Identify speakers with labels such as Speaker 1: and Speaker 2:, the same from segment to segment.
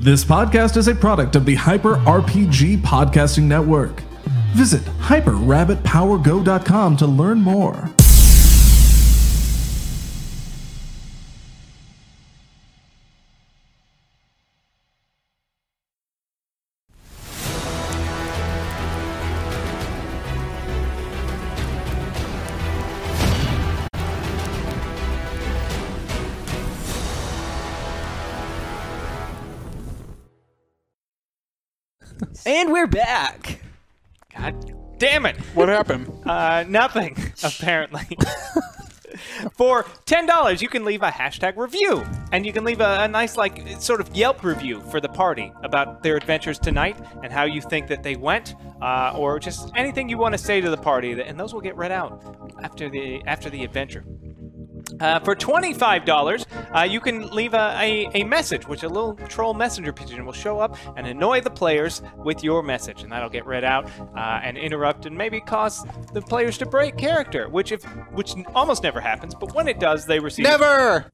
Speaker 1: This podcast is a product of the Hyper RPG Podcasting Network. Visit hyperrabbitpowergo.com to learn more.
Speaker 2: And we're back.
Speaker 3: God damn it.
Speaker 4: What happened?
Speaker 3: Uh, nothing, apparently. For $10, you can leave a hashtag review. And you can leave a, a nice, like, sort of Yelp review for the party about their adventures tonight and how you think that they went, uh, or just anything you want to say to the party. And those will get read out after the after the adventure. Uh, for $25, uh, you can leave a, a, a message, which a little troll messenger pigeon will show up and annoy the players with your message. And that'll get read out uh, and interrupt and maybe cause the players to break character, which if which n- almost never happens, but when it does, they receive.
Speaker 4: Never.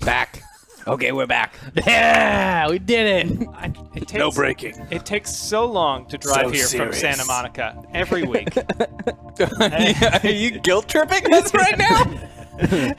Speaker 2: Back. Okay, we're back.
Speaker 5: Yeah, we did it.
Speaker 3: I- it takes,
Speaker 4: No breaking.
Speaker 3: It takes so long to drive
Speaker 4: So
Speaker 3: here
Speaker 4: serious.
Speaker 3: from Santa Monica every week.
Speaker 4: Are you guilt tripping us right now?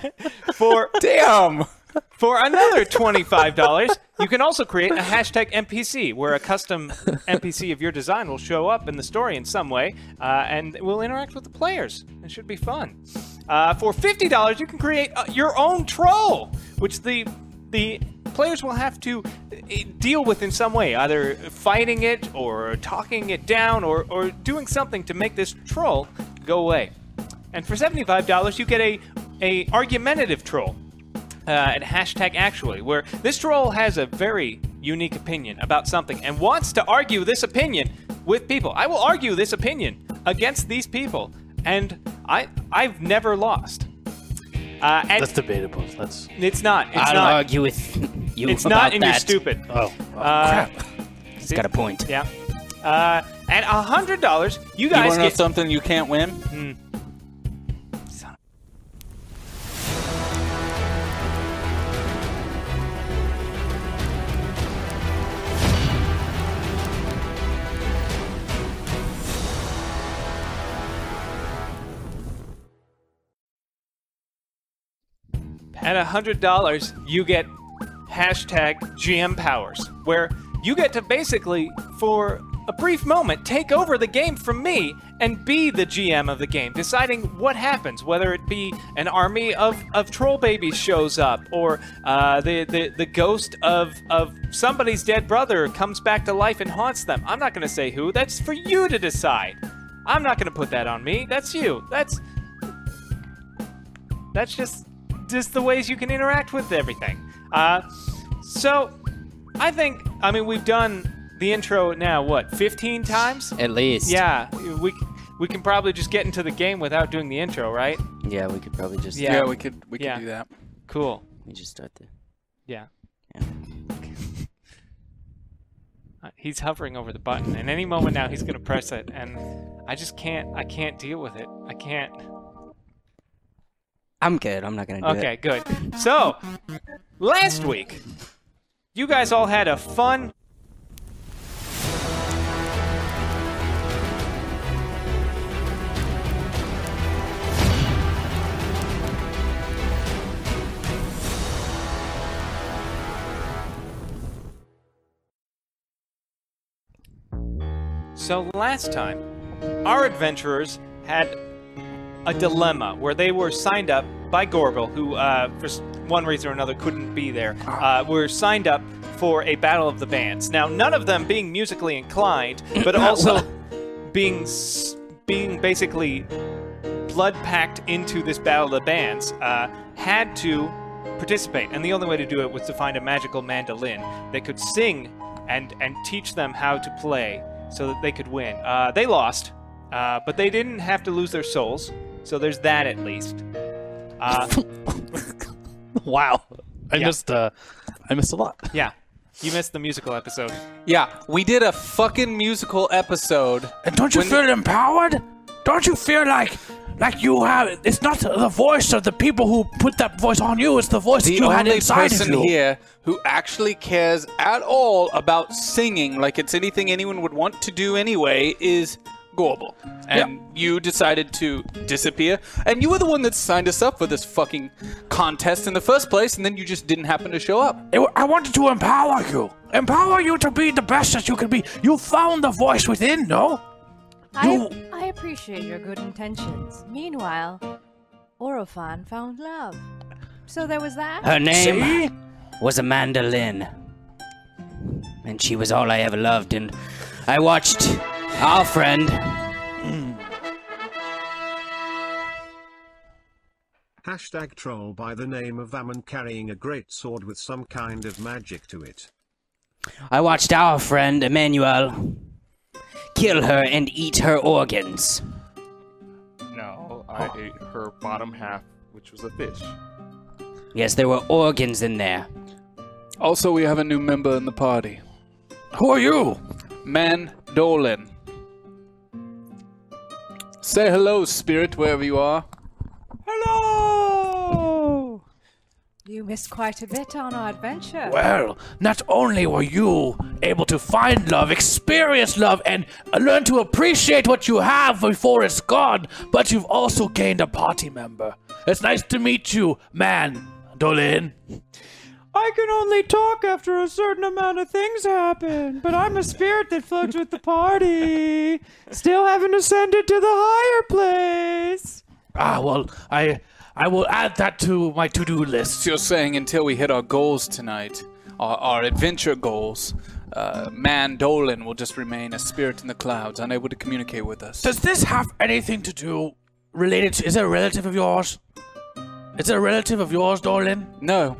Speaker 3: for
Speaker 4: Damn.
Speaker 3: For another $25, you can also create a hashtag NPC where a custom NPC of your design will show up in the story in some way uh, and will interact with the players. It should be fun. Uh, for $50, you can create uh, your own troll, which the, the players will have to uh, deal with in some way, either fighting it or talking it down or, or doing something to make this troll go away. And for $75, you get a, a argumentative troll uh, at hashtag actually, where this troll has a very unique opinion about something and wants to argue this opinion with people. I will argue this opinion against these people, and I I've never lost. Uh, and
Speaker 5: That's debatable. That's
Speaker 3: it's not. It's
Speaker 5: I don't
Speaker 3: not.
Speaker 5: argue with you
Speaker 3: It's
Speaker 5: about
Speaker 3: not, and
Speaker 5: that.
Speaker 3: you're stupid.
Speaker 5: Oh, well,
Speaker 3: Uh,
Speaker 5: he's got a point.
Speaker 3: yeah. Uh, at a hundred dollars, you
Speaker 4: You
Speaker 3: guys
Speaker 4: want to know
Speaker 3: get
Speaker 4: something you can't win?
Speaker 3: At $100, you get hashtag GM powers, where you get to basically, for a brief moment, take over the game from me and be the GM of the game, deciding what happens, whether it be an army of, of troll babies shows up, or uh, the, the, the ghost of, of somebody's dead brother comes back to life and haunts them. I'm not going to say who, that's for you to decide. I'm not going to put that on me. That's you. That's that's just just the ways you can interact with everything. Uh, so, I think I mean we've done the intro now what 15 times?
Speaker 5: At least.
Speaker 3: Yeah, we we can probably just get into the game without doing the intro, right?
Speaker 5: Yeah, we could probably just
Speaker 3: Yeah.
Speaker 4: Yeah, we could we could
Speaker 3: Yeah.
Speaker 4: do that.
Speaker 3: Cool.
Speaker 5: we just start the
Speaker 3: Yeah.
Speaker 5: Yeah.
Speaker 3: Uh, He's hovering over the button, and any moment now he's gonna press it, and I just can't. I can't deal with it. I can't.
Speaker 5: I'm good. I'm not gonna do
Speaker 3: Okay, good. So, last week, you guys all had a fun So last time, our adventurers had a dilemma where they were signed up by Gorbel, who, uh, for s- one reason or another, couldn't be there. Uh, were signed up for a battle of the bands. Now, none of them being musically inclined, but also being s- being basically blood packed into this battle of the bands, uh, had to participate, and the only way to do it was to find a magical mandolin that could sing and and teach them how to play, so that they could win. Uh, they lost, uh, but they didn't have to lose their souls, so there's that at least. Uh,
Speaker 5: it. Wow. I
Speaker 3: Yeah.
Speaker 5: missed. Uh, I missed a lot.
Speaker 3: yeah. You missed the musical episode.
Speaker 4: Yeah, we did a fucking musical episode.
Speaker 6: And don't you
Speaker 4: When-
Speaker 6: feel empowered? Don't you feel like like you have it's not the voice of the people who put that voice on you, it's the voice
Speaker 4: The
Speaker 6: that you had
Speaker 4: only
Speaker 6: inside of
Speaker 4: person
Speaker 6: you.
Speaker 4: here who actually cares at all about singing, like it's anything anyone would want to do anyway, is Gorbel. And you decided to disappear, and you were the one that signed us up for this fucking contest in the first place, and then you just didn't happen to show up.
Speaker 6: I I wanted to empower you. Empower you to be the best that you can be. You found the voice within, no?
Speaker 7: I,
Speaker 6: You-
Speaker 7: I appreciate your good intentions. Meanwhile, Orofan found love. So there was that.
Speaker 5: Her name was Amanda Lynn. And she was all I ever loved. And I watched our friend.
Speaker 8: Hashtag troll by the name of Ammon carrying a great sword with some kind of magic to it.
Speaker 5: I watched our friend Emmanuel kill her and eat her organs.
Speaker 9: No, I ate her bottom half, which was a fish.
Speaker 5: Yes, there were organs in there.
Speaker 4: Also, we have a new member in the party,
Speaker 6: Who are you?
Speaker 4: Man Dolan. Say hello, spirit, wherever you are. Hello!
Speaker 7: You missed quite a bit on our adventure.
Speaker 6: Well, not only were you able to find love, experience love, and learn to appreciate what you have before it's gone, but you've also gained a party member. It's nice to meet you, man, Dolin.
Speaker 10: I can only talk after a certain amount of things happen, but I'm a spirit that floats with the party. Still haven't ascended to the higher place.
Speaker 6: Ah, well, I I will add that to my to-do list.
Speaker 4: You're saying until we hit our goals tonight, our, our adventure goals, uh, Man Dolan will just remain a spirit in the clouds, unable to communicate with us.
Speaker 6: Does this have anything to do related to, is it a relative of yours? Is it a relative of yours, Dolin?
Speaker 4: No,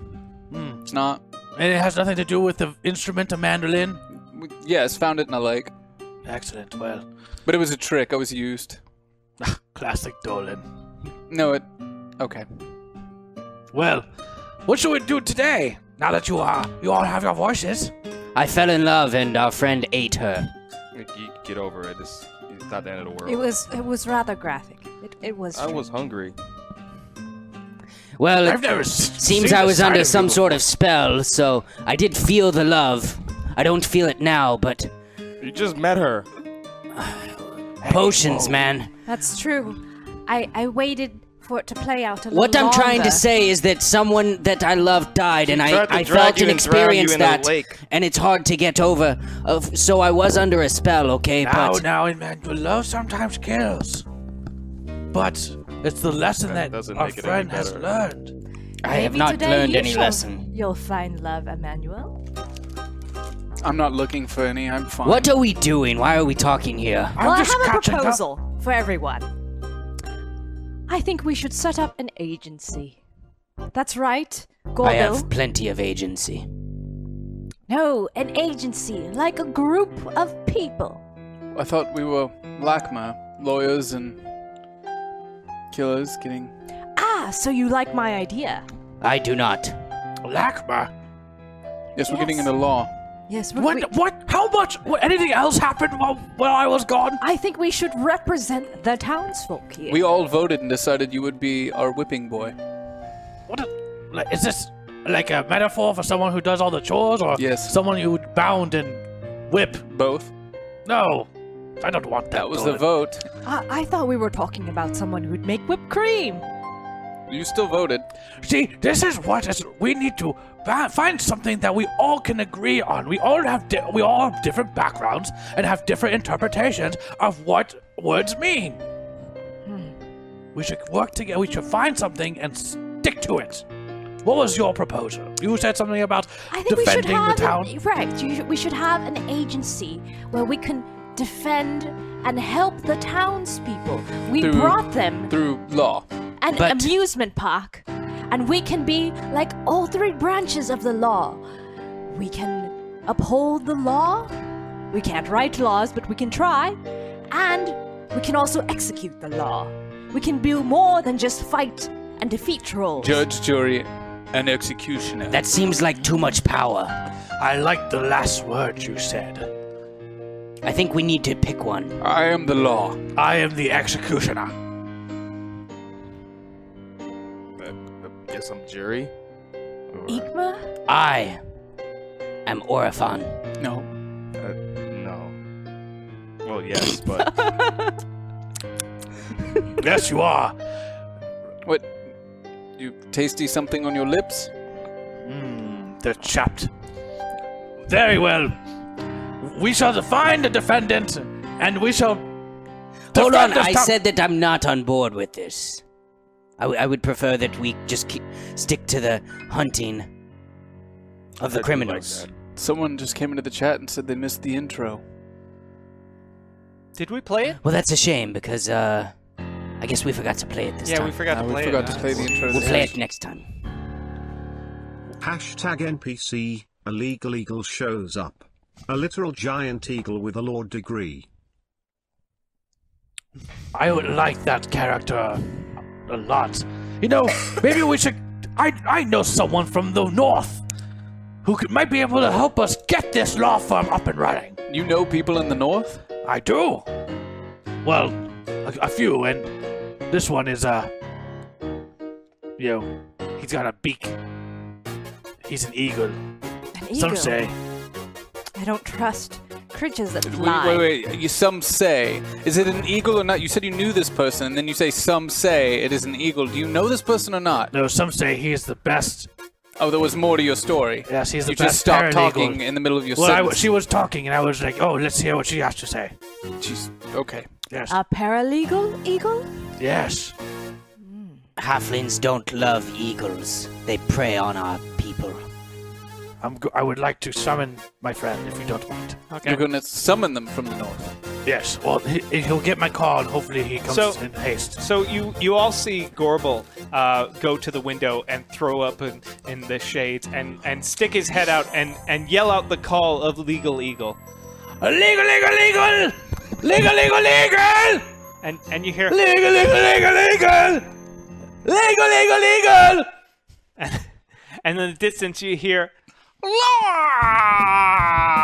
Speaker 6: Hmm.
Speaker 4: it's not.
Speaker 6: And it has nothing to do with the instrument, a mandolin?
Speaker 4: We- Yes, found it in a lake,
Speaker 6: Excellent, well,
Speaker 4: but it was a trick. I was used.
Speaker 6: classic Dolin.
Speaker 4: No, it. Okay.
Speaker 6: Well, what should we do today? Now that you are, you all have your voices.
Speaker 5: I fell in love and our friend ate her.
Speaker 9: Like, you Get over it. It's, it's not the end of the world.
Speaker 7: it was it was rather graphic. It, it was.
Speaker 9: I
Speaker 7: true.
Speaker 9: was hungry.
Speaker 5: Well,
Speaker 6: I've
Speaker 5: it
Speaker 6: never s-
Speaker 5: seems
Speaker 6: seen
Speaker 5: I
Speaker 6: the
Speaker 5: was
Speaker 6: side
Speaker 5: under
Speaker 6: of
Speaker 5: some
Speaker 6: you
Speaker 5: sort of spell, so I did feel the love. I don't feel it now, but
Speaker 9: You just met her.
Speaker 5: potions, man.
Speaker 7: That's true. I I waited for it to play out a little
Speaker 5: What I'm trying
Speaker 7: longer.
Speaker 5: to say is that someone that I love died, and I,
Speaker 9: tried to
Speaker 5: I
Speaker 9: drag
Speaker 5: felt
Speaker 9: you
Speaker 5: and
Speaker 9: and drown you
Speaker 5: experienced
Speaker 9: in a
Speaker 5: that,
Speaker 9: lake.
Speaker 5: and it's hard to get over. Of, so I was under a spell, okay,
Speaker 6: Now,
Speaker 5: but
Speaker 6: now, Emmanuel, love sometimes kills. But it's the lesson
Speaker 9: That
Speaker 6: that,
Speaker 9: doesn't
Speaker 6: our
Speaker 9: make it any
Speaker 6: friend has
Speaker 9: better.
Speaker 6: learned.
Speaker 5: I have
Speaker 7: Maybe
Speaker 5: not
Speaker 7: today
Speaker 5: learned
Speaker 7: you
Speaker 5: any
Speaker 7: shall-
Speaker 5: lesson.
Speaker 7: You'll find love, Emmanuel.
Speaker 4: I'm not looking for any. I'm fine.
Speaker 5: What are we doing? Why are we talking here?
Speaker 6: I'm
Speaker 7: well, I
Speaker 6: just
Speaker 7: have a
Speaker 6: catching up.
Speaker 7: proposal for everyone. I think we should set up an agency. That's right, Gorbil.
Speaker 5: I have plenty of agency.
Speaker 7: No, an agency, like a group of people.
Speaker 4: I thought we were LACMA, lawyers and killers getting.
Speaker 7: Ah, so you like my idea?
Speaker 5: I do not.
Speaker 6: Lakma,
Speaker 4: Yes, we're getting
Speaker 7: Yes.
Speaker 4: into law.
Speaker 7: Yes, we,
Speaker 6: what,
Speaker 7: we-
Speaker 6: what, how much, what, anything else happened while, while I was gone?
Speaker 7: I think we should represent the townsfolk here.
Speaker 4: We all voted and decided you would be our whipping boy.
Speaker 6: What, a, like, is this like a metaphor for someone who does all the chores or
Speaker 4: Yes.
Speaker 6: someone you would bound and whip?
Speaker 4: Both.
Speaker 6: No, I don't want that.
Speaker 4: That was the
Speaker 6: Dolin.
Speaker 4: vote.
Speaker 7: I, Ah, I thought we were talking about someone who'd make whipped cream.
Speaker 4: You still voted.
Speaker 6: See, this is what is. We need to ba- find something that we all can agree on. We all have di- we all have different backgrounds and have different interpretations of what words mean.
Speaker 7: Hmm.
Speaker 6: We should work together. We should find something and stick to it. What was your proposal? You said something about
Speaker 7: I think we should
Speaker 6: defending the
Speaker 7: have
Speaker 6: town.
Speaker 7: An, right. You, should- we should have an agency where we can defend and help the townspeople. We
Speaker 4: Through-
Speaker 7: brought them
Speaker 4: Through law.
Speaker 7: an
Speaker 5: But-
Speaker 7: amusement park, and we can be like all three branches of the law. We can uphold the law. We can't write laws, but we can try. And we can also execute the law. We can do more than just fight and defeat trolls.
Speaker 4: Judge, jury, an executioner.
Speaker 5: That seems like too much power.
Speaker 6: I like the last word you said.
Speaker 5: I think we need to pick one.
Speaker 4: I am the law.
Speaker 6: I am the executioner.
Speaker 9: I guess I'm jury. Or-
Speaker 7: Ikma?
Speaker 5: I am Orifon.
Speaker 4: No.
Speaker 9: Uh, no. Well, yes, but
Speaker 6: yes, you are.
Speaker 4: What? You tasty something on your lips?
Speaker 6: They're chapped. Very well. We shall find the defendant, and we shall.
Speaker 5: Hold
Speaker 6: defend
Speaker 5: on,
Speaker 6: this
Speaker 5: I
Speaker 6: town-
Speaker 5: said that I'm not on board with this. I, w- I would prefer that we just keep, stick to the hunting of the criminals.
Speaker 4: Someone just came into the chat and said they missed the intro.
Speaker 3: Did we play it?
Speaker 5: well, that's a shame because uh, I guess we forgot to play it this
Speaker 3: yeah,
Speaker 5: time.
Speaker 3: we forgot
Speaker 4: Ah,
Speaker 3: to
Speaker 4: we
Speaker 3: play it.
Speaker 4: forgot to play the intro.
Speaker 5: will play it next time.
Speaker 8: Hashtag NPC, a legal eagle shows up. A literal giant eagle with a law degree.
Speaker 6: I would like that character a lot. You know, maybe we should. I I know someone from the north who could, might be able to help us get this law firm up and running.
Speaker 4: You know people in the north?
Speaker 6: I do. Well, a, a few, and this one is uh, you know, he's got a beak. He's an eagle.
Speaker 7: An eagle.
Speaker 6: Some say.
Speaker 7: I don't trust creatures that
Speaker 4: Wait,
Speaker 7: fly.
Speaker 4: wait, wait. You some say. Is it an eagle or not? You said you knew this person, and then you say some say it is an eagle. Do you know this person or not?
Speaker 6: No, some say he is the best.
Speaker 4: Oh, there was more to your story.
Speaker 6: Yes, he's the
Speaker 4: You
Speaker 6: best.
Speaker 4: just stopped
Speaker 6: paralegal.
Speaker 4: talking in the middle of your
Speaker 6: Well, I w
Speaker 4: sentence.
Speaker 6: she was talking, and I was like, "Oh, let's hear what she has to say."
Speaker 4: Jeez, Okay.
Speaker 6: Yes,
Speaker 7: A paralegal eagle?
Speaker 6: yes.
Speaker 5: Halflings don't love eagles. They prey on our people.
Speaker 6: I'm. Go- I would like to summon my friend, if you don't mind.
Speaker 4: You're going to summon them from the north.
Speaker 6: Yes. Well, he, he'll get my call, and hopefully he comes
Speaker 3: So-
Speaker 6: in haste.
Speaker 3: So you you all see Gorbel uh, go to the window and throw up in, in the shades and, and stick his head out and, and yell out the call of Legal Eagle.
Speaker 6: Legal, legal, legal, legal, legal, legal,
Speaker 3: And and you hear
Speaker 6: legal, legal, legal, legal, legal, legal, legal.
Speaker 3: and in the distance you hear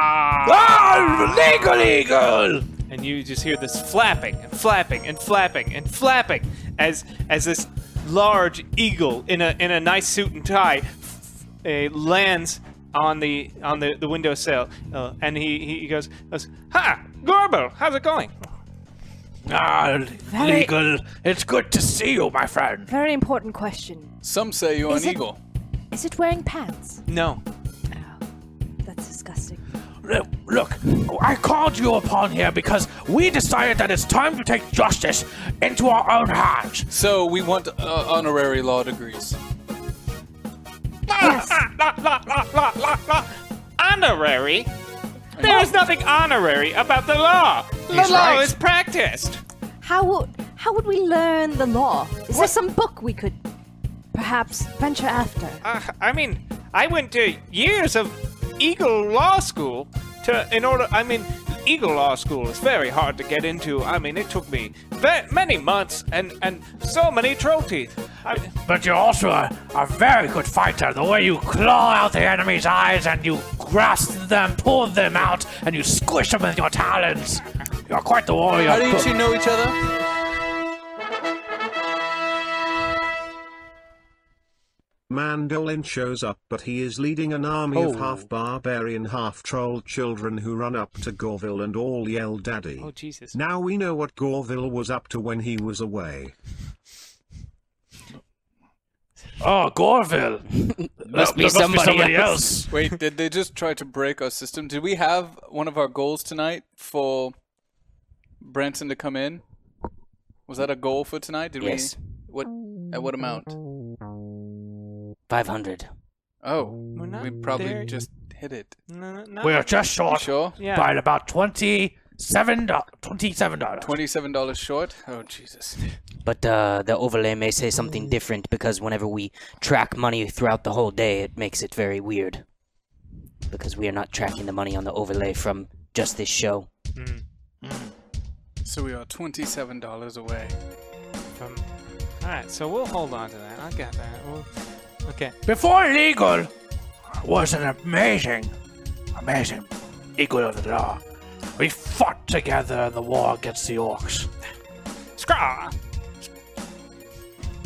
Speaker 6: Ah, legal, legal.
Speaker 3: and you just hear this flapping and flapping and flapping and flapping as as this large eagle in a in a nice suit and tie f- eh, lands on the on the the windowsill uh, and he he he goes, goes ha Gorbel how's it going
Speaker 6: Ah, legal. It's good to see you, my friend.
Speaker 7: Very important question.
Speaker 4: Some say you're
Speaker 7: Is
Speaker 4: an
Speaker 7: it-
Speaker 4: eagle.
Speaker 7: Is it wearing pants? Oh,
Speaker 3: no
Speaker 7: That's disgusting.
Speaker 6: Look, Look, I called you upon here because we decided that it's time to take justice into our own hands.
Speaker 4: So we want uh, honorary law degrees.
Speaker 7: Yes.
Speaker 3: la, la, la, la, la, la. honorary there is nothing honorary about the law the law
Speaker 4: right.
Speaker 3: is practiced
Speaker 7: How would how would we learn the law? Is there some book we could perhaps venture after?
Speaker 3: Uh, I mean, I went to years of Eagle Law School to in order. I mean, Eagle Law School is very hard to get into. I mean, it took me ve- many months and and so many trophies. I,
Speaker 6: But you're also a, a very good fighter. The way you claw out the enemy's eyes and you grasp them, pull them out, and you squish them with your talons. You're quite the warrior.
Speaker 4: How do you two know each other?
Speaker 8: Mandolin shows up, but he is leading an army
Speaker 3: Oh.
Speaker 8: of half barbarian, half troll children who run up to Gorville and all yell daddy.
Speaker 3: oh Jesus!
Speaker 8: now we know what Gorville was up to when he was away.
Speaker 6: oh, Gorville.
Speaker 5: Must be somebody else.
Speaker 4: Wait, did they just try to break our system? Did we have one of our goals tonight for Branson to come in? Was that a goal for tonight? Did
Speaker 5: Yes.
Speaker 4: we? What? At what amount?
Speaker 5: 500.
Speaker 4: Oh,
Speaker 3: not
Speaker 4: we probably
Speaker 3: there-
Speaker 4: just hit it.
Speaker 3: No, no, no.
Speaker 6: We are just short
Speaker 4: sure?
Speaker 3: Yeah.
Speaker 6: by about twenty-seven dollars. Twenty-seven dollars.
Speaker 4: Twenty-seven dollars short. Oh Jesus!
Speaker 5: But uh, the overlay may say something different because whenever we track money throughout the whole day, it makes it very weird. Because we are not tracking the money on the overlay from just this show.
Speaker 4: So we are twenty-seven dollars away.
Speaker 3: From- all right, so we'll hold on to that. I got that. We'll, Okay.
Speaker 6: Before legal was an amazing, amazing equal of the law. We fought together in the war against the orcs.
Speaker 3: Scraw!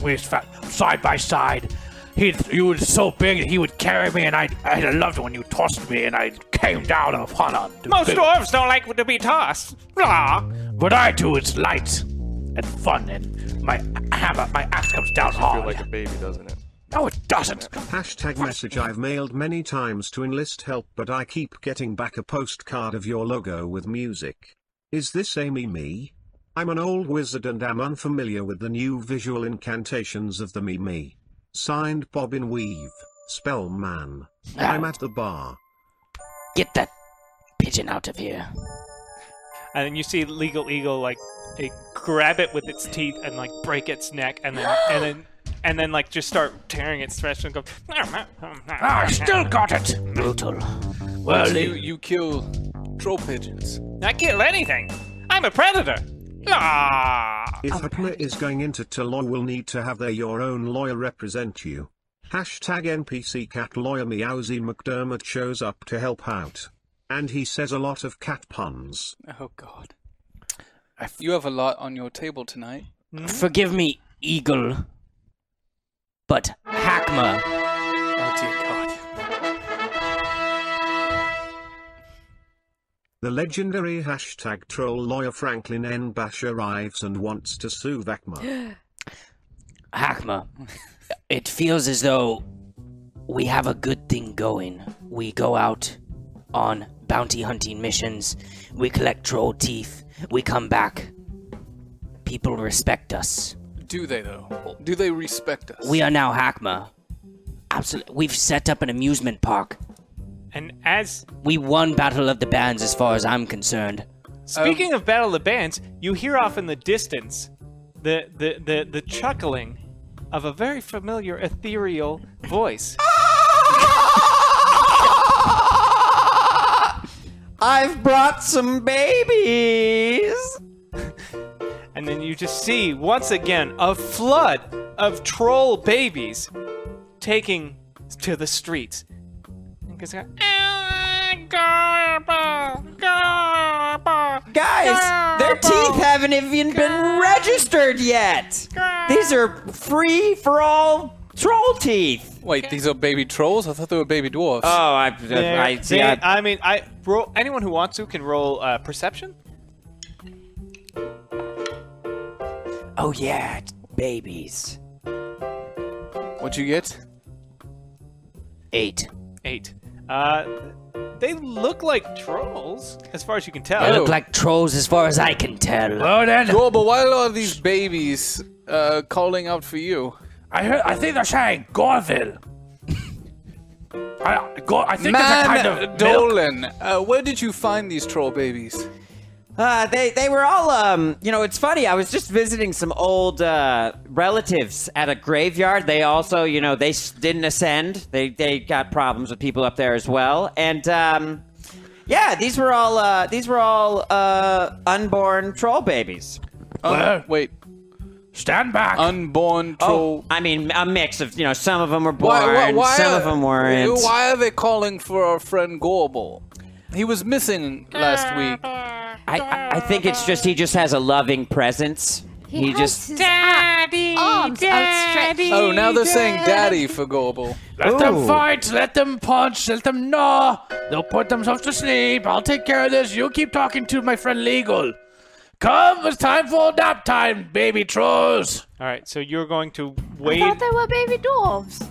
Speaker 6: We fought side by side. He, you were so big, he would carry me, and I, I loved when you tossed me, and I came down upon him.
Speaker 3: Most dwarves don't like to be tossed. Blah.
Speaker 6: But I do, it's light and fun, and my hammer, my axe comes down
Speaker 9: I feel
Speaker 6: hard.
Speaker 9: like a baby, doesn't it?
Speaker 6: no, it doesn't.
Speaker 8: Hashtag message I've mailed many times to enlist help, but I keep getting back a postcard of your logo with music. Is this Amy me? I'm an old wizard and am unfamiliar with the new visual incantations of the me me. Signed Bobbin Weave, Spellman. I'm at the bar.
Speaker 5: Get that pigeon out of here.
Speaker 3: And then you see Legal Eagle like it grab it with its teeth and like break its neck and then and then and then like just start tearing its flesh and go.
Speaker 6: Ah, I still got it.
Speaker 5: Brutal.
Speaker 6: Well,
Speaker 4: You, you kill troll pigeons.
Speaker 3: I kill anything. I'm a predator. Blah.
Speaker 8: If Hapna is going into Taloy, will need to have their your own lawyer represent you. Hashtag NPC cat lawyer Meowsy McDermott shows up to help out. And he says a lot of cat puns.
Speaker 4: Oh God. You have a lot on your table tonight.
Speaker 5: Forgive me, Eagle. But Hackma,
Speaker 4: Oh dear God.
Speaker 8: The legendary hashtag troll lawyer Franklin N. Bash arrives and wants to sue Vakma.
Speaker 5: Hackma, it feels as though we have a good thing going. We go out on bounty hunting missions, we collect troll teeth, we come back. People respect us.
Speaker 4: Do they though? Do they respect us?
Speaker 5: We are now Hackma. Absolutely. We've set up an amusement park.
Speaker 3: And as
Speaker 5: We won Battle of the Bands as far as I'm concerned.
Speaker 3: Speaking of Battle of the Bands, you hear off in the distance the the, the, the chuckling of a very familiar ethereal voice.
Speaker 2: I've brought some babies.
Speaker 3: And then you just see once again a flood of troll babies taking to the streets. And it's like, "Ah, Garble, Garble."
Speaker 2: Guys, their teeth haven't even been registered yet. These are free for all troll teeth.
Speaker 4: Wait, these are baby trolls? I thought they were baby dwarfs.
Speaker 9: Uh,
Speaker 2: Oh, I,
Speaker 3: They're-
Speaker 2: I see.
Speaker 3: they-
Speaker 2: I,
Speaker 3: I mean, I roll. Anyone who wants to can roll uh, perception.
Speaker 2: oh yeah, it's babies.
Speaker 4: What'd you get?
Speaker 5: Eight.
Speaker 3: Eight. Uh, they look like trolls, as far as you can tell.
Speaker 5: They look
Speaker 4: Oh.
Speaker 5: like trolls as far as I can tell.
Speaker 6: Well then,
Speaker 4: Well, but why are these babies uh, calling out for you?
Speaker 6: I heard. I think they're saying Gorville. I, Go, I think there's a kind
Speaker 4: Man
Speaker 6: of milk.
Speaker 4: Dolan, uh, where did you find these troll babies?
Speaker 2: Uh, they they were all um you know it's funny I was just visiting some old uh, relatives at a graveyard they also you know they s- didn't ascend they they got problems with people up there as well and um yeah these were all uh, these were all uh, unborn troll babies
Speaker 6: Well,
Speaker 4: Wait,
Speaker 6: stand back.
Speaker 4: unborn
Speaker 2: oh
Speaker 4: troll.
Speaker 2: I mean a mix of you know some of them were born
Speaker 4: Why, why, why
Speaker 2: some
Speaker 4: are,
Speaker 2: of them weren't
Speaker 4: Why are they calling for our friend Gorble? He was missing last week.
Speaker 2: I, I I think it's just he just has a loving presence
Speaker 7: He, has
Speaker 2: just
Speaker 7: his daddy, arms outstretched.
Speaker 4: Oh, now they're saying daddy for Gorble.
Speaker 6: let them fight. Let them punch. Let them gnaw. They'll put themselves to sleep. I'll take care of this. You keep talking to my friend Legal. Come, it's time for nap time, baby trolls.
Speaker 3: All right, so you're going to
Speaker 7: I
Speaker 3: wade.
Speaker 7: thought they were baby dwarves.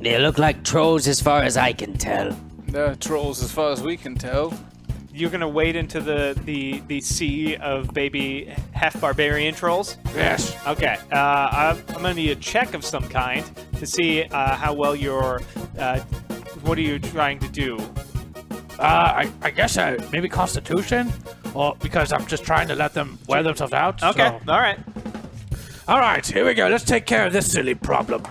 Speaker 5: They look like trolls as far as I can tell.
Speaker 4: They're trolls as far as we can tell.
Speaker 3: You're going to wade into the the the sea of baby half barbarian trolls.
Speaker 6: Yes.
Speaker 3: Okay, uh, I'm, I'm going to need a check of some kind to see uh, how well you're. Uh, what are you trying to do?
Speaker 6: Uh, I, I guess I, maybe Constitution, or because I'm just trying to let them wear themselves out.
Speaker 3: Okay,
Speaker 6: so-
Speaker 3: all right.
Speaker 6: All right, here we go. Let's take care of this silly problem.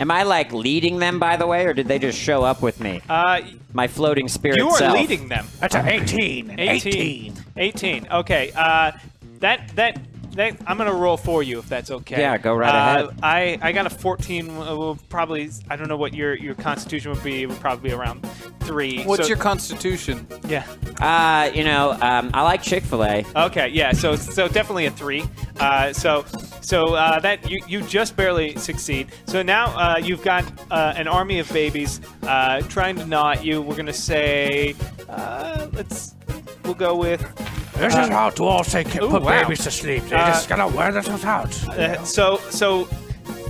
Speaker 2: Am I like leading them, by the way, or did they just show up with me?
Speaker 3: Uh,
Speaker 2: My floating spirit.
Speaker 3: you are
Speaker 2: self.
Speaker 3: leading them.
Speaker 6: That's an 18.
Speaker 3: 18. 18. Okay. Uh, that that Nate, I'm gonna roll for you if that's okay.
Speaker 2: Yeah, go right
Speaker 3: Uh,
Speaker 2: ahead.
Speaker 3: I I got a 14. uh, Will probably I don't know what your your constitution would be. It would probably be around three.
Speaker 4: What's
Speaker 3: so-
Speaker 4: your constitution?
Speaker 3: yeah?
Speaker 2: Uh, you know, um, I like Chick Fil A.
Speaker 3: Okay, yeah. So so definitely a three. Uh, so so uh, that you you just barely succeed. So now uh, you've got uh, an army of babies uh, trying to gnaw at you. We're gonna say uh, let's we'll go with
Speaker 6: This is how dwarves take
Speaker 3: Ah. ooh,
Speaker 6: put
Speaker 3: wow.
Speaker 6: babies to sleep. They
Speaker 3: Uh,
Speaker 6: just gotta wear themselves out.
Speaker 3: Uh, so so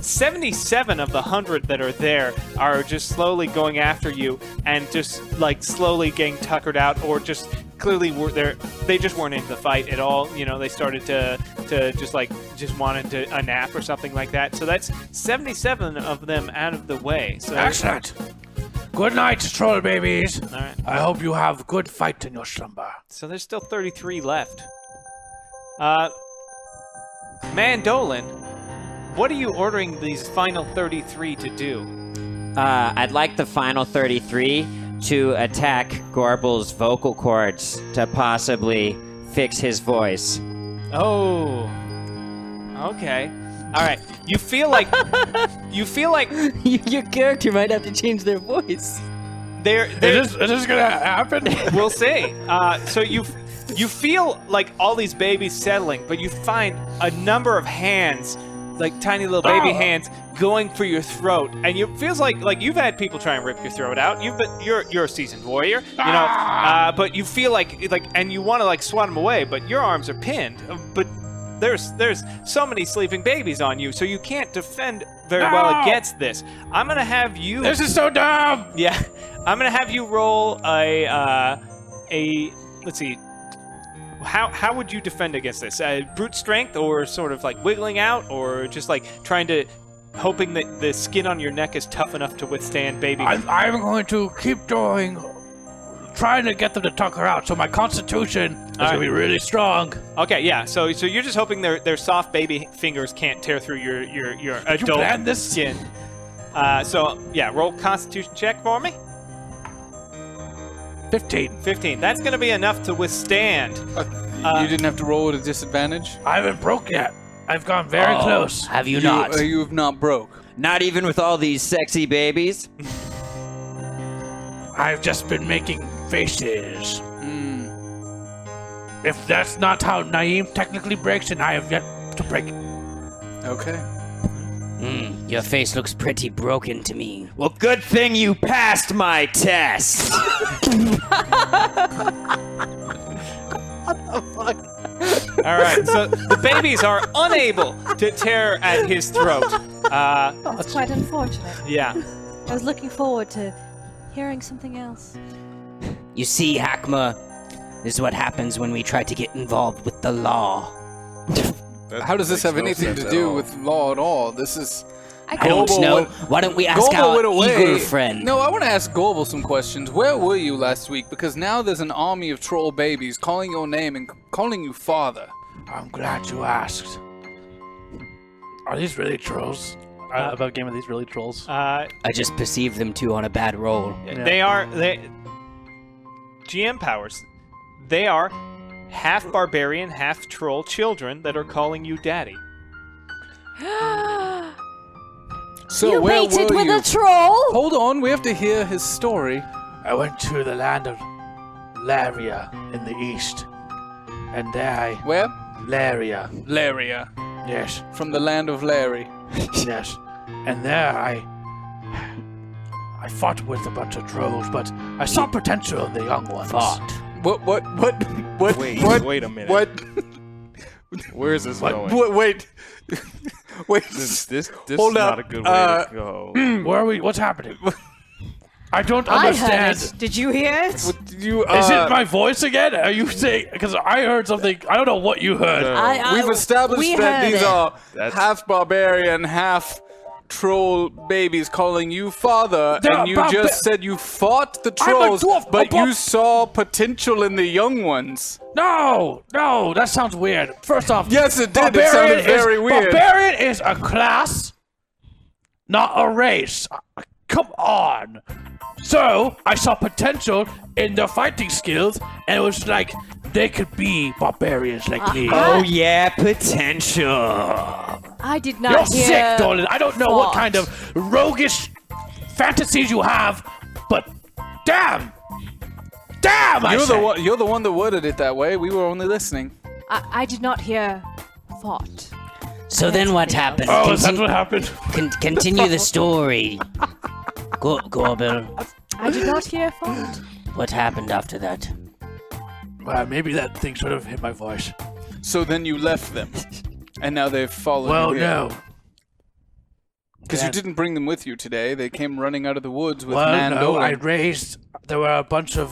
Speaker 3: 77 of the 100 that are there are just slowly going after you and just like slowly getting tuckered out or just clearly were they they just weren't into the fight at all you know they started to to just like just wanted to a nap or something like that so that's 77 of them out of the way so
Speaker 6: Excellent. Good night, troll babies.
Speaker 3: all right
Speaker 6: I hope you have good fight in your slumber.
Speaker 3: so there's still 33 left uh mandolin what are you ordering these final 33 to do
Speaker 2: Uh, I'd like the final 33 to attack Gorbel's vocal cords to possibly fix his voice.
Speaker 3: Oh. Okay. All right. You feel like you feel like
Speaker 5: Your character might have to change their voice.
Speaker 3: they're
Speaker 6: Is
Speaker 3: they're
Speaker 6: this, is this gonna happen?
Speaker 3: we'll see. Uh, so you you feel like all these babies settling, but you find a number of hands, like tiny little baby
Speaker 6: Ah.
Speaker 3: hands, going for your throat, and you- it feels like like you've had people try and rip your throat out. You've been you're you're a seasoned warrior, you know,
Speaker 6: Ah.
Speaker 3: uh, but you feel like like and you want to like swat them away, but your arms are pinned, Uh, but. There's there's so many sleeping babies on you, so you can't defend very well
Speaker 6: No.
Speaker 3: against this. I'm gonna have you.
Speaker 6: this is so dumb.
Speaker 3: Yeah, I'm gonna have you roll a uh, a let's see. How how would you defend against this? Uh, brute strength, or sort of like wiggling out, or just like trying to hoping that the skin on your neck is tough enough to withstand baby.
Speaker 6: I, I'm going to keep doing, trying to get them to tuck her out. So my constitution is
Speaker 3: All right.
Speaker 6: gonna be really strong.
Speaker 3: okay, yeah. So so you're just hoping their their soft baby fingers can't tear through your your your
Speaker 6: You
Speaker 3: adult
Speaker 6: planned this?
Speaker 3: skin. Uh, so yeah, roll Constitution check for me.
Speaker 6: Fifteen.
Speaker 3: Fifteen. That's gonna be enough to withstand.
Speaker 5: Uh,
Speaker 4: you didn't have to roll at a disadvantage.
Speaker 6: I haven't broke yet. I've gone very
Speaker 3: Oh,
Speaker 6: close.
Speaker 5: Have you, not?
Speaker 4: uh, you have not broke.
Speaker 2: Not even with all these sexy babies.
Speaker 6: I've just been making faces. Hmm. If that's not how Naeem technically breaks, then I have yet to break. it.
Speaker 4: Okay.
Speaker 5: Mm, your face looks pretty broken to me.
Speaker 2: Well, good thing you passed my test.
Speaker 3: All right, so the babies are unable to tear at his throat. Uh,
Speaker 7: That's quite unfortunate.
Speaker 3: yeah.
Speaker 7: I was looking forward to hearing something else.
Speaker 5: You see, Hakma, this is what happens when we try to get involved with the law.
Speaker 9: That
Speaker 4: How does this
Speaker 9: makes
Speaker 4: have
Speaker 9: no
Speaker 4: anything
Speaker 9: sense
Speaker 4: to
Speaker 9: at
Speaker 4: do
Speaker 9: all.
Speaker 4: with law at all? This is
Speaker 7: I
Speaker 5: I don't
Speaker 4: Goble
Speaker 5: know.
Speaker 4: went-
Speaker 5: Why don't we ask
Speaker 4: Goble
Speaker 5: our
Speaker 4: went away.
Speaker 5: eagle friend?
Speaker 4: No, I want to ask Goble some questions. Where were you last week? Because now there's an army of troll babies calling your name and c- calling you father.
Speaker 6: I'm glad you asked. Are these really trolls? Uh, about game of these really trolls?
Speaker 3: Uh,
Speaker 5: I just perceived them two on a bad roll.
Speaker 3: They are they GM powers. They are half barbarian, half troll children that are calling you daddy.
Speaker 4: So
Speaker 7: you
Speaker 4: where
Speaker 7: mated
Speaker 4: were
Speaker 7: with
Speaker 4: you?
Speaker 7: a troll?
Speaker 4: Hold on, we have to hear his story.
Speaker 6: I went to the land of Laria in the east, and there I
Speaker 4: Where?
Speaker 6: Laria.
Speaker 4: Laria.
Speaker 6: Yes,
Speaker 4: From the land of Larry.
Speaker 6: yes, and there I I fought with a bunch of trolls, but I saw potential in the young ones.
Speaker 5: Fought.
Speaker 4: What? What? What? What?
Speaker 9: Wait,
Speaker 4: what?
Speaker 9: wait a minute.
Speaker 4: What?
Speaker 9: Where is this going?
Speaker 4: what? Wait. wait.
Speaker 9: This this this
Speaker 4: Hold
Speaker 9: is
Speaker 4: up.
Speaker 9: not a good way
Speaker 4: Uh,
Speaker 9: to go.
Speaker 6: Where are we? What's happening? I don't
Speaker 7: I heard
Speaker 6: understand.
Speaker 7: it.
Speaker 10: Did you hear it?
Speaker 4: You.
Speaker 6: Is
Speaker 4: uh,
Speaker 6: it my voice again? Are you saying? Because I heard something. I don't know what you heard.
Speaker 7: I, I,
Speaker 4: We've established
Speaker 7: we
Speaker 4: that
Speaker 7: heard
Speaker 4: these
Speaker 7: it.
Speaker 4: are
Speaker 9: That's-
Speaker 4: half barbarian, half troll babies calling you father,
Speaker 6: They're
Speaker 4: and you
Speaker 6: barba-
Speaker 4: just said you fought the
Speaker 6: I'm a
Speaker 4: trolls,
Speaker 6: dwarf,
Speaker 4: but
Speaker 6: a bar-
Speaker 4: you saw potential in the young ones.
Speaker 6: No, no, that sounds weird. First off,
Speaker 4: Yes, it did. It
Speaker 6: barbarian
Speaker 4: sounded very
Speaker 6: is,
Speaker 4: weird.
Speaker 6: Barbarian is a class, not a race. Uh, Come on. So I saw potential in their fighting skills, and it was like They could be barbarians like me.
Speaker 4: Uh-huh.
Speaker 2: Oh yeah, potential.
Speaker 7: I did not
Speaker 6: You're
Speaker 7: hear.
Speaker 6: sick, darling. I don't know what
Speaker 7: thought.
Speaker 6: kind of roguish fantasies you have, but damn, damn, I
Speaker 4: You're the
Speaker 6: say.
Speaker 4: one, you're the one that worded it that way. We were only listening.
Speaker 7: I, I did not hear thought.
Speaker 5: So then what happened?
Speaker 6: Oh, is that
Speaker 5: Contin-
Speaker 6: what happened?
Speaker 5: con- continue the story. Go- Gorbel,
Speaker 7: I did not hear thought.
Speaker 5: what happened after that?
Speaker 6: Well, Uh, maybe that thing sort of hit my voice.
Speaker 4: So then you left them, and now they've followed.
Speaker 6: Well,
Speaker 4: you here.
Speaker 6: no.
Speaker 4: because you didn't bring them with you today. They came running out of the woods with
Speaker 6: Well,
Speaker 4: Mando.
Speaker 6: no, I
Speaker 4: and-
Speaker 6: raised. There were a bunch of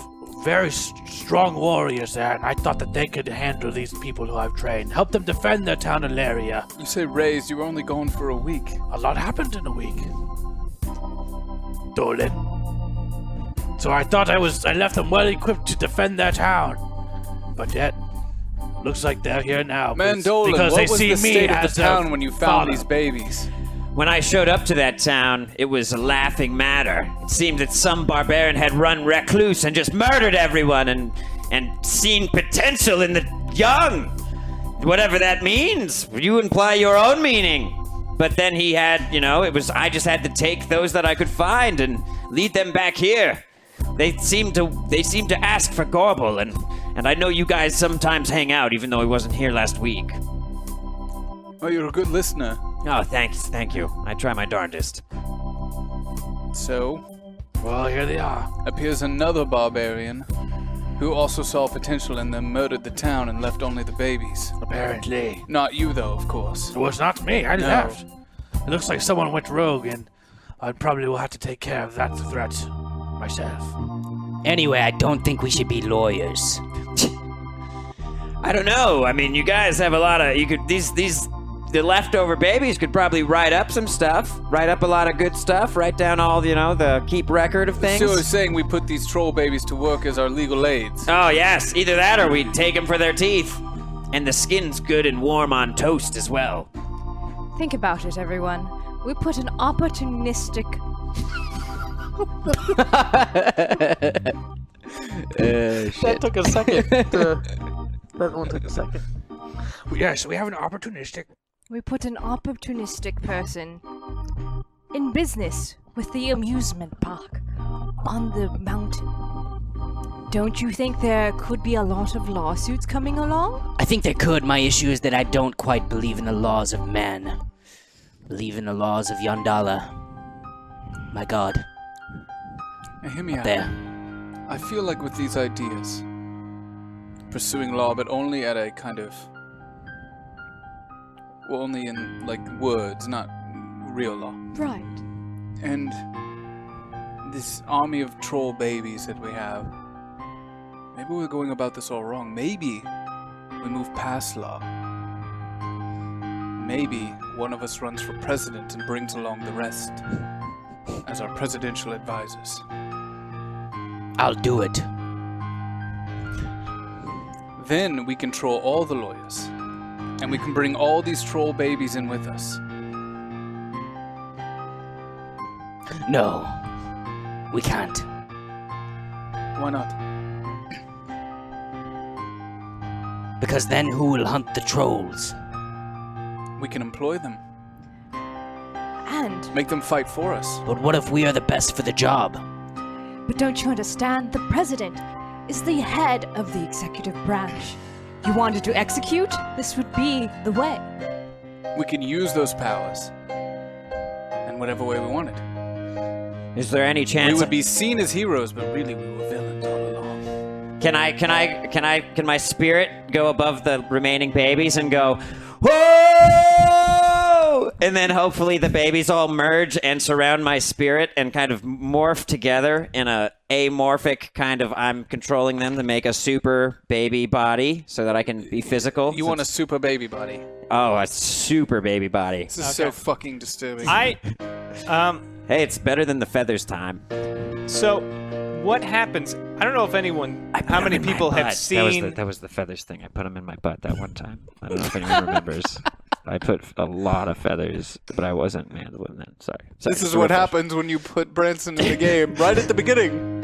Speaker 6: very s- strong warriors there, and I thought that they could handle these people who I've trained, help them defend their town and area.
Speaker 4: you say raised. You were only gone for a week.
Speaker 6: A lot happened in a week. Dolan. So I thought I was. I left them well equipped to defend their town, but yet. Looks like they're here now.
Speaker 4: Man,
Speaker 6: because-
Speaker 4: Dolan,
Speaker 6: because
Speaker 4: what
Speaker 6: they
Speaker 4: was
Speaker 6: see
Speaker 4: the
Speaker 6: me
Speaker 4: state of
Speaker 6: as
Speaker 4: the
Speaker 6: their
Speaker 4: town when you found
Speaker 6: father.
Speaker 4: these babies?
Speaker 2: When I showed up to that town, it was a laughing matter. It seemed that some barbarian had run recluse and just murdered everyone and and seen potential in the young. Whatever that means. You imply your own meaning. But then he had, you know, it was I just had to take those that I could find and lead them back here. They seemed to they seemed to ask for Gorbel and and I know you guys sometimes hang out even though he wasn't here last week.
Speaker 4: Oh, you're a good listener.
Speaker 2: Oh, thanks. Thank you. I try my darndest.
Speaker 4: So
Speaker 6: Well, here they are.
Speaker 4: appears another barbarian who also saw potential in them, murdered the town, and left only the babies.
Speaker 6: Apparently.
Speaker 4: Not you, though, of course.
Speaker 6: It was not me. I left. It looks like someone went rogue, and I probably will have to take care of that threat myself.
Speaker 5: Anyway, I don't think we should be lawyers.
Speaker 2: I don't know. I mean, you guys have a lot of you could these these the leftover babies could probably write up some stuff, write up a lot of good stuff, write down all you know the keep record of things.
Speaker 4: So you're saying we put these troll babies to work as our legal aids?
Speaker 2: Oh yes, either that or we take them for their teeth, and the skin's good and warm on toast as well.
Speaker 7: Think about it, everyone. We put an opportunistic.
Speaker 11: That took a second. To, that one took a second.
Speaker 6: Yes, we have an opportunistic.
Speaker 7: We put an opportunistic person in business with the amusement park on the mountain. Don't you think there could be a lot of lawsuits coming along?
Speaker 5: I think they could. My issue is that I don't quite believe in the laws of man. Believe in the laws of Yandala. My god.
Speaker 4: Now, hear me out.
Speaker 5: There.
Speaker 4: I feel like with these ideas, pursuing law, but only at a kind of. Well, only in, like, words, not real law.
Speaker 7: Right.
Speaker 4: And this army of troll babies that we have. Maybe we're going about this all wrong. Maybe we move past law. Maybe one of us runs for president and brings along the rest as our presidential advisors.
Speaker 5: I'll do it.
Speaker 4: Then we control all the lawyers. And we can bring all these troll babies in with us.
Speaker 5: No. We can't.
Speaker 4: Why not?
Speaker 5: Because then who will hunt the trolls?
Speaker 4: We can employ them,
Speaker 7: And,
Speaker 4: make them fight for us.
Speaker 5: But what if we are the best for the job?
Speaker 7: but don't you understand? The president is the head of the executive branch. You wanted to execute? This would be the way.
Speaker 4: We can use those powers in whatever way we wanted.
Speaker 2: Is there any chance?
Speaker 4: We would be seen as heroes, but really we were villains all along.
Speaker 2: Can I? Can I? Can I? Can my spirit go above the remaining babies and go, whoa? And then hopefully the babies all merge and surround my spirit and kind of morph together in a amorphic kind of. I'm controlling them to make a super baby body so that I can be physical.
Speaker 4: You want a super baby body.
Speaker 2: Oh, a super baby body.
Speaker 4: This is so fucking disturbing.
Speaker 3: I, um,
Speaker 2: Hey, it's better than the feathers time.
Speaker 3: So, what happens? I don't know if anyone, how many people have
Speaker 2: That was, the,
Speaker 3: seen.
Speaker 2: that was the feathers thing. I put them in my butt that one time. I don't know if anyone remembers. I put a lot of feathers, but I wasn't mandolin then. Sorry. Sorry.
Speaker 4: this is what happens when you put Branson in the game right at the beginning.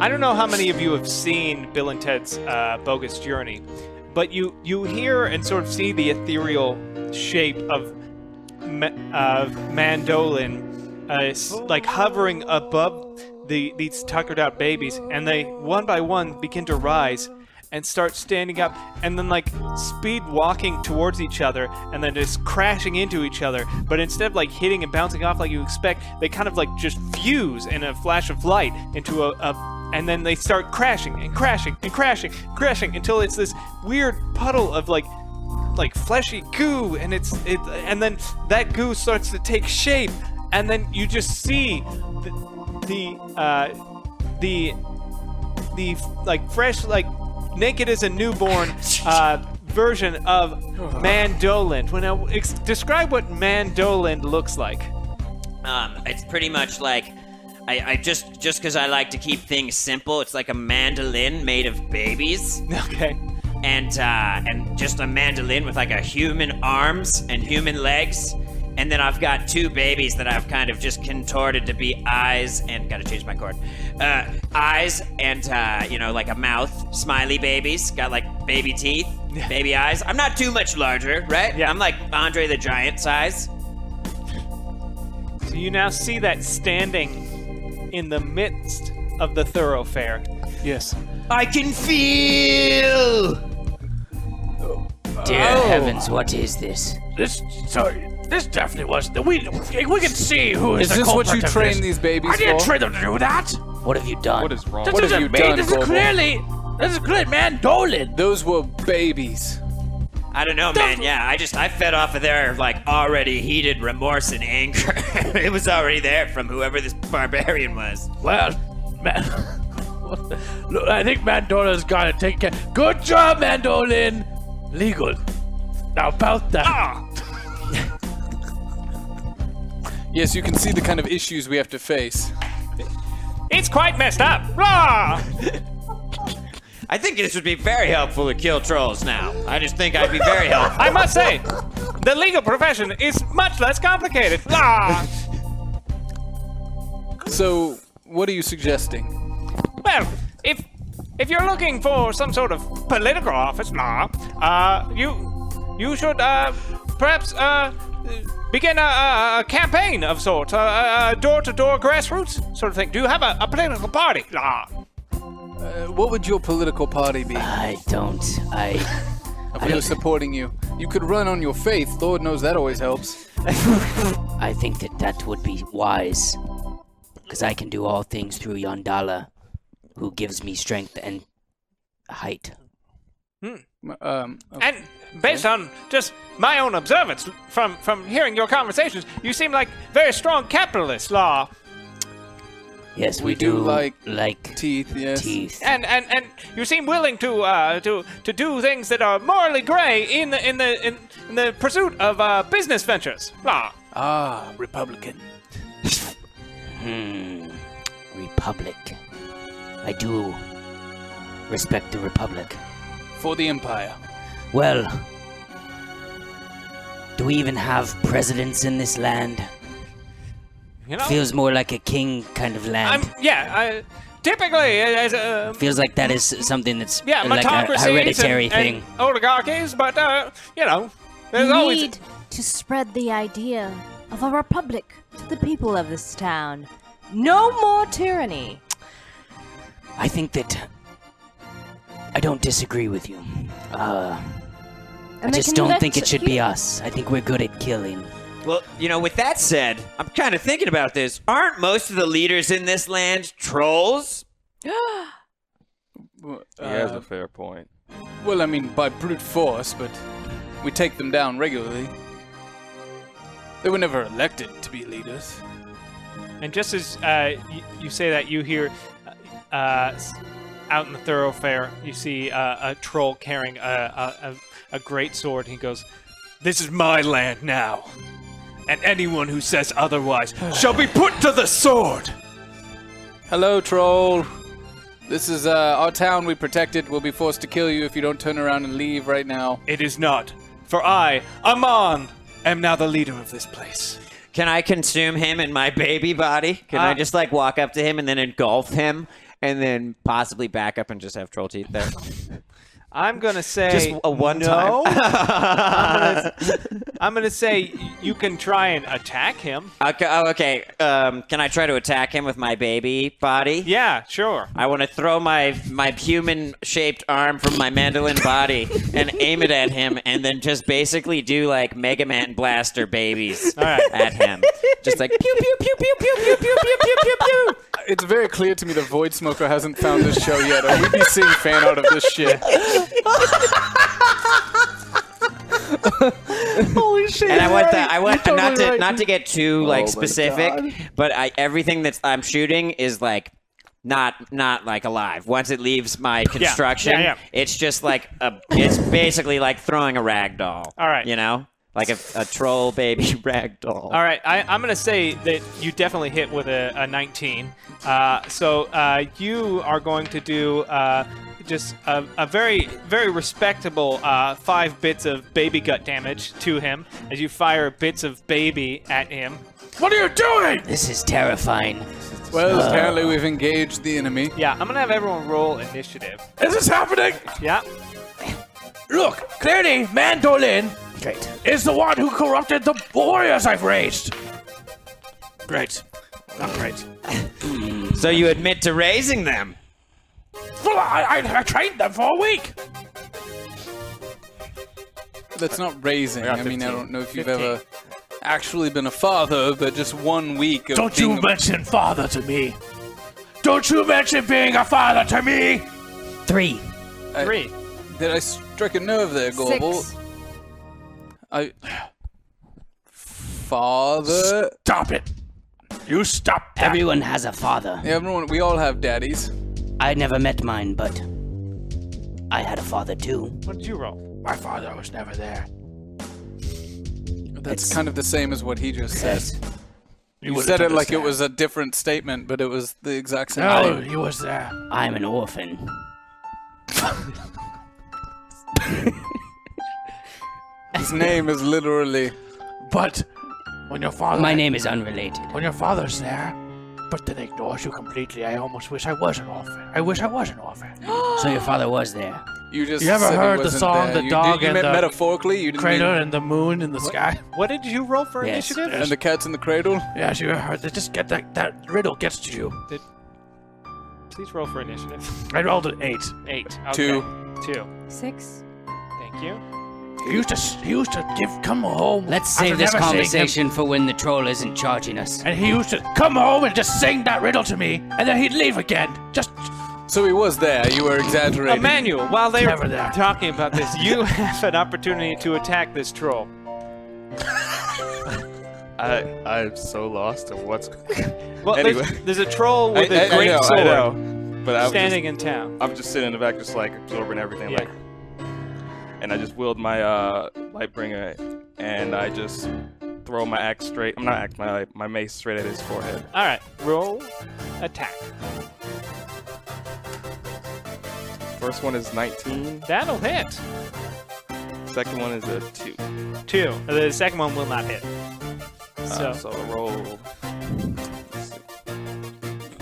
Speaker 3: I don't know how many of you have seen Bill and Ted's uh, Bogus Journey, but you you hear and sort of see the ethereal shape of Ma- uh, Mandolin, uh, s- like hovering above the these tuckered out babies, and they one by one begin to rise and start standing up, and then like speed walking towards each other, and then just crashing into each other. But instead of like hitting and bouncing off like you expect, they kind of like just fuse in a flash of light into a, a and then they start crashing and crashing and crashing, crashing until it's this weird puddle of like like fleshy goo and it's it and then that goo starts to take shape and then you just see the the uh, the the f- like fresh like naked as a newborn uh, version of Mandolin. When I ex- describe what Mandolin looks like.
Speaker 2: Um, it's pretty much like I, I just just because I like to keep things simple. It's like a mandolin made of babies.
Speaker 3: Okay.
Speaker 2: And uh, and just a mandolin with like a human arms and human legs. And then I've got two babies that I've kind of just contorted to be eyes and gotta change my cord. Uh, eyes and uh, you know like a mouth, smiley babies. Got like baby teeth, baby eyes. I'm not too much larger, right? Yeah. I'm like Andre the Giant size.
Speaker 3: So you now see that standing in the midst of the thoroughfare. Yes.
Speaker 2: I can feel.
Speaker 5: Dear
Speaker 6: Oh.
Speaker 5: heavens, what is this?
Speaker 6: This sorry. This definitely was. We we can see who is.
Speaker 5: Is
Speaker 6: the
Speaker 5: this what
Speaker 6: culprit
Speaker 5: you
Speaker 6: of
Speaker 5: train
Speaker 6: this.
Speaker 5: these babies
Speaker 6: I didn't
Speaker 5: for?
Speaker 6: train them to do that.
Speaker 5: What have you done? What is
Speaker 6: This isn't me. This is clearly. This is clearly Mandolin.
Speaker 4: Those were babies.
Speaker 2: I don't know, man. Yeah, I just I fed off of their like already heated remorse and anger. it was already there from whoever this barbarian was.
Speaker 6: Well, man. Look, I think Mandolin's got to take care. Good job, Mandolin. Legal. Now about that.
Speaker 4: Yes, you can see the kind of issues we have to face.
Speaker 3: It's quite messed up. Rah!
Speaker 2: I think this would be very helpful to kill trolls now. I just think I'd be very helpful.
Speaker 3: I must say, the legal profession is much less complicated. Ah!
Speaker 4: So, what are you suggesting?
Speaker 3: Well, if if you're looking for some sort of political office, nah, uh, you you should uh, perhaps uh, begin a, a, a campaign of sort, a- a a door-to-door grassroots sort of thing. Do you have a, a political party? Nah.
Speaker 4: Uh, what would your political party be?
Speaker 5: I don't. I.
Speaker 4: If we were supporting you, you could run on your faith. Lord knows that always helps.
Speaker 5: I think that that would be wise, because I can do all things through Yondala, who gives me strength and height.
Speaker 4: Um,
Speaker 3: And based on just my own observance from from hearing your conversations, you seem like very strong capitalists, law.
Speaker 5: Yes, we,
Speaker 4: We do like
Speaker 5: like
Speaker 4: teeth. Yes,
Speaker 5: teeth.
Speaker 3: And, and and you seem willing to uh, to to do things that are morally gray in the in the in, in the pursuit of uh, business ventures. Law.
Speaker 4: Ah, Republican.
Speaker 5: Hmm. Republic. I do respect the Republic.
Speaker 4: For the Empire.
Speaker 5: Well, do we even have presidents in this land?
Speaker 3: You know?
Speaker 5: Feels more like a king kind of land.
Speaker 3: I'm yeah. I, typically, as a
Speaker 5: Feels like that is something that's
Speaker 3: yeah,
Speaker 5: like a
Speaker 3: meritocracies
Speaker 5: hereditary
Speaker 3: and,
Speaker 5: thing.
Speaker 3: and oligarchies, but uh, you know, there's
Speaker 7: we
Speaker 3: always
Speaker 7: need to spread the idea of a republic to the people of this town. No more tyranny.
Speaker 5: I think that I don't disagree with you. Uh, I
Speaker 7: And they
Speaker 5: just
Speaker 7: can
Speaker 5: don't
Speaker 7: let
Speaker 5: think it should be
Speaker 7: you-
Speaker 5: us. I think we're good at killing.
Speaker 2: Well, you know, with that said, I'm kind of thinking about this. Aren't most of the leaders in this land trolls?
Speaker 4: Well,
Speaker 9: He has
Speaker 4: uh,
Speaker 9: a fair point.
Speaker 4: well, I mean, by brute force, but we take them down regularly. They were never elected to be leaders.
Speaker 3: And just as uh, you, you say that, you hear uh, s- out in the thoroughfare, you see uh, a troll carrying a, a, a, a great sword. He goes, This is my land now. And anyone who says otherwise shall be put to the sword.
Speaker 4: Hello, troll. This is uh, our town. We protect it. We'll be forced to kill you if you don't turn around and leave right now.
Speaker 3: It is not, for I, Amon, am now the leader of this place.
Speaker 2: Can I consume him in my baby body? Can I
Speaker 3: Uh,
Speaker 2: just like walk up to him and then engulf him and then possibly back up and just have troll teeth there.
Speaker 3: I'm gonna say
Speaker 2: Just a one
Speaker 3: no.
Speaker 2: time.
Speaker 3: I'm, gonna, I'm gonna say you can try and attack him.
Speaker 2: okay, oh, okay. Um, can I try to attack him with my baby body?
Speaker 3: Yeah, sure.
Speaker 2: I want to throw my my human shaped arm from my mandolin body and aim it at him, and then just basically do like Mega Man blaster babies
Speaker 3: All right.
Speaker 2: at him, just like pew pew pew pew pew pew pew pew pew pew pew.
Speaker 4: It's very clear to me that Void Smoker hasn't found this show yet, or we'd be seeing fan art of this shit.
Speaker 11: Holy shit.
Speaker 2: And I
Speaker 11: you're
Speaker 2: want the
Speaker 11: right.
Speaker 2: I want
Speaker 11: You're
Speaker 2: not
Speaker 11: totally
Speaker 2: to
Speaker 11: right.
Speaker 2: not to get
Speaker 3: Oh
Speaker 2: too like
Speaker 11: my God.
Speaker 2: specific, but I everything that I'm shooting is like not not like alive. Once it leaves my construction,
Speaker 3: yeah.
Speaker 2: it's just like a it's basically like throwing a rag doll.
Speaker 3: All right.
Speaker 2: you know, like a, a troll baby rag doll.
Speaker 3: All right, I, I'm gonna say that you definitely hit with a, a 19. Uh, so uh, you are going to do uh, just a, a very, very respectable uh, five bits of baby gut damage to him as you fire bits of baby at him.
Speaker 6: What are you doing?
Speaker 5: This is terrifying.
Speaker 4: Well, apparently we've engaged the enemy.
Speaker 3: Yeah, I'm gonna have everyone roll initiative.
Speaker 6: Is this happening?
Speaker 3: Yeah.
Speaker 6: Look, clearly Mandolin
Speaker 5: Great.
Speaker 6: is the one who corrupted the warriors I've raised. Great. Not great.
Speaker 2: So you admit to raising them?
Speaker 6: Well, I, I, I trained them for a week.
Speaker 4: That's not raising. I,
Speaker 9: got
Speaker 4: mean, I
Speaker 9: 15.
Speaker 4: don't know if you've ever actually been a father, but just one week of
Speaker 6: Don't
Speaker 4: being
Speaker 6: you mention father to me. Don't you mention being a father to me.
Speaker 5: Three.
Speaker 4: I-
Speaker 3: Three.
Speaker 4: Did I strike a nerve there, Gorbel?
Speaker 7: Six.
Speaker 4: I. Father.
Speaker 6: Stop it. You stop that.
Speaker 5: Everyone has a father.
Speaker 4: Yeah, everyone, we all have daddies.
Speaker 5: I never met mine, but I had a father too.
Speaker 3: What did you roll?
Speaker 6: My father was never there.
Speaker 4: That's kind of the same as what he just said. You
Speaker 6: wouldn't
Speaker 4: said it like it
Speaker 6: understand. Oh.
Speaker 4: was a different statement, but it was the exact same
Speaker 6: No,
Speaker 4: thing.
Speaker 6: he was there.
Speaker 5: I'm an orphan.
Speaker 4: His name is literally.
Speaker 6: But when your father
Speaker 5: My name is unrelated.
Speaker 6: when your father's there, but then ignores you completely, I almost wish I was an orphan. I wish I was an orphan.
Speaker 5: So your father was there.
Speaker 4: You just.
Speaker 6: You ever
Speaker 4: said he
Speaker 6: heard the
Speaker 4: wasn't
Speaker 6: song,
Speaker 4: there.
Speaker 6: The
Speaker 4: you
Speaker 6: Dog
Speaker 4: did, you
Speaker 6: and
Speaker 4: meant
Speaker 6: the
Speaker 4: metaphorically. You didn't
Speaker 6: Crater
Speaker 4: mean,
Speaker 6: and the moon in the sky.
Speaker 3: What did you roll for
Speaker 5: Yes.
Speaker 3: initiative?
Speaker 4: and the cats and the cradle.
Speaker 6: Yes, you heard. They just get that that riddle gets to you.
Speaker 3: Please roll for initiative.
Speaker 6: I rolled an eight.
Speaker 3: Eight. Okay.
Speaker 4: Two.
Speaker 3: Two.
Speaker 7: Six.
Speaker 3: Thank you.
Speaker 6: He used to he used to give come home.
Speaker 5: Let's
Speaker 6: after
Speaker 5: save this
Speaker 6: never seeing him,
Speaker 5: conversation for when the troll isn't charging us.
Speaker 6: And he used to come home and just sing that riddle to me, and then he'd leave again. Just
Speaker 4: So he was there. You were exaggerating.
Speaker 3: Emmanuel, while they
Speaker 6: Never
Speaker 3: are
Speaker 6: there.
Speaker 3: talking about this, you have an opportunity to attack this troll.
Speaker 9: I I'm so lost of what's
Speaker 3: Well,
Speaker 9: Anyway.
Speaker 3: there's, there's a troll
Speaker 9: I,
Speaker 3: with a
Speaker 9: I- I
Speaker 3: great
Speaker 9: know,
Speaker 3: sword
Speaker 9: I know, but I'm
Speaker 3: standing
Speaker 9: just,
Speaker 3: in town.
Speaker 9: I'm just sitting in the back, just like absorbing everything,
Speaker 3: Yeah.
Speaker 9: like. And I just wield my uh, lightbringer, and I just throw my axe straight. I'm not axe, my my mace straight at his forehead.
Speaker 3: All right, roll attack.
Speaker 9: First one is 19.
Speaker 3: That'll hit.
Speaker 9: Second one is a two.
Speaker 3: Two. The second one will not hit. So,
Speaker 9: Uh, so I roll. let's see.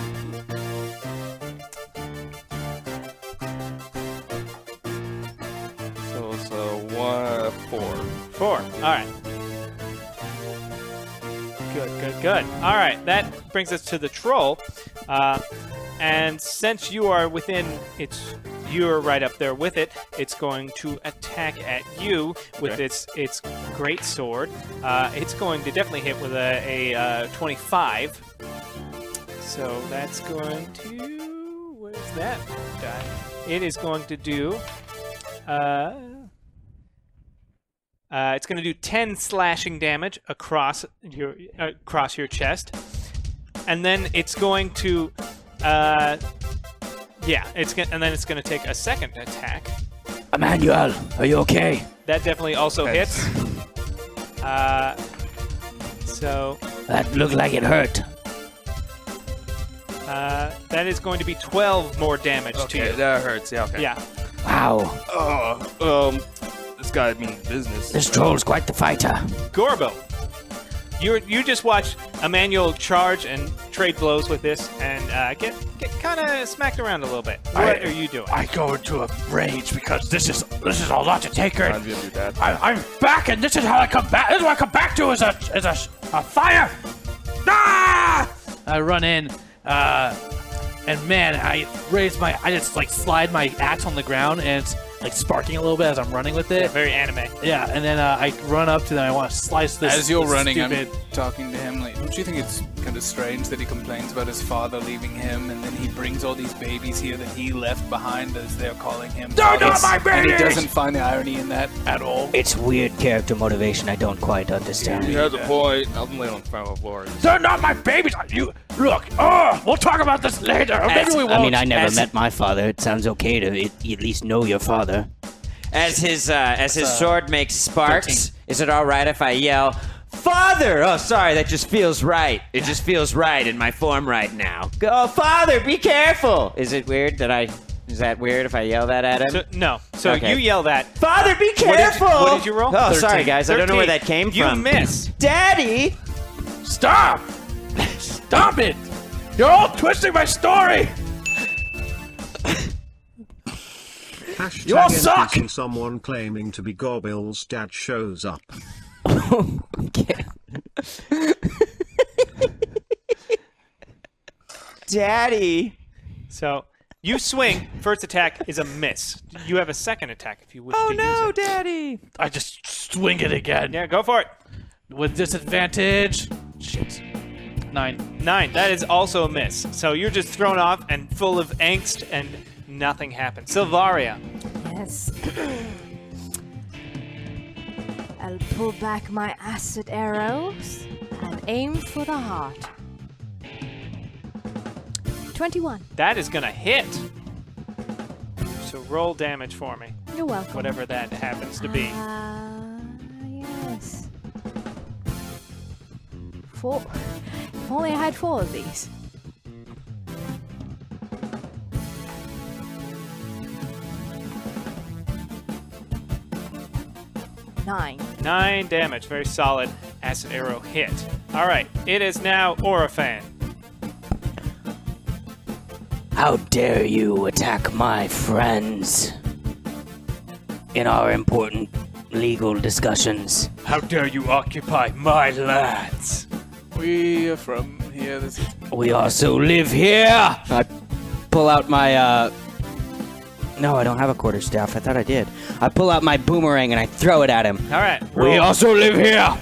Speaker 9: So it's a one four.
Speaker 3: four. All right. Good, good, good. All right, that brings us to the troll. Uh, and since you are within its, you're right up there with it. It's going to attack at you with
Speaker 9: Okay.
Speaker 3: its its great sword. Uh, it's going to definitely hit with a, a uh, 25. So that's going to. Where's that die? It is going to do. Uh, uh, it's going to do 10 slashing damage across your uh, across your chest, and then it's going to. Uh, yeah, it's gonna, and then it's going to take a second attack.
Speaker 5: Emmanuel, are you okay?
Speaker 3: That definitely also hits. Uh, so
Speaker 5: That looked like it hurt.
Speaker 3: uh, that is going to be 12 more damage to you.
Speaker 9: that hurts. Yeah. Okay.
Speaker 3: Yeah.
Speaker 5: Wow,
Speaker 9: Oh, um, this guy means business.
Speaker 5: this troll's quite the fighter.
Speaker 3: Gorbo, you you just watched Emmanuel charge and trade blows with this, and uh, get, get kind of smacked around a little bit. What
Speaker 6: I-
Speaker 3: are you doing?
Speaker 6: I go into a rage because this is this is a lot to take her.
Speaker 9: Sounds good, Dad.
Speaker 6: I, I'm back, and this is how I come back. This is what I come back to is a is a, a fire. Ah! I run in, uh, and man, I raise my I just like slide my axe on the ground, and it's like sparking a little bit as I'm running with it.
Speaker 3: Very anime.
Speaker 6: Yeah, and then uh, I run up to them. I want to slice this.
Speaker 4: As you're
Speaker 6: this
Speaker 4: running,
Speaker 6: stupid.
Speaker 4: I'm talking to him. Like, don't you think it's kind of strange that he complains about his father leaving him, and then he brings all these babies here that he left behind, as they're calling him?
Speaker 6: They're not
Speaker 4: fathers,
Speaker 6: my
Speaker 4: And he
Speaker 6: babies!
Speaker 4: doesn't find the irony in that at all.
Speaker 5: It's weird character motivation I don't quite understand.
Speaker 9: He has a point. I'm laying on the ground with Lori.
Speaker 6: They're not my babies. You look. Oh, we'll talk about this later. Or maybe
Speaker 5: As-
Speaker 6: we won't.
Speaker 5: I mean, I never
Speaker 2: As-
Speaker 5: met my father. It sounds okay to at- at least know your father.
Speaker 2: As his uh, as his sword makes sparks, is it all right if I yell, "Father"? Oh, sorry, that just feels right. It just feels right in my form right now. Go, Father, be careful. Is it weird that I? Is that weird if I yell that at him?
Speaker 3: So, no. So
Speaker 2: Okay.
Speaker 3: you yell that.
Speaker 2: Father, be
Speaker 3: What did,
Speaker 2: careful.
Speaker 3: what did you roll?
Speaker 2: Oh, sorry guys, I don't know where that came
Speaker 3: you
Speaker 2: from.
Speaker 3: You miss.
Speaker 2: Daddy.
Speaker 6: Stop! Stop it! You're all twisting my story.
Speaker 8: Hashtag
Speaker 6: You all suck!
Speaker 8: NPC someone claiming to be Gorbill's dad shows up.
Speaker 2: Daddy.
Speaker 3: So you swing. First attack is a miss. You have a second attack if you wish
Speaker 10: Oh
Speaker 3: to use
Speaker 10: no,
Speaker 3: it.
Speaker 10: Daddy!
Speaker 6: I just swing it again
Speaker 3: Yeah, go for it.
Speaker 6: with disadvantage. Shit. Nine.
Speaker 3: Nine. That is also a miss. So you're just thrown off and full of angst, and nothing happens. Silvaria.
Speaker 7: Yes. I'll pull back my acid arrows and aim for the heart. 21.
Speaker 3: That is gonna hit. So roll damage for me,
Speaker 7: You're welcome.
Speaker 3: whatever that happens to be.
Speaker 7: Ah, yes. Four. If only I had four of these. Nine.
Speaker 3: Nine damage. Very solid acid arrow hit. All right. It is now Orifan.
Speaker 5: How dare you attack my friends in our important legal discussions?
Speaker 6: How dare you occupy my lands?
Speaker 4: We are from here. This is
Speaker 5: We also live here. I pull out my. uh... No, I don't have a quarter staff. I thought I did. I pull out my boomerang and I throw it at him.
Speaker 3: All right.
Speaker 5: We
Speaker 3: roll-
Speaker 5: also live here.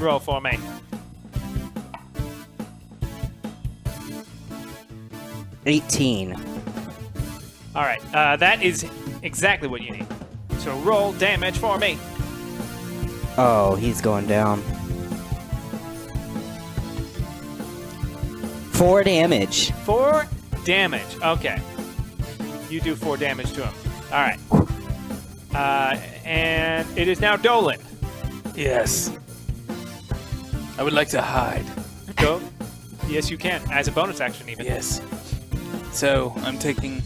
Speaker 3: roll for me.
Speaker 5: 18.
Speaker 3: All right, uh, that is exactly what you need. So roll damage for me.
Speaker 5: Oh, he's going down. Four damage.
Speaker 3: Four damage. Okay. You do four damage to him. All right. Uh, and it is now Dolan.
Speaker 4: yes. I would like to hide.
Speaker 3: Go. yes, you can. As a bonus action, even.
Speaker 4: Yes. So I'm taking.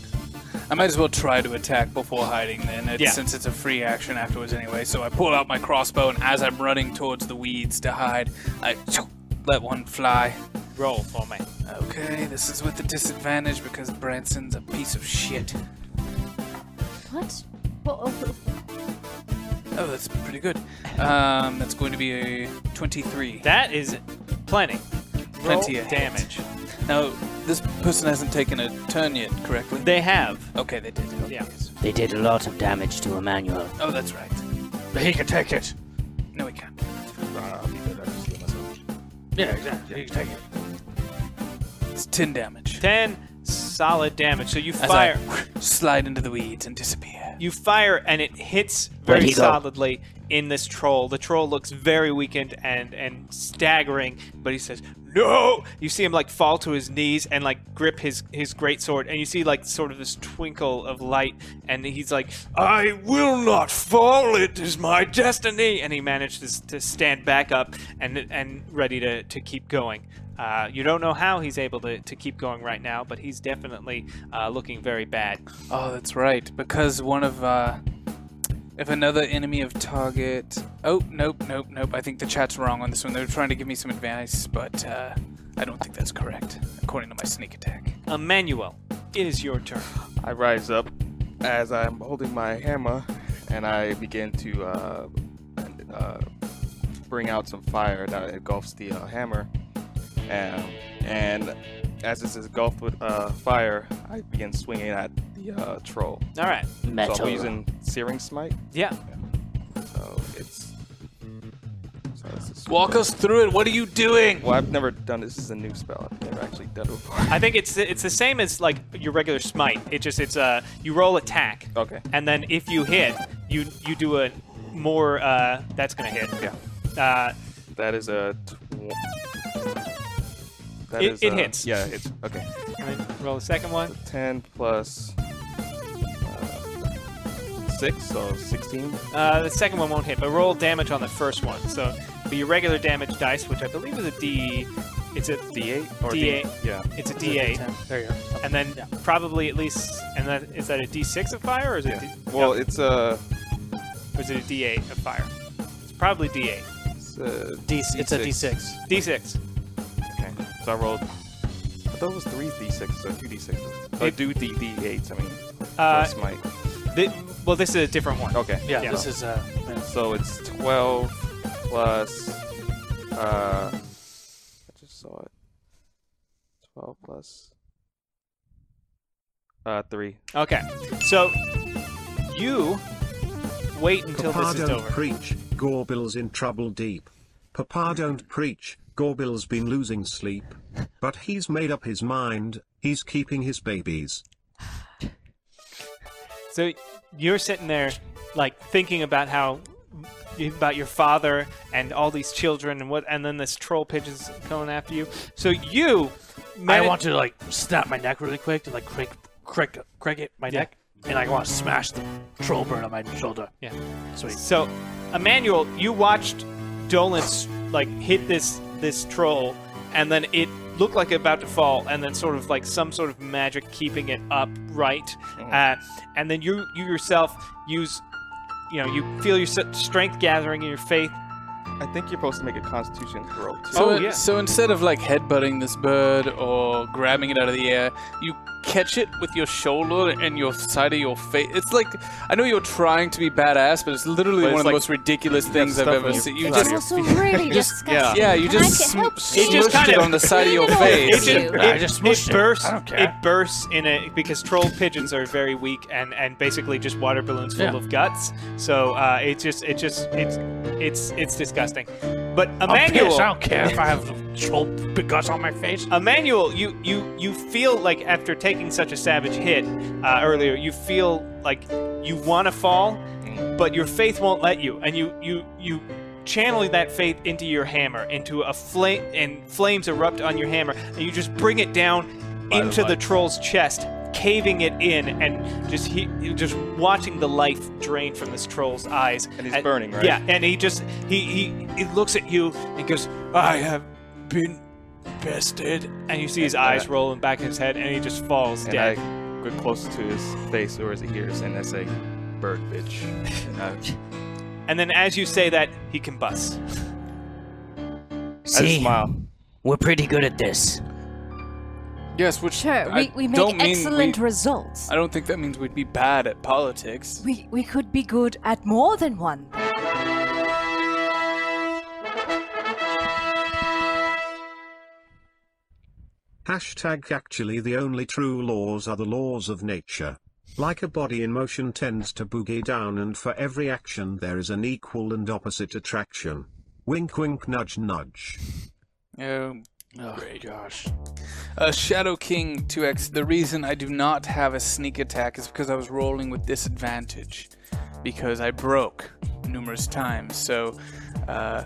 Speaker 4: I might as well try to attack before hiding then, it's,
Speaker 3: Yeah.
Speaker 4: since it's a free action afterwards anyway. So I pull out my crossbow, and as I'm running towards the weeds to hide, I let one fly.
Speaker 3: Roll for me.
Speaker 4: Okay, this is with a disadvantage because Branson's a piece of shit.
Speaker 7: What? What? oh, oh,
Speaker 4: Oh, that's pretty good. Um, that's going to be a 23.
Speaker 3: That is plenty. Roll
Speaker 4: Plenty of hit.
Speaker 3: damage.
Speaker 4: Now, this person hasn't taken a turn yet, correctly?
Speaker 3: They have.
Speaker 4: okay, they did. Okay.
Speaker 3: Yeah.
Speaker 5: They did a lot of damage to Emmanuel.
Speaker 4: Oh, that's right.
Speaker 6: But he can take it.
Speaker 4: No, we can't.
Speaker 6: Yeah, exactly. He can take it.
Speaker 4: It's 10 damage.
Speaker 3: Ten solid damage. So you
Speaker 4: As
Speaker 3: fire.
Speaker 4: I slide into the weeds and disappear.
Speaker 3: You fire and it hits
Speaker 5: Where'd
Speaker 3: very
Speaker 5: he go?
Speaker 3: solidly in this troll. The troll looks very weakened and and staggering, but he says, "No!" You see him like fall to his knees and like grip his his great sword, and you see like sort of this twinkle of light, and he's like, "I will not fall. It is my destiny." And he manages to, to stand back up and and ready to to keep going. Uh, you don't know how he's able to, to keep going right now, but he's definitely uh, looking very bad.
Speaker 4: Oh, that's right. Because one of, uh, if another enemy of target. Oh, nope, nope, nope. I think the chat's wrong on this one. They were trying to give me some advice, but, uh, I I don't think that's correct, according to my sneak attack.
Speaker 3: Emmanuel, it is your turn.
Speaker 9: I rise up as I'm holding my hammer, and I begin to uh, uh, bring out some fire that engulfs the uh, hammer. And, and as it's engulfed with uh, fire, I begin swinging at the uh, troll.
Speaker 2: All right.
Speaker 9: So
Speaker 5: Metal.
Speaker 9: I'm using Searing Smite.
Speaker 3: Yeah.
Speaker 9: So it's. So it's a sw-
Speaker 4: Walk us through it. What are you doing?
Speaker 9: well, I've never done this. This is a new spell. I've never actually done it before.
Speaker 3: I think it's it's the same as like your regular smite. It just it's uh you roll attack.
Speaker 9: Okay.
Speaker 3: And then if you hit, you you do a more uh that's gonna hit. Yeah. Uh,
Speaker 9: That is a. Tw- that
Speaker 3: It-
Speaker 9: is
Speaker 3: it
Speaker 9: a-
Speaker 3: hits.
Speaker 9: Yeah, it hits. Okay.
Speaker 3: all right, roll a second one.
Speaker 9: 10 plus uh, 6, so 16.
Speaker 3: Uh, the second one won't hit, but roll damage on the first one. So but your regular damage dice, which I believe is a D, it's a
Speaker 9: D8?
Speaker 3: D8.
Speaker 9: Or D- yeah.
Speaker 3: It's a D8. There you go. And then probably at least and then is that a D6 of fire or is it? D- no,
Speaker 9: Well, it's a.
Speaker 3: or is it a D8 of fire? It's probably D8.
Speaker 9: It's a
Speaker 12: D- it's a D6.
Speaker 3: D6.
Speaker 9: Okay. So I rolled. I thought it was 3 D6s or 2 D6s. Or
Speaker 3: It-
Speaker 9: Oh, do D D8s, I mean.
Speaker 3: Uh,
Speaker 9: Plus my-
Speaker 3: Thi- well, this is a different one.
Speaker 9: Okay.
Speaker 12: Yeah,
Speaker 3: Yeah.
Speaker 12: this is uh,
Speaker 9: So it's 12 plus. Uh, I just saw it. 12 plus. Uh, 3.
Speaker 3: Okay. So you wait until
Speaker 8: Papa
Speaker 3: this is
Speaker 8: don't
Speaker 3: over.
Speaker 8: preach, Gorbel's in trouble deep. Papa don't preach, Gorbel's been losing sleep. But he's made up his mind, he's keeping his babies.
Speaker 3: so you're sitting there, like thinking about how about your father and all these children and what, and then this troll pigeon's coming after you. So you,
Speaker 11: I
Speaker 3: mani-
Speaker 11: want to like snap my neck really quick to like crick, crick, crick it my
Speaker 3: Yeah.
Speaker 11: neck, and I want to smash the troll bird on my shoulder.
Speaker 3: Yeah.
Speaker 11: Sweet.
Speaker 3: So, Emmanuel, you watched Dolan's like hit this this troll, and then it looked like about to fall, and then sort of like some sort of magic keeping it upright,
Speaker 11: Hmm.
Speaker 3: uh, and then you you yourself use, you know, you feel your s- strength gathering in your faith.
Speaker 9: I think you're supposed to make a constitution throw. too.
Speaker 4: So,
Speaker 3: Oh, yeah.
Speaker 4: so instead of like headbutting this bird or grabbing it out of the air, you catch it with your shoulder and your side of your face. It's like I know you're trying to be badass, but it's literally
Speaker 9: But it's
Speaker 4: one of
Speaker 9: like-
Speaker 4: the most ridiculous things I've
Speaker 9: stuff
Speaker 4: ever
Speaker 9: on your-
Speaker 4: seen. You
Speaker 9: it's on
Speaker 7: It's
Speaker 4: just
Speaker 9: your
Speaker 7: also really disgusting.
Speaker 4: yeah, you
Speaker 7: Can I
Speaker 4: just
Speaker 7: get
Speaker 4: sm-
Speaker 7: help,
Speaker 4: smushed
Speaker 7: please?
Speaker 4: it, on the side of your
Speaker 7: Little
Speaker 4: face.
Speaker 7: you.
Speaker 3: It,
Speaker 11: I just smushed
Speaker 3: it
Speaker 11: it.
Speaker 3: bursts.
Speaker 11: I don't care.
Speaker 3: It bursts in a because troll pigeons are very weak and and basically just water balloons full
Speaker 11: Yeah.
Speaker 3: of guts. So uh, it just it just it's it's it's disgusting. But
Speaker 11: I'm
Speaker 3: Emmanuel,
Speaker 11: pissed. I don't care if I have troll big guts on my face.
Speaker 3: Emmanuel, you, you, you feel like after taking such a savage hit uh, earlier, you feel like you want to fall,
Speaker 9: Mm-hmm.
Speaker 3: but your faith won't let you, and you you you channel that faith into your hammer, into a flame, and flames erupt on your hammer, and you just bring it down into the, troll's chest, caving it in, and just he, you just watching the life drain from this troll's eyes.
Speaker 9: And he's burning, right?
Speaker 3: Yeah, and he just he he, he looks at you and goes, "I have been bested. And you see his eyes rolling back in his head, and he just falls
Speaker 9: And
Speaker 3: dead.
Speaker 9: I get close to his face or his ears, and I say, "Bird, bitch." And I,
Speaker 3: And then as you say that, he combusts.
Speaker 9: I just
Speaker 5: See,
Speaker 9: smile.
Speaker 5: we're pretty good at this.
Speaker 4: Yes, which
Speaker 7: Sure,
Speaker 4: I
Speaker 7: we, we
Speaker 4: don't
Speaker 7: make
Speaker 4: mean
Speaker 7: excellent
Speaker 4: we-
Speaker 7: results.
Speaker 4: I don't think that means we'd be bad at politics.
Speaker 7: We, we could be good at more than one.
Speaker 8: Hashtag actually the only true laws are the laws of nature. Like a body in motion tends to boogie down and for every action there is an equal and opposite attraction. Wink wink nudge nudge.
Speaker 4: Um,
Speaker 11: Oh gosh.
Speaker 4: Uh, Shadow King 2X, the reason I do not have a sneak attack is because I was rolling with disadvantage. Because I broke numerous times. So uh,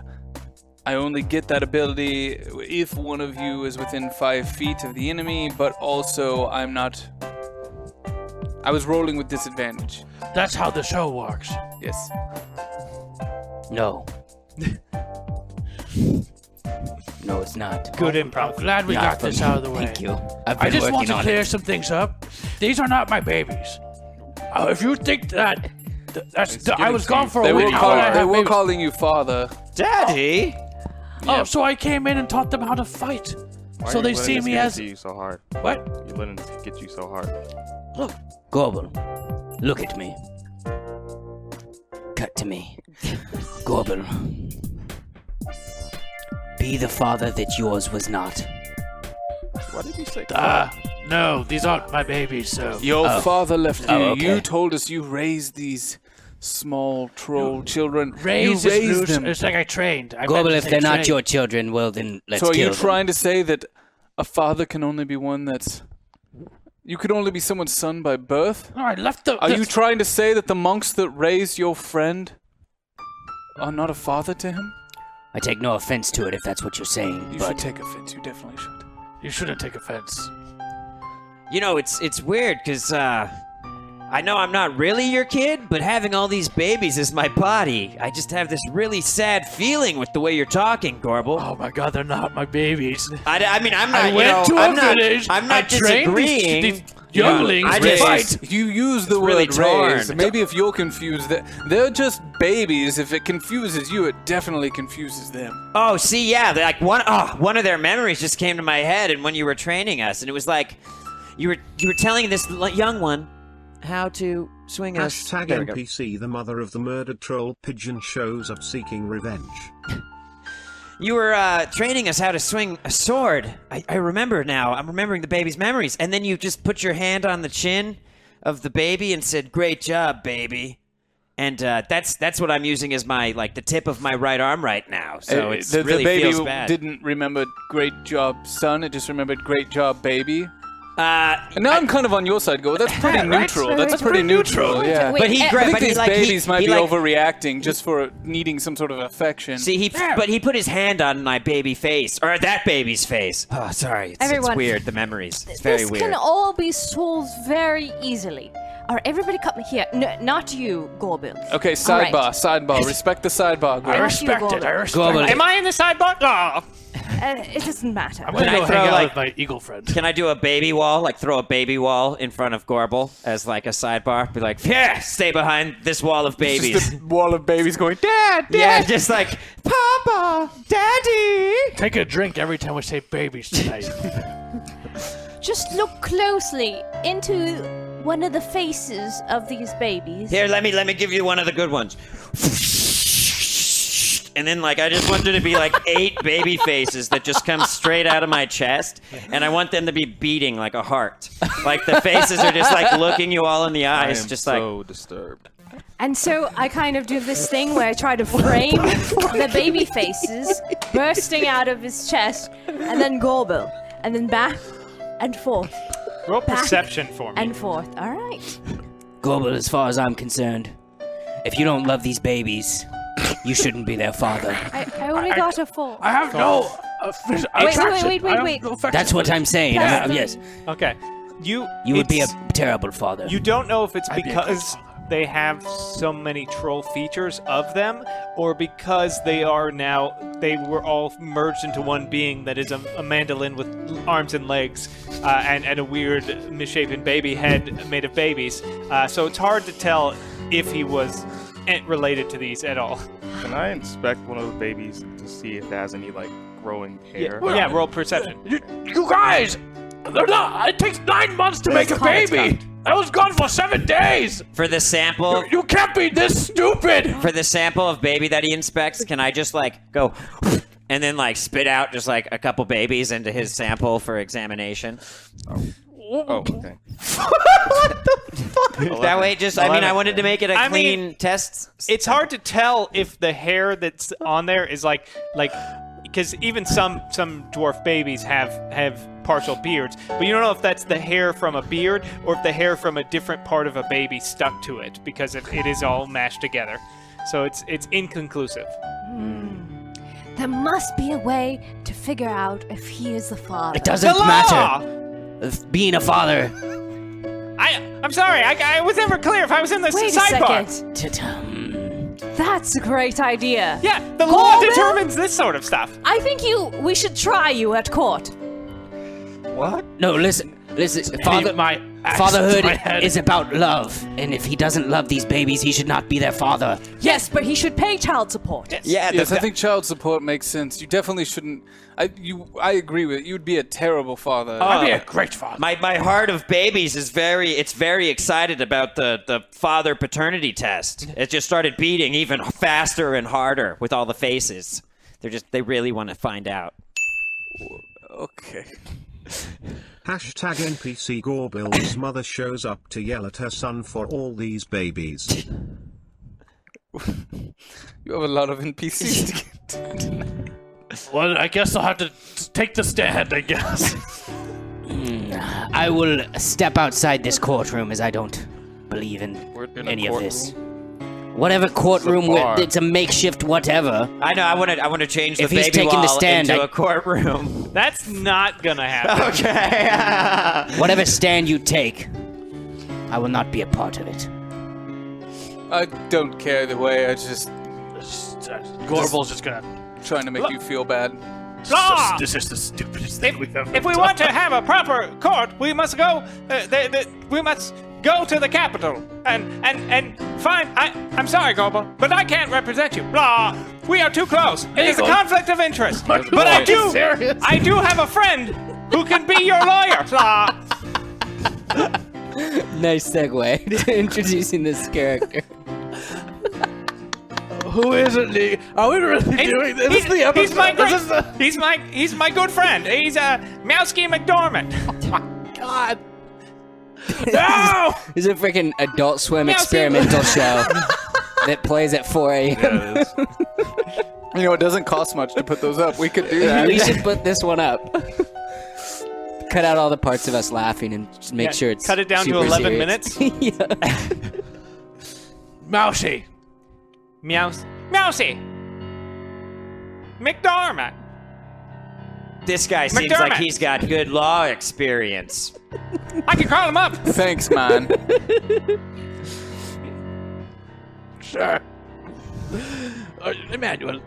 Speaker 4: I only get that ability if one of you is within five feet of the enemy, but also I'm not. I was rolling with disadvantage.
Speaker 11: That's how the show works.
Speaker 4: Yes.
Speaker 5: No. no, it's not.
Speaker 3: Good improv.
Speaker 11: Glad we
Speaker 5: Not
Speaker 11: got
Speaker 5: for
Speaker 11: this
Speaker 5: me.
Speaker 11: out of the way.
Speaker 5: Thank you. I've been
Speaker 11: I just
Speaker 5: working
Speaker 11: want to
Speaker 5: on
Speaker 11: clear
Speaker 5: it.
Speaker 11: some things up. These are not my babies. Uh, if you think that, th- that's, th- I was gone for
Speaker 4: They
Speaker 11: a
Speaker 4: were,
Speaker 11: week. How would I
Speaker 4: call- they
Speaker 11: have
Speaker 4: were
Speaker 11: babies?
Speaker 4: calling you father.
Speaker 2: Daddy?
Speaker 11: Oh, so I came in and taught them how to fight.
Speaker 9: Why
Speaker 11: so
Speaker 9: are
Speaker 11: they
Speaker 9: you letting
Speaker 11: see
Speaker 9: this
Speaker 11: me
Speaker 9: get
Speaker 11: as
Speaker 9: to you so hard.
Speaker 11: What?
Speaker 9: You letting this get you so hard?
Speaker 5: Look, Gorbel, look at me. Cut to me. Gorbel, be the father that yours was not.
Speaker 9: Why did you say?
Speaker 11: Ah, no, these aren't my babies. So
Speaker 4: Your
Speaker 5: Oh.
Speaker 4: father left you.
Speaker 5: Oh, okay.
Speaker 4: You told us you raised these small troll children.
Speaker 11: raise
Speaker 4: you
Speaker 11: is
Speaker 4: raised
Speaker 11: loose.
Speaker 4: them.
Speaker 11: It's like I trained. I meant
Speaker 5: Gorbel,
Speaker 11: to
Speaker 5: if
Speaker 11: say
Speaker 5: they're not
Speaker 11: trained.
Speaker 5: your children, well then let's
Speaker 4: so are
Speaker 5: kill
Speaker 4: you trying to say that a father can only be one that's you could only be someone's son by birth?
Speaker 11: No, I left the.
Speaker 4: Are
Speaker 11: the-
Speaker 4: you trying to say that the monks that raised your friend are not a father to him?
Speaker 5: them. I take no offense to it if that's what you're saying,
Speaker 4: You should
Speaker 5: but
Speaker 4: take offense. You definitely should.
Speaker 11: you shouldn't take offense.
Speaker 2: You know, it's it's weird because uh, I know I'm not really your kid, but having all these babies is my body. I just have this really sad feeling with the way you're talking, Gorbel.
Speaker 11: Oh my God, they're not my babies.
Speaker 2: I, I mean, I'm not.
Speaker 11: I
Speaker 2: you
Speaker 11: went
Speaker 2: know,
Speaker 11: to a
Speaker 2: I'm not,
Speaker 11: village.
Speaker 2: I'm
Speaker 11: I
Speaker 2: not
Speaker 11: trained these-
Speaker 2: disagreeing.
Speaker 11: these
Speaker 2: You know,
Speaker 11: younglings
Speaker 2: I
Speaker 11: to
Speaker 2: just,
Speaker 11: fight.
Speaker 4: You use the
Speaker 2: It's really
Speaker 4: word raised.
Speaker 2: torn.
Speaker 4: Maybe if you're confused, that they're just babies. If it confuses you, it definitely confuses them.
Speaker 2: Oh, see, yeah, they're like one, oh, one of their memories just came to my head, and when you were training us, and it was like, you were you were telling this l- young one how to swing us.
Speaker 8: Hashtag
Speaker 2: There we go.
Speaker 8: NPC the mother of the murdered troll pigeon shows up seeking revenge.
Speaker 2: You were uh, training us how to swing a sword. I, I remember now. I'm remembering the baby's memories. And then you just put your hand on the chin of the baby and said, "Great job, baby." And uh, that's that's what I'm using as my like the tip of my right arm right now. So
Speaker 4: Uh,
Speaker 2: it's
Speaker 4: the, the
Speaker 2: really
Speaker 4: baby
Speaker 2: feels bad.
Speaker 4: didn't remember "great job, son." It just remembered "great job, baby."
Speaker 2: uh,
Speaker 4: And now I, am kind of on your side, Go. That's pretty neutral. That's, pretty, neutral. Yeah.
Speaker 7: Wait,
Speaker 2: but he
Speaker 7: eh,
Speaker 4: I
Speaker 2: grabbed.
Speaker 4: think
Speaker 2: But he,
Speaker 4: these
Speaker 2: like, he-
Speaker 4: babies might
Speaker 2: he,
Speaker 4: be
Speaker 2: like,
Speaker 4: overreacting just for needing some sort of affection.
Speaker 2: See, he but he put his hand on my baby face or that baby's face. Oh, sorry. It's, it's
Speaker 7: Everyone-
Speaker 2: weird. The memories. It's very
Speaker 7: this
Speaker 2: weird.
Speaker 7: can all be solved very easily. All right, everybody come here. No, not you, Gorbil.
Speaker 4: okay,
Speaker 7: All right.
Speaker 4: sidebar, sidebar. Respect the sidebar.
Speaker 11: I
Speaker 4: Gwen.
Speaker 7: Aren't you
Speaker 11: respect it.
Speaker 7: golden?
Speaker 11: I respect.
Speaker 5: Gorbel,
Speaker 3: Am I in the sidebar? Oh.
Speaker 7: Uh, it doesn't matter.
Speaker 11: I'm gonna
Speaker 2: Can I
Speaker 11: go hang
Speaker 2: throw,
Speaker 11: out
Speaker 2: like-
Speaker 11: with my eagle friend.
Speaker 2: Can I do a baby wall? Like throw a baby wall in front of Gorbel as like a sidebar? Be like, yeah, stay behind this wall of
Speaker 4: Just
Speaker 2: babies.
Speaker 4: a wall of babies going, Dad,
Speaker 2: yeah, just like Papa, Daddy.
Speaker 11: Take a drink every time we say babies tonight.
Speaker 7: Just look closely into one of the faces of these babies.
Speaker 2: Here, let me let me give you one of the good ones. And then, like, I just want there to be like eight baby faces that just come straight out of my chest, and I want them to be beating like a heart. Like the faces are just like looking you all in the
Speaker 9: I
Speaker 2: eyes,
Speaker 9: am
Speaker 2: just like.
Speaker 9: so disturbed.
Speaker 7: And so I kind of do this thing where I try to frame the baby faces bursting out of his chest, and then Gorbil, and then back and forth
Speaker 3: Roll perception for me.
Speaker 7: and forth. All right.
Speaker 5: Gorbel, as far as I'm concerned, if you don't love these babies, you shouldn't be their father.
Speaker 7: I, I only got a four.
Speaker 11: I have no. Uh, wait,
Speaker 7: wait, wait, wait, wait.
Speaker 5: That's what I'm saying. I'm- I'm- yes,
Speaker 3: Okay. You
Speaker 5: you would be a
Speaker 3: it's-
Speaker 5: terrible father.
Speaker 3: You don't know if it's
Speaker 11: I'd be a
Speaker 3: because
Speaker 11: good
Speaker 3: they have so many troll features of them, or because they are now they were all merged into one being that is a, a mandolin with l- arms and legs, uh, and and a weird misshapen baby head made of babies. Uh, so it's hard to tell if he was eh, related to these at all.
Speaker 9: Can I inspect one of the babies to see if it has any like growing hair?
Speaker 11: Well,
Speaker 3: yeah, roll perception.
Speaker 11: You, you guys, they're not. It takes nine months to make a
Speaker 2: cocked, it's
Speaker 11: baby. I was gone for seven days.
Speaker 2: For the sample,
Speaker 11: You can't be this stupid.
Speaker 2: for the sample of baby that he inspects, can I just like go and then like spit out just like a couple babies into his sample for examination?
Speaker 9: Oh, okay.
Speaker 2: That way, just I mean, I wanted to make it a
Speaker 3: I
Speaker 2: clean
Speaker 3: mean,
Speaker 2: test.
Speaker 3: it's hard to tell if the hair that's on there is like like because even some some dwarf babies have have partial beards but you don't know if that's the hair from a beard or if the hair from a different part of a baby stuck to it because if it is all mashed together so it's it's inconclusive
Speaker 7: There must be a way to figure out if he is the father.
Speaker 5: It doesn't
Speaker 3: The law!
Speaker 5: matter. If Being a father.
Speaker 3: i i'm sorry i, I was never clear if i was in the
Speaker 7: Wait a
Speaker 3: sidebar
Speaker 7: second.
Speaker 5: Ta-dum.
Speaker 7: That's a great idea.
Speaker 3: yeah the law
Speaker 7: Corbin?
Speaker 3: determines this sort of stuff
Speaker 7: I think you. We should try you at court.
Speaker 5: No, listen, listen,
Speaker 11: Father,
Speaker 5: father.
Speaker 11: my
Speaker 5: Fatherhood is about love, and if he doesn't love these babies, he should not be their father.
Speaker 7: Yes, but he should pay child support.
Speaker 2: Yeah,
Speaker 4: yes,
Speaker 2: the-
Speaker 4: I think child support makes sense. You definitely shouldn't. I you I agree with it. You'd be a terrible father.
Speaker 2: Oh.
Speaker 11: I'd be a great father.
Speaker 2: My my heart of babies is very it's very excited about the the father paternity test. It just started beating even faster and harder with all the faces. They're just they really want to find out.
Speaker 4: okay.
Speaker 8: Hashtag NPC Gorbill's mother shows up to yell at her son for all these babies.
Speaker 4: You have a lot of NPCs to get to.
Speaker 11: Well, I guess I'll have to t- take the stand, I guess.
Speaker 5: I will step outside this courtroom as I don't believe in any of this. Whatever courtroom, we're-
Speaker 9: bar.
Speaker 5: it's a makeshift whatever.
Speaker 2: I know I want to I want to change the
Speaker 5: If
Speaker 2: baby
Speaker 5: he's taking the
Speaker 2: wall
Speaker 5: stand,
Speaker 2: into
Speaker 5: I-
Speaker 2: a courtroom.
Speaker 3: That's not gonna
Speaker 5: Oh,
Speaker 3: happen.
Speaker 2: okay.
Speaker 5: Whatever stand you take, I will not be a part of it.
Speaker 4: I don't care either way. I just
Speaker 11: Just, uh, Gorbel's just gonna.
Speaker 4: trying to make you feel bad.
Speaker 3: Ah!
Speaker 11: This is the stupidest thing we've ever
Speaker 3: If we
Speaker 11: done.
Speaker 3: want to have a proper court, we must go. Uh, the, the, we must go to the capital and and and find. I I'm sorry, Goble, but I can't represent you. Blah. We are too close. It is a conflict of interest. but I do.
Speaker 11: serious?
Speaker 3: I do have a friend who can be your lawyer. Blah.
Speaker 12: Nice segue to introducing this character.
Speaker 11: Who is it, Lee? Are we really doing this? This is the
Speaker 3: He's-
Speaker 11: episode.
Speaker 3: He's my
Speaker 11: this
Speaker 3: great-
Speaker 11: is the.
Speaker 3: he's my he's my good friend. He's uh, Mousky McDormand.
Speaker 11: Oh God. No!
Speaker 12: This is a freaking Adult Swim
Speaker 3: Meow, see-
Speaker 12: experimental show that plays at 4 a.m.
Speaker 4: You know, it doesn't cost much to put those up. We could do
Speaker 12: We
Speaker 4: that.
Speaker 12: should put this one up. Cut out all the parts of us laughing and just make
Speaker 3: Yeah,
Speaker 12: sure it's
Speaker 3: cut it down to
Speaker 12: super
Speaker 3: 11
Speaker 12: serious. yeah.
Speaker 11: Mousy.
Speaker 3: Mouse Mousy McDormand.
Speaker 2: This guy seems
Speaker 3: McDermott.
Speaker 2: like he's got good law experience.
Speaker 3: I can call him up.
Speaker 4: Thanks, man.
Speaker 11: Sure. Uh, Emmanuel.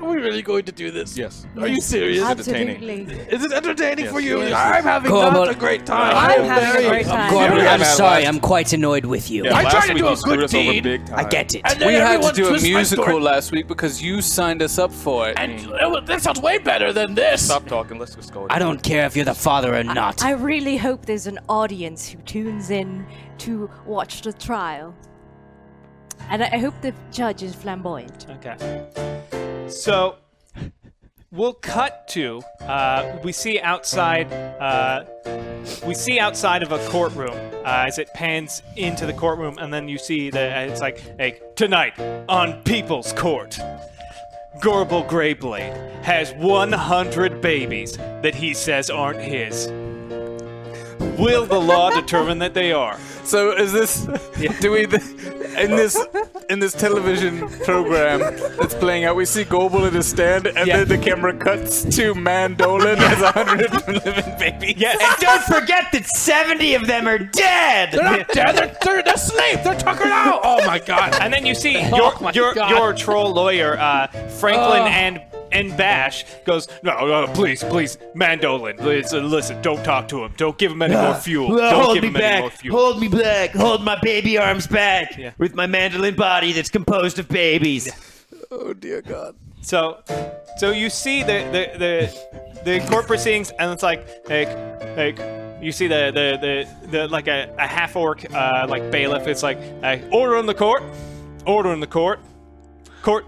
Speaker 11: Are we really going to do this?
Speaker 9: Mm. Yes.
Speaker 11: Are you serious?
Speaker 7: Absolutely.
Speaker 11: Is it entertaining for you?
Speaker 9: Yes,
Speaker 11: I'm having
Speaker 5: Go
Speaker 11: such
Speaker 5: about-
Speaker 11: a great time.
Speaker 7: I'm having a great time.
Speaker 5: Gordon,
Speaker 4: Yeah,
Speaker 5: I'm
Speaker 4: man,
Speaker 5: sorry,
Speaker 4: last-
Speaker 5: I'm quite annoyed with you.
Speaker 11: I tried to do a good deed.
Speaker 9: big time.
Speaker 5: I get it.
Speaker 11: And then
Speaker 4: we had to
Speaker 11: everyone
Speaker 4: do a
Speaker 11: twists my
Speaker 4: musical
Speaker 11: story.
Speaker 4: last week because you signed us up for it.
Speaker 11: And it was- that sounds way better than this.
Speaker 9: Stop talking. Let's just go.
Speaker 5: I don't care if you're the father or not.
Speaker 7: I really hope there's an audience who tunes in to watch the trial. And I I hope the judge is flamboyant.
Speaker 3: Okay. So we'll cut to uh, we see outside uh, we see outside of a courtroom uh, as it pans into the courtroom and then you see that uh, it's like like tonight on People's Court. Gorbel Greyblade has 100 babies that he says aren't his. Will the law determine that they are?
Speaker 4: So is this? Do we in this in this television program that's playing out? We see Goble at a stand, and
Speaker 3: Yeah.
Speaker 4: then the camera cuts to Mandolin as a hundred living babies.
Speaker 3: Yeah,
Speaker 2: And don't forget that 70 of them are dead.
Speaker 11: They're not dead. They're, they're, they're asleep. They're tuckered out. Oh my god. Oh,
Speaker 3: And then you see your
Speaker 11: my
Speaker 3: your,
Speaker 11: God.
Speaker 3: your troll lawyer, uh, Franklin
Speaker 11: Oh.
Speaker 3: and and Bash goes, no, no, please, please, Mandolin, listen, listen, don't talk to him, don't give him any more fuel, don't
Speaker 2: hold
Speaker 3: give
Speaker 2: me
Speaker 3: him any more
Speaker 2: back.
Speaker 3: fuel.
Speaker 2: Hold me back. Hold my baby arms back with my mandolin body that's composed of babies.
Speaker 4: Oh dear God.
Speaker 3: So, so you see the the the, the court proceedings, and it's like like like you see the the the, the like a, a half orc uh, like bailiff. It's like uh, order in the court, order in the court, court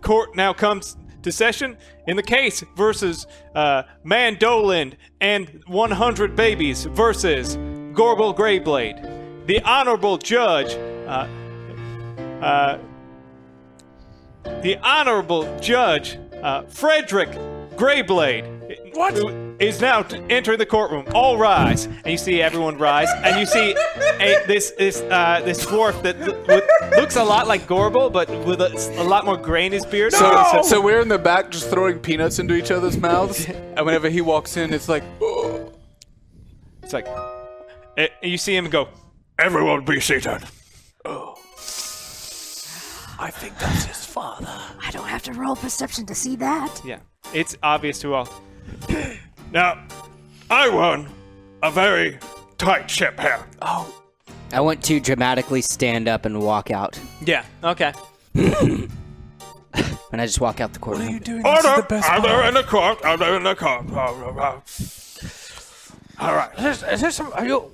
Speaker 3: court now comes to session in the case versus uh, Mandoland and 100 babies versus Gorbel Greyblade. The honorable judge. Uh, uh, the Honorable Judge uh, Frederick Greyblade.
Speaker 11: What?
Speaker 3: who Is now t- entering the courtroom. All rise, and you see everyone rise, and you see a, this this uh, this dwarf that l- with, looks a lot like Gorbel, but with a, s- a lot more gray in his beard.
Speaker 4: So, so we're in the back just throwing peanuts into each other's mouths, and whenever he walks in, it's like, oh.
Speaker 3: it's like eh, you see him go.
Speaker 11: Everyone be seated. Oh. I think that's his father.
Speaker 7: I don't have to roll perception to see that.
Speaker 3: Yeah, it's obvious to all.
Speaker 11: Now, I won a very
Speaker 9: tight ship here.
Speaker 3: Oh.
Speaker 12: I want to dramatically stand up and walk out.
Speaker 3: Yeah. Okay.
Speaker 12: and I just walk out the courtroom.
Speaker 9: Order! Order in the court! Order in the court! All right.
Speaker 6: Is, is there some? Are you?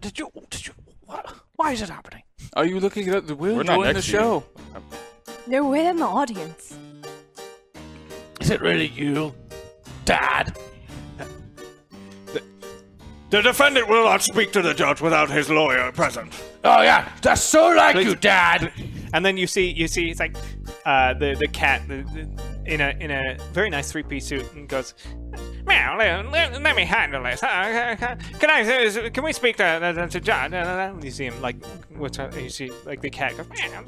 Speaker 6: Did you? Did you? What? Why is it happening?
Speaker 4: Are you looking at the wheel?
Speaker 9: We're not
Speaker 4: Join
Speaker 9: next
Speaker 4: the
Speaker 9: to you.
Speaker 4: show.
Speaker 7: No, we're in the audience.
Speaker 6: Is it really you, Dad?
Speaker 9: The defendant will not speak to the judge without his lawyer present.
Speaker 6: Oh yeah, that's so like
Speaker 3: Please-
Speaker 6: you, Dad.
Speaker 3: And then you see, you see, it's like uh, the the cat the, the, in a in a very nice three piece suit and goes, "Meow, let, let, let me handle this. Uh, uh, uh, Can I? uh, Can we speak to to, to John?" And you see him like, what's up? You see like the cat goes, "Meow."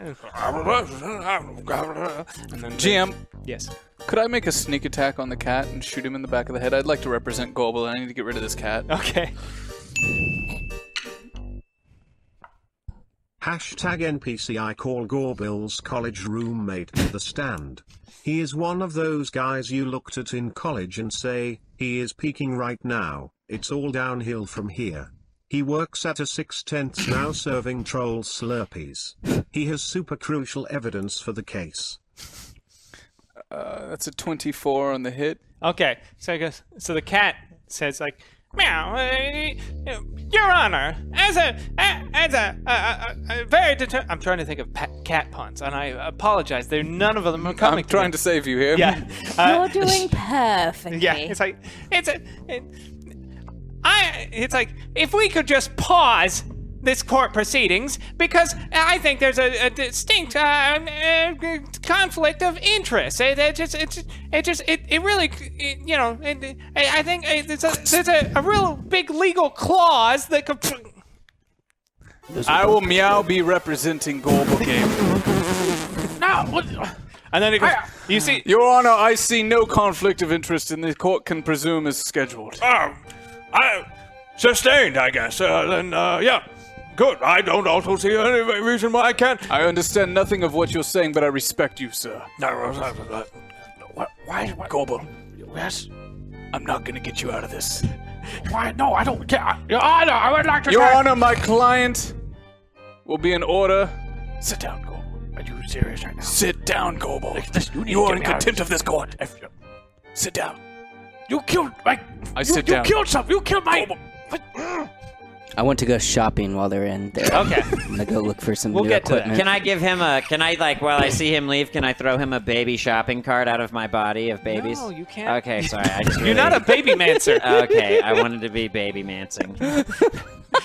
Speaker 3: and then
Speaker 4: GM,
Speaker 3: Yes.
Speaker 4: could I make a sneak attack on the cat and shoot him in the back of the head? I'd like to represent Gobel, and I need to get rid of this cat.
Speaker 3: Okay.
Speaker 8: Hashtag NPC I call Gorbill's college roommate the stand. He is one of those guys you looked at in college and say, he is peaking right now, it's all downhill from here. He works at a six tenths now serving troll slurpees. He has super crucial evidence for the case.
Speaker 4: Uh, that's a 24 on the hit.
Speaker 3: Okay, so I goes, so the cat says like, "Meow, uh, Your Honor, as a a- as a, a, a, a very deter- I'm trying to think of pa- cat puns, and I apologize. There none of them are coming.
Speaker 4: I'm trying to save you here.
Speaker 3: Yeah. Uh,
Speaker 7: You're doing perfectly.
Speaker 3: yeah, it's like it's a, it, I it's like if we could just pause this court proceedings because I think there's a, a distinct uh, uh, conflict of interest. It, it just it, just- it just it, it really it, you know it, I I think uh, there's a there's a, a real big legal clause that could.
Speaker 4: I will meow be representing Gobel game.
Speaker 6: No. What?
Speaker 3: And then it goes, you see,
Speaker 4: Your Honor, I see no conflict of interest, and the court can presume as scheduled.
Speaker 9: Oh, I sustained, I guess. Uh, then, uh, yeah, good. I don't also see any reason why I can't.
Speaker 4: I understand nothing of what you're saying, but I respect you, sir.
Speaker 9: No,
Speaker 6: What? Why? why
Speaker 4: Gobel,
Speaker 6: yes.
Speaker 4: I'm not gonna get you out of this.
Speaker 6: Why? No, I don't care. Your Honor, I would like to.
Speaker 4: Your
Speaker 6: try-
Speaker 4: Honor, my client will be in order. Sit down, Gobel.
Speaker 6: Are you serious right now?
Speaker 4: Sit down, Gobel.
Speaker 6: This, you need
Speaker 4: You
Speaker 6: to
Speaker 4: are
Speaker 6: get
Speaker 4: in
Speaker 6: me out of
Speaker 4: contempt
Speaker 6: this.
Speaker 4: of this court.
Speaker 6: If you,
Speaker 4: Sit down.
Speaker 6: you killed like.
Speaker 4: I
Speaker 6: you,
Speaker 4: sit
Speaker 6: you
Speaker 4: down.
Speaker 6: killed some. You killed my.
Speaker 12: I want to go shopping while they're in there.
Speaker 3: Okay.
Speaker 12: I'm gonna go look for some
Speaker 3: We'll
Speaker 12: new
Speaker 3: get to that.
Speaker 12: equipment.
Speaker 2: Can I give him a? Can I like while I see him leave? Can I throw him a baby shopping cart out of my body of babies?
Speaker 3: No, you can't.
Speaker 2: Okay, sorry. I just
Speaker 3: You're not a baby mancer.
Speaker 2: okay, I wanted to be baby mancing.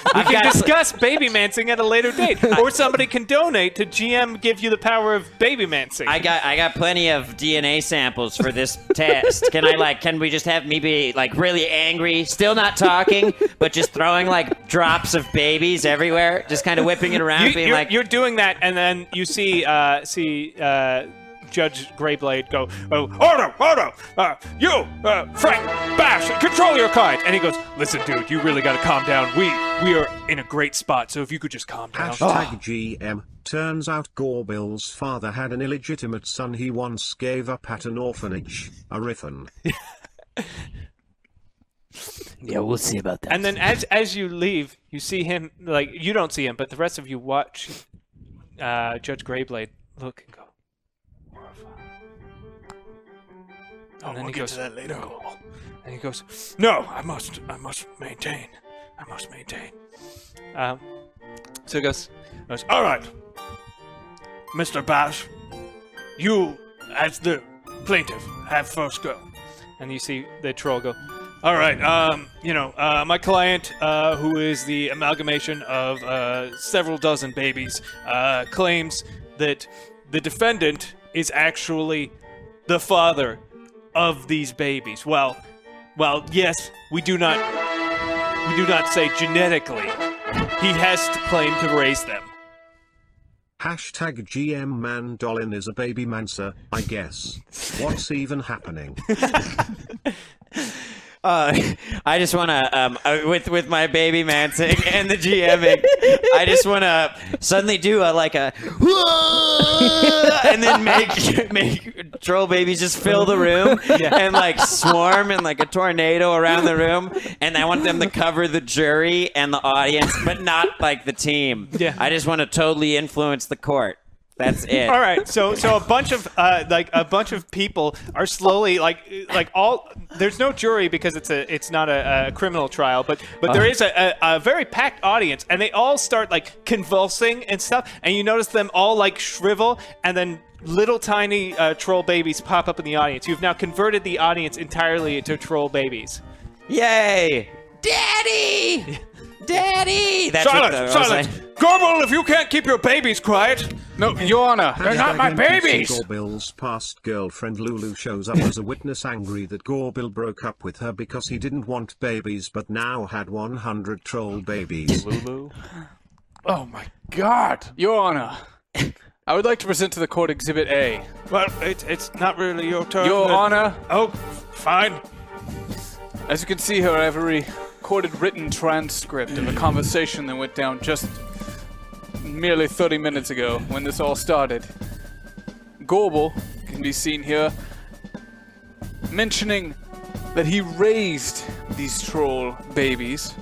Speaker 3: We
Speaker 2: I've
Speaker 3: can
Speaker 2: got-
Speaker 3: discuss baby mancing at a later date, or somebody can donate to GM give you the power of baby mancing.
Speaker 2: I got I got plenty of DNA samples for this test. Can I like can we just have me be like really angry, still not talking, but just throwing like drops of babies everywhere, just kind of whipping it around,
Speaker 3: you,
Speaker 2: being
Speaker 3: are
Speaker 2: like
Speaker 3: doing that, and then you see uh, see uh, Judge Greyblade go, "Oh, Ordo, Ordo, uh, you, uh, Frank, Bash, control your client." And he goes, "Listen, dude, you really got to calm down. We we are in a great spot, so if you could just calm down."
Speaker 6: Oh,
Speaker 8: Hashtag GM. Turns out Gorbill's father had an illegitimate son he once gave up at an orphanage, Arithon.
Speaker 12: Yeah, we'll see about that.
Speaker 3: And then as as you leave, you see him like you don't see him, but the rest of you watch uh, Judge Greyblade look and go.
Speaker 11: Oh,
Speaker 3: And then
Speaker 11: we'll
Speaker 3: he
Speaker 11: get
Speaker 3: goes-
Speaker 11: to that later, Gobble.
Speaker 3: And he goes,
Speaker 9: no.
Speaker 11: I must, I must maintain. I must maintain.
Speaker 3: um, so he goes, goes,
Speaker 9: All right, Mr. Bash, you, as the plaintiff, have first go.
Speaker 3: and you see the troll go,
Speaker 9: All right, um, you know, uh, my client, uh, who is the amalgamation of uh, several dozen babies, uh, claims that the defendant is actually the father of these babies. Well, well, yes, we do not, we do not say genetically. He has to claim to raise them.
Speaker 8: Hashtag GM man Dolin is a baby mancer, I guess. What's even happening?
Speaker 2: Uh, I just want to, um, uh, with with my baby mancing and the GMing, I just want to suddenly do a like a, and then make make troll babies just fill the room
Speaker 10: Yeah.
Speaker 2: and like swarm and like a tornado around the room, and I want them to cover the jury and the audience, but not like the team. Yeah, I just want to totally influence the court. That's it.
Speaker 3: All right, so so a bunch of uh, like a bunch of people are slowly like like all there's no jury because it's a it's not a, a criminal trial, but but there
Speaker 13: Uh.
Speaker 3: is a, a, a very packed audience, and they all start like convulsing and stuff, and you notice them all like shrivel, and then little tiny uh, troll babies pop up in the audience. You've now converted the audience entirely into troll babies.
Speaker 2: Yay! Daddy! Daddy! That's what
Speaker 13: silence!
Speaker 2: the- I was
Speaker 13: silence! Gorbel, if you can't keep your babies quiet. No, Your Honor. They're not my
Speaker 8: Hashtag NPC
Speaker 13: babies!
Speaker 8: Gorbill's past girlfriend Lulu shows up as a witness angry that Gorbil broke up with her because he didn't want babies but now had 100 troll
Speaker 13: Mm.
Speaker 8: babies. Lulu?
Speaker 4: Oh my God, Your Honor. I would like to present to the court Exhibit A.
Speaker 13: Well, it, it's not really your turn.
Speaker 6: Uh,
Speaker 4: Your
Speaker 13: then.
Speaker 4: Honor.
Speaker 13: Oh, fine.
Speaker 4: As you can see here, I have a recorded written transcript of a conversation that went down just merely 30 minutes ago when this all started. Gorbel can be seen here mentioning that he raised these troll babies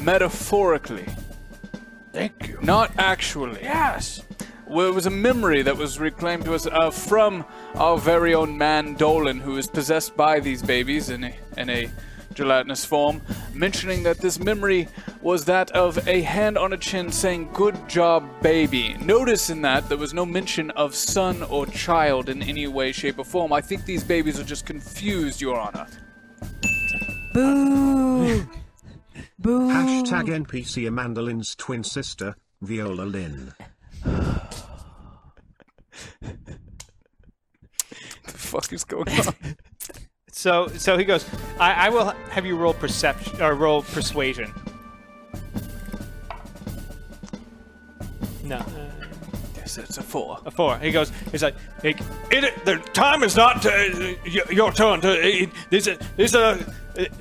Speaker 4: metaphorically. Thank you. Not actually. Yes. Well, it was a memory that was reclaimed to us uh, from our very own man Dolan, who is possessed by these babies in a, in a gelatinous form, mentioning that this memory was that of a hand on a chin saying, Good job, baby. Notice in that there was no mention of son or child in any way, shape, or form. I think these babies are just confused, Your Honor.
Speaker 8: Boo! Boo! Hashtag NPC Amanda Lynn's twin sister, Viola Lynn.
Speaker 4: The fuck is going on?
Speaker 3: So so he goes, I, I will have you roll perception or roll persuasion. No.
Speaker 13: uh,
Speaker 4: Yes, it's a four.
Speaker 3: A four. He goes. He's like, like
Speaker 13: It, the time is not uh, y- your turn. To, it, this, is- this, uh,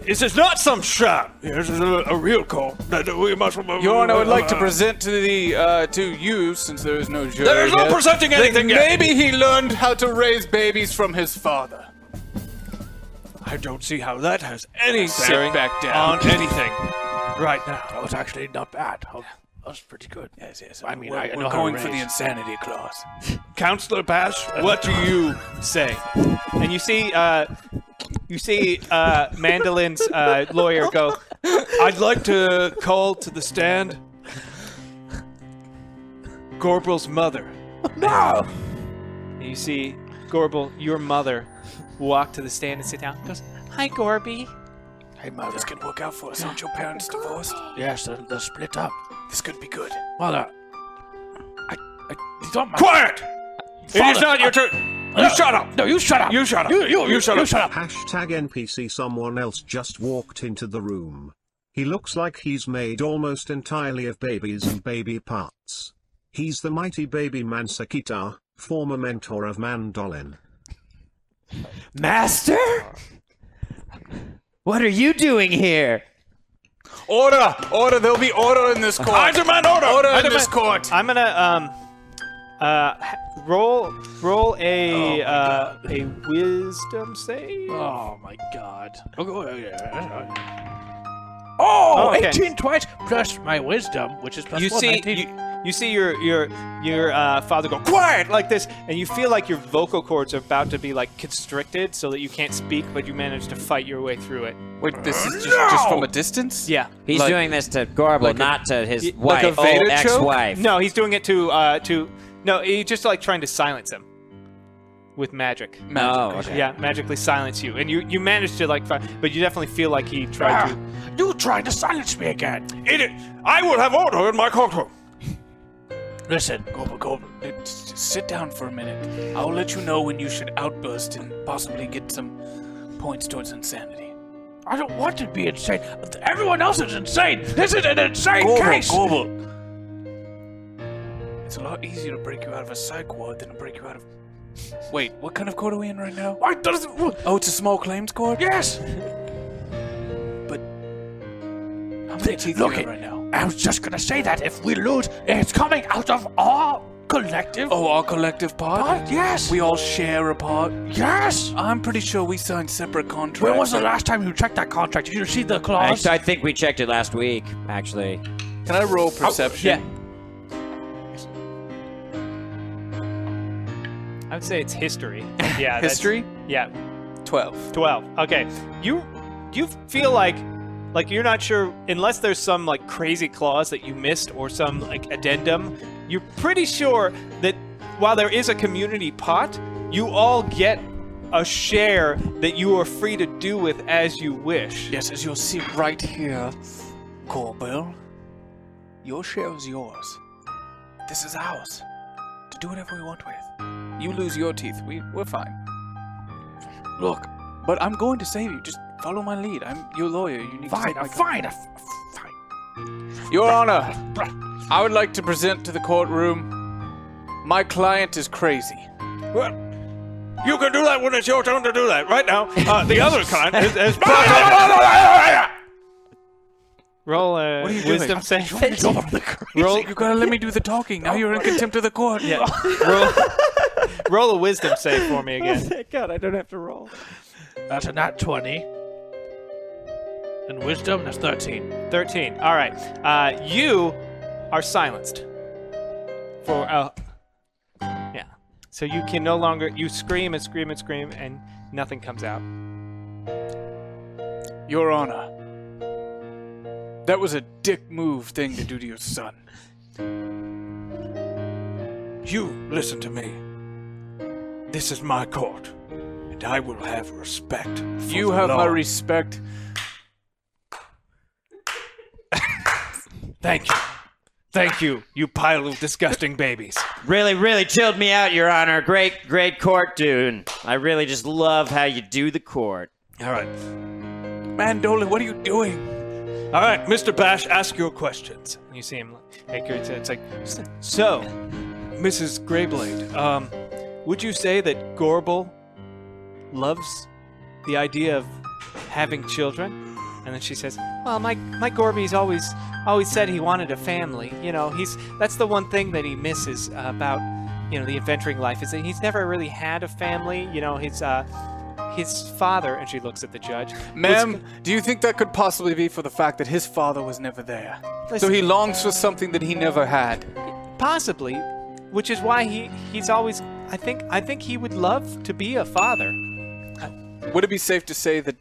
Speaker 13: this is not some sham. This is a, a real call. That we must. uh,
Speaker 4: Your Honor, I would like to present to the uh, to you, since there is no jury.
Speaker 13: There is no
Speaker 4: here,
Speaker 13: presenting
Speaker 4: that
Speaker 13: anything yet.
Speaker 4: Maybe he learned how to raise babies from his father.
Speaker 13: I don't see how that has any
Speaker 4: Sit
Speaker 13: bearing
Speaker 4: back down.
Speaker 13: on anything right now.
Speaker 6: That was actually not bad. That was pretty good.
Speaker 4: Yes, yes.
Speaker 6: I mean,
Speaker 4: we're,
Speaker 6: I
Speaker 4: we're
Speaker 6: know how to
Speaker 4: going for
Speaker 6: raise.
Speaker 4: the insanity clause.
Speaker 13: Counselor Bash,
Speaker 3: what do you say? And you see, uh, you see, uh, Mandolin's uh, lawyer go.
Speaker 13: I'd like to call to the stand Gorbel's mother.
Speaker 3: No. And you see, Gorbel, your mother, walk to the stand and sit down. He Goes, Hi, Gorby.
Speaker 4: Hey, mother. This could work out for us. Aren't your parents divorced?
Speaker 6: Yes, they're, they're split up.
Speaker 4: This could be good.
Speaker 6: Mother, I, I don't mind.
Speaker 13: Quiet! It is
Speaker 6: Father,
Speaker 13: not your
Speaker 6: I-
Speaker 13: turn.
Speaker 6: No.
Speaker 13: You shut up.
Speaker 6: No, you shut up.
Speaker 13: You shut up.
Speaker 6: You- you- you-
Speaker 13: shut
Speaker 6: you
Speaker 13: up.
Speaker 6: shut up.
Speaker 8: Hashtag NPC Someone else just walked into the room. He looks like he's made almost entirely of babies and baby parts. He's the mighty baby Mansakita, former mentor of Mandolin.
Speaker 2: Master? What are you doing here?
Speaker 4: Order! Order! There'll be order in this court.
Speaker 13: I demand order.
Speaker 4: Order
Speaker 13: I
Speaker 4: in this
Speaker 13: demand-
Speaker 4: court.
Speaker 3: I'm gonna um, uh, ha- roll roll a uh, a wisdom save.
Speaker 6: Oh my god. Oh, go- oh, yeah.
Speaker 3: Oh,
Speaker 6: oh
Speaker 3: okay.
Speaker 6: 18 twice plus my wisdom, which is plus
Speaker 3: you
Speaker 6: one,
Speaker 3: see
Speaker 6: 19.
Speaker 3: you, you see your your your uh, father go quiet like this and you feel like your vocal cords are about to be like constricted so that you can't speak but you manage to fight your way through it
Speaker 4: wait this is just, just from a distance
Speaker 3: yeah
Speaker 2: He's
Speaker 3: Like-
Speaker 2: doing this to Gorbel,
Speaker 3: like a-
Speaker 2: not to his
Speaker 3: y-
Speaker 2: wife, old ex-wife.
Speaker 3: no he's doing it to uh to no he's just like trying to silence him with magic
Speaker 4: Magic,
Speaker 2: Oh, okay.
Speaker 3: yeah magically silence you and you you manage to like fi- but you definitely feel like he tried to
Speaker 6: You tried to silence me again.
Speaker 13: It, I will have order in my courtroom.
Speaker 6: Listen, Goble, Goble.
Speaker 4: Uh, just- just Sit down for a minute. I'll let you know when you should outburst and possibly get some points towards insanity.
Speaker 6: I don't want to be insane. Everyone else is insane. This is an insane
Speaker 4: Goble,
Speaker 6: case.
Speaker 4: Goble. It's a lot easier to break you out of a psych ward than to break you out of. Wait, what kind of court are we in right now?
Speaker 6: Why doesn't?
Speaker 4: Oh, it's a small claims court?
Speaker 6: Yes. something. Look, it, I was just gonna say that if we lose, it's coming out of our collective.
Speaker 4: Oh, our collective part?
Speaker 6: Yes.
Speaker 4: We all share a part?
Speaker 6: Yes.
Speaker 4: I'm pretty sure we signed separate contracts.
Speaker 6: When was the last time you checked that contract? Did you see the clause?
Speaker 2: Actually, I think we checked it last week, actually.
Speaker 4: Can I roll
Speaker 6: Oh,
Speaker 4: perception?
Speaker 3: I would say it's history. Yeah. that's-
Speaker 4: History?
Speaker 3: yeah.
Speaker 4: Twelve.
Speaker 3: Twelve. Okay. You you feel like like you're not sure unless there's some like crazy clause that you missed or some like addendum. You're pretty sure that while there is a community pot, you all get a share that you are free to do with as you wish.
Speaker 4: Yes, as you'll see right here, Corbel, your share is yours. This is ours. To do whatever we want with. You lose your teeth, we, we're fine. Look, but I'm going to save you. Just follow my lead. I'm your lawyer. You need
Speaker 6: Fine,
Speaker 4: to.
Speaker 6: fine,
Speaker 4: fine. Your Honor, I would like to present to the courtroom my client is crazy.
Speaker 13: Well, you can do that when it's your turn to do that. Right now, uh, the other kind is. is
Speaker 3: Roll a
Speaker 4: What are you doing?
Speaker 3: wisdom save.
Speaker 4: Roll. You gotta let me do the talking. Now you're in contempt of the court.
Speaker 3: Yeah. roll, roll a wisdom save for me
Speaker 10: Oh,
Speaker 3: again.
Speaker 10: thank God, I don't have to roll.
Speaker 6: That's a nat 20. And wisdom, that's 13.
Speaker 3: 13. All right. Uh, you are silenced. For uh, yeah. So you can no longer you scream and scream and scream and nothing comes out.
Speaker 4: Your Honor, that was a dick move thing to do to your son.
Speaker 13: You listen to me. This is my court, and I will have respect. for
Speaker 4: You
Speaker 13: the
Speaker 4: have
Speaker 13: law.
Speaker 4: my respect.
Speaker 13: Thank you. Thank you, you pile of disgusting babies.
Speaker 2: Really, really chilled me out, Your Honor. Great, great court, dude. I really just love how you do the court.
Speaker 13: All right.
Speaker 4: Mandola, what are you doing?
Speaker 13: All right, Mr. Bash, ask your questions.
Speaker 3: And you see him like hey, it's like "S-
Speaker 13: So, Mrs. Greyblade, um, would you say that Gorbel
Speaker 3: loves the idea of having children. And then she says, "Well, my my Gorby's always always said he wanted a family. You know, he's that's the one thing that he misses uh, about you know the adventuring life is that he's never really had a family. You know, his uh, his father." And she looks at the judge, was-
Speaker 4: Ma'am, do you think that could possibly be for the fact that his father was never there? So he longs for something that he never had.
Speaker 3: possibly, which is why he he's always. I think I think he would love to be a father."
Speaker 4: Would it be safe to say that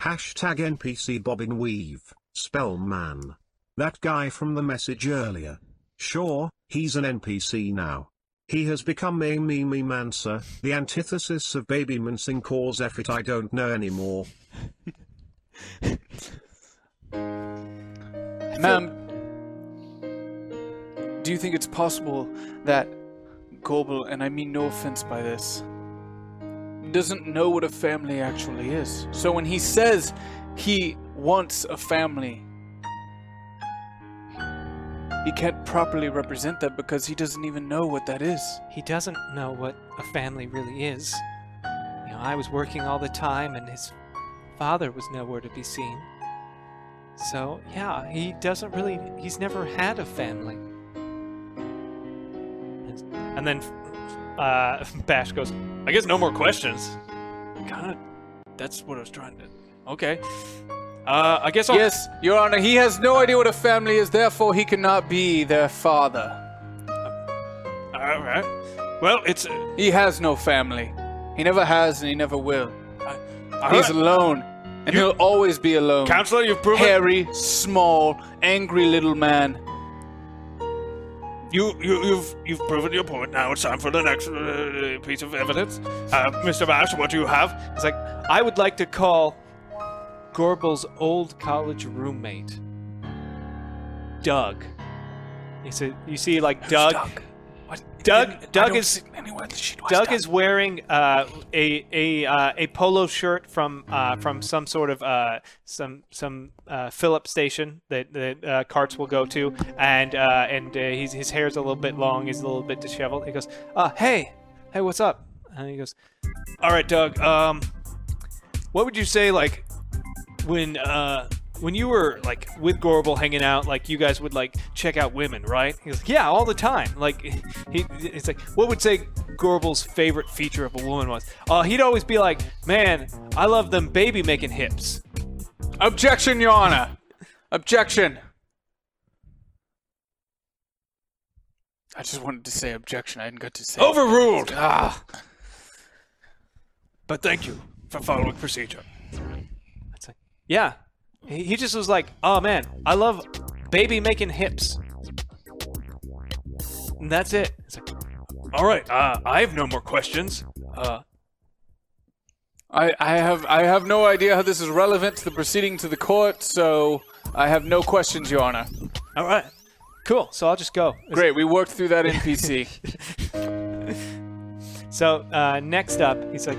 Speaker 8: Hashtag NPC Bobbin Weave, Spellman. That guy from the message earlier. Sure, he's an NPC now. He has become a meme mancer, the antithesis of baby mincing cause effort I don't know anymore.
Speaker 4: Ma'am, do you think it's possible that Gorbel, and I mean no offense by this, doesn't know what a family actually is? So when he says he wants a family, he can't properly represent that because he doesn't even know what that is.
Speaker 3: he doesn't know what a family really is. You know, I was working all the time and his father was nowhere to be seen. So, yeah, he doesn't really, he's never had a family. And then uh, Bash goes,
Speaker 13: I guess no more questions.
Speaker 4: God, that's what I was trying to.
Speaker 13: Okay. Uh, I guess I'll.
Speaker 4: Yes, Your Honor, he has no idea what a family is, therefore, he cannot be their father.
Speaker 13: All right. Well, it's. Uh,
Speaker 4: He has no family. He never has and he never will.
Speaker 13: all
Speaker 4: He's
Speaker 13: right.
Speaker 4: alone, and he'll always be alone.
Speaker 13: Counselor, you've proven
Speaker 4: Hairy, small, angry little man.
Speaker 13: you, you you've you've proven your point. Now it's time for the next uh, piece of evidence. Uh, Mr. Bash, what do you have?
Speaker 3: It's like, I would like to call Gorbel's old college roommate, Doug. He said, you see, like, Doug. Doug, Doug is Doug is wearing uh, a a uh, a polo shirt from uh, from some sort of uh, some some uh, fill up station that that uh, carts will go to, and uh, and uh, he's, his hair's a little bit long, he's a little bit disheveled. He goes, uh, "Hey, hey, what's up?" And he goes,
Speaker 13: All right, Doug. Um, what would you say like when uh
Speaker 3: when you were like with Gorbel hanging out, like you guys would like check out women, right? He was like, yeah, all the time. Like he, it's like what would say Gorbel's favorite feature of a woman was? Uh, he'd always be like, man, I love them baby making hips.
Speaker 4: Objection, Your Honor. Objection. I just wanted to say objection. I didn't get to say it.
Speaker 13: Overruled.
Speaker 4: Ah.
Speaker 13: But thank you for following procedure.
Speaker 3: Yeah. He he just was like, oh man, I love baby making hips. And that's it. It's like,
Speaker 13: All right, uh, I have no more questions. Uh,
Speaker 4: I, I have I have no idea how this is relevant to the proceeding to the court, so I have no questions, Your Honor.
Speaker 3: All right, cool. So I'll just go.
Speaker 4: Great, we worked through that NPC.
Speaker 3: so uh, next up, he's like,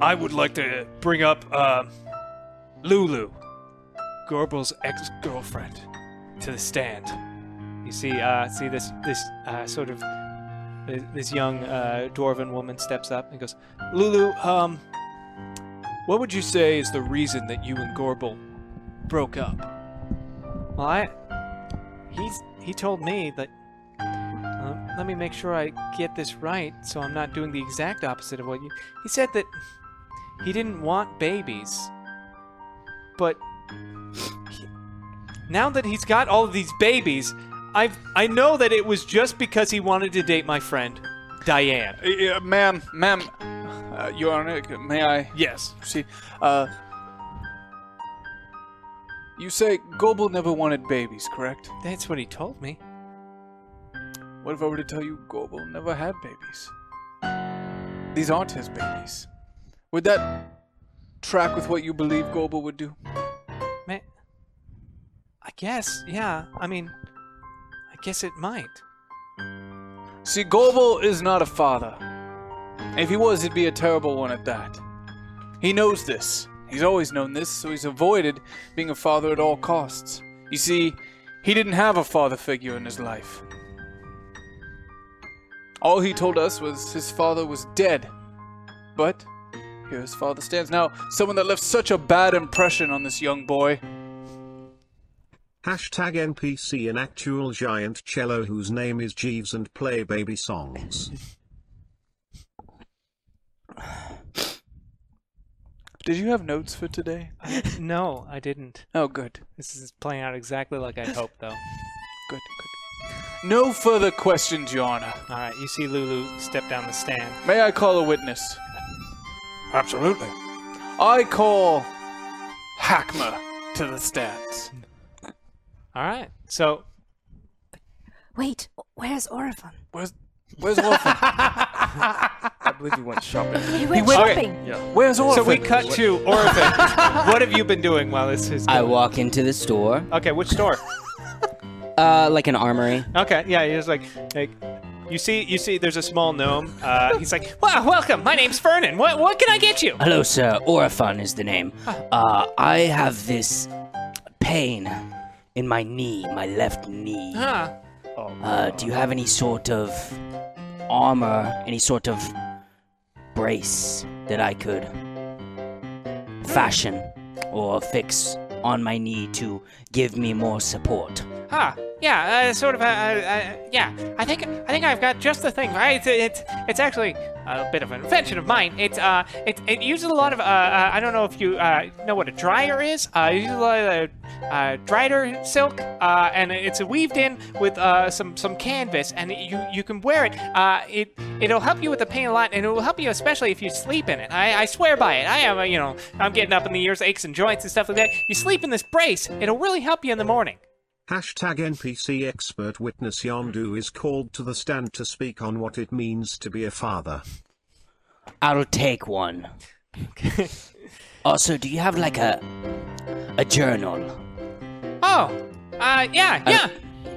Speaker 13: I would like to bring up uh, Lulu, Gorbel's ex-girlfriend.
Speaker 3: to the stand. You see, uh, see this this uh, sort of this- this young uh, dwarven woman steps up and goes,
Speaker 13: Lulu, um, what would you say is the reason that you and Gorbel broke up?
Speaker 3: "Well, I, he's he told me that. um, let me make sure I get this right, so I'm not doing the exact opposite of what you. He said that he didn't want babies, but he- now that he's got all of these babies, I've I know that it was just because he wanted to date my friend, Diane.
Speaker 4: Uh, ma'am, ma'am, uh, Your Honor, may I?
Speaker 13: Yes.
Speaker 4: See, uh, you say Gorbel never wanted babies, correct?
Speaker 3: That's what he told me.
Speaker 4: What if I were to tell you Gorbel never had babies? These aren't his babies. Would that track with what you believe Gorbel would do?
Speaker 3: Man, I guess, yeah. I mean, I guess it might.
Speaker 4: See, Gorbel is not a father. If he was, he'd be a terrible one at that. He knows this. He's always known this, so he's avoided being a father at all costs. You see, he didn't have a father figure in his life. All he told us was his father was dead. But here his father stands now, someone that left such a bad impression on this young boy.
Speaker 8: Hashtag NPC an actual giant cello whose name is Jeeves and play baby songs.
Speaker 4: Did you have notes for today?
Speaker 3: no, I didn't.
Speaker 4: Oh, good.
Speaker 3: This is playing out exactly like I hoped, though.
Speaker 4: Good, good. No further questions, Your Honor.
Speaker 3: All right, you see Lulu step down the stand.
Speaker 4: May I call a witness?
Speaker 13: Absolutely.
Speaker 4: I call Hackmer to the stands.
Speaker 3: All right, so
Speaker 7: Wait, where's Orifon?
Speaker 4: Where's Where's Orphan?
Speaker 9: I believe he went shopping.
Speaker 7: He went shopping.
Speaker 9: Yeah.
Speaker 4: Where's
Speaker 3: so we cut to Orphan. what have you been doing while this is?
Speaker 12: I walk into the store,
Speaker 3: Okay, which store?
Speaker 12: uh, like an armory.
Speaker 3: Okay, yeah, he was like, like, you see, you see, there's a small gnome. Uh, he's like, wow, welcome. My name's Fernan. What, what can I get you?
Speaker 5: Hello, sir. Orifon is the name. Uh, I have this pain in my knee, my left knee.
Speaker 3: Huh.
Speaker 5: Uh, do you have any sort of armor, any sort of brace that I could fashion or fix on my knee to give me more support?
Speaker 10: Huh. Yeah, uh, sort of. Uh, uh, yeah, I think I think I've got just the thing. Right? It's it's, it's actually a bit of an invention of mine. It's uh, it, it uses a lot of uh, uh, I don't know if you uh, know what a dryer is. Uh, it uses a lot of uh, dryer silk, uh, and it's weaved in with uh, some some canvas, and you you can wear it. Uh, it it'll help you with the pain a lot, and it will help you especially if you sleep in it. I, I swear by it. I am uh, you know I'm getting up in the years, aches and joints and stuff like that. You sleep in this brace, it'll really help you in the morning.
Speaker 8: Hashtag NPC expert witness Yondu is called to the stand to speak on what it means to be a father.
Speaker 5: I'll take one. also, do you have like a a journal?
Speaker 10: Oh, uh, yeah, yeah.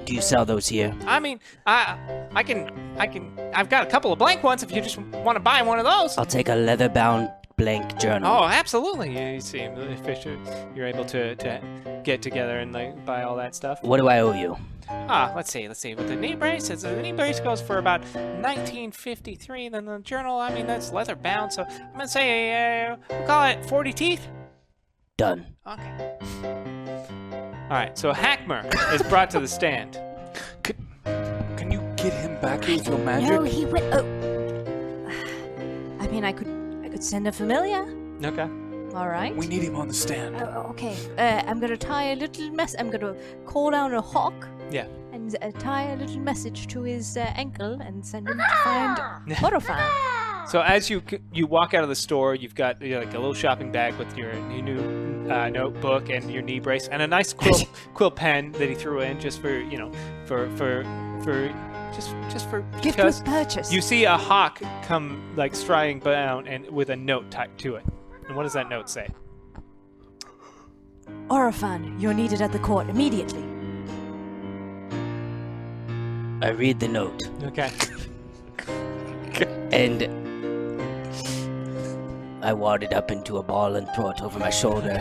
Speaker 5: Do you sell those here?
Speaker 10: I mean, I, I can, I can. I've got a couple of blank ones. If you just want to buy one of those.
Speaker 5: I'll take a leather-bound blank journal.
Speaker 3: Oh, absolutely. You, you see, Fisher, you're able to, to get together and like buy all that stuff.
Speaker 5: What do I owe you?
Speaker 10: Ah, let's see, let's see. With the knee brace, it's, the knee brace goes for about 1953. Then the journal, I mean, that's leather bound, so I'm gonna say, uh, we'll call it 40 teeth.
Speaker 5: Done.
Speaker 3: All right, so Hackmer is brought to the stand.
Speaker 4: Get him back here with your
Speaker 7: No,
Speaker 4: magic.
Speaker 7: he went. Oh. I mean, I could, I could send a familiar.
Speaker 3: Okay.
Speaker 7: All right.
Speaker 4: We need him on the stand.
Speaker 7: Oh, okay. Uh, I'm gonna tie a little mess. I'm gonna call down a hawk
Speaker 3: Yeah.
Speaker 7: and uh, tie a little message to his uh, ankle and send him to find Horrifying.
Speaker 3: So as you c- you walk out of the store, you've got you know, like a little shopping bag with your, your new uh, notebook and your knee brace and a nice quill quill pen that he threw in just for you know for for for just just for
Speaker 7: Gift
Speaker 3: because
Speaker 7: with purchase.
Speaker 3: You see a hawk come like striding down and with a note typed to it. And what does that note say?
Speaker 7: Orifan, you're needed at the court immediately.
Speaker 5: I read the note.
Speaker 3: Okay.
Speaker 5: and I wad it up into a ball and throw it over my shoulder.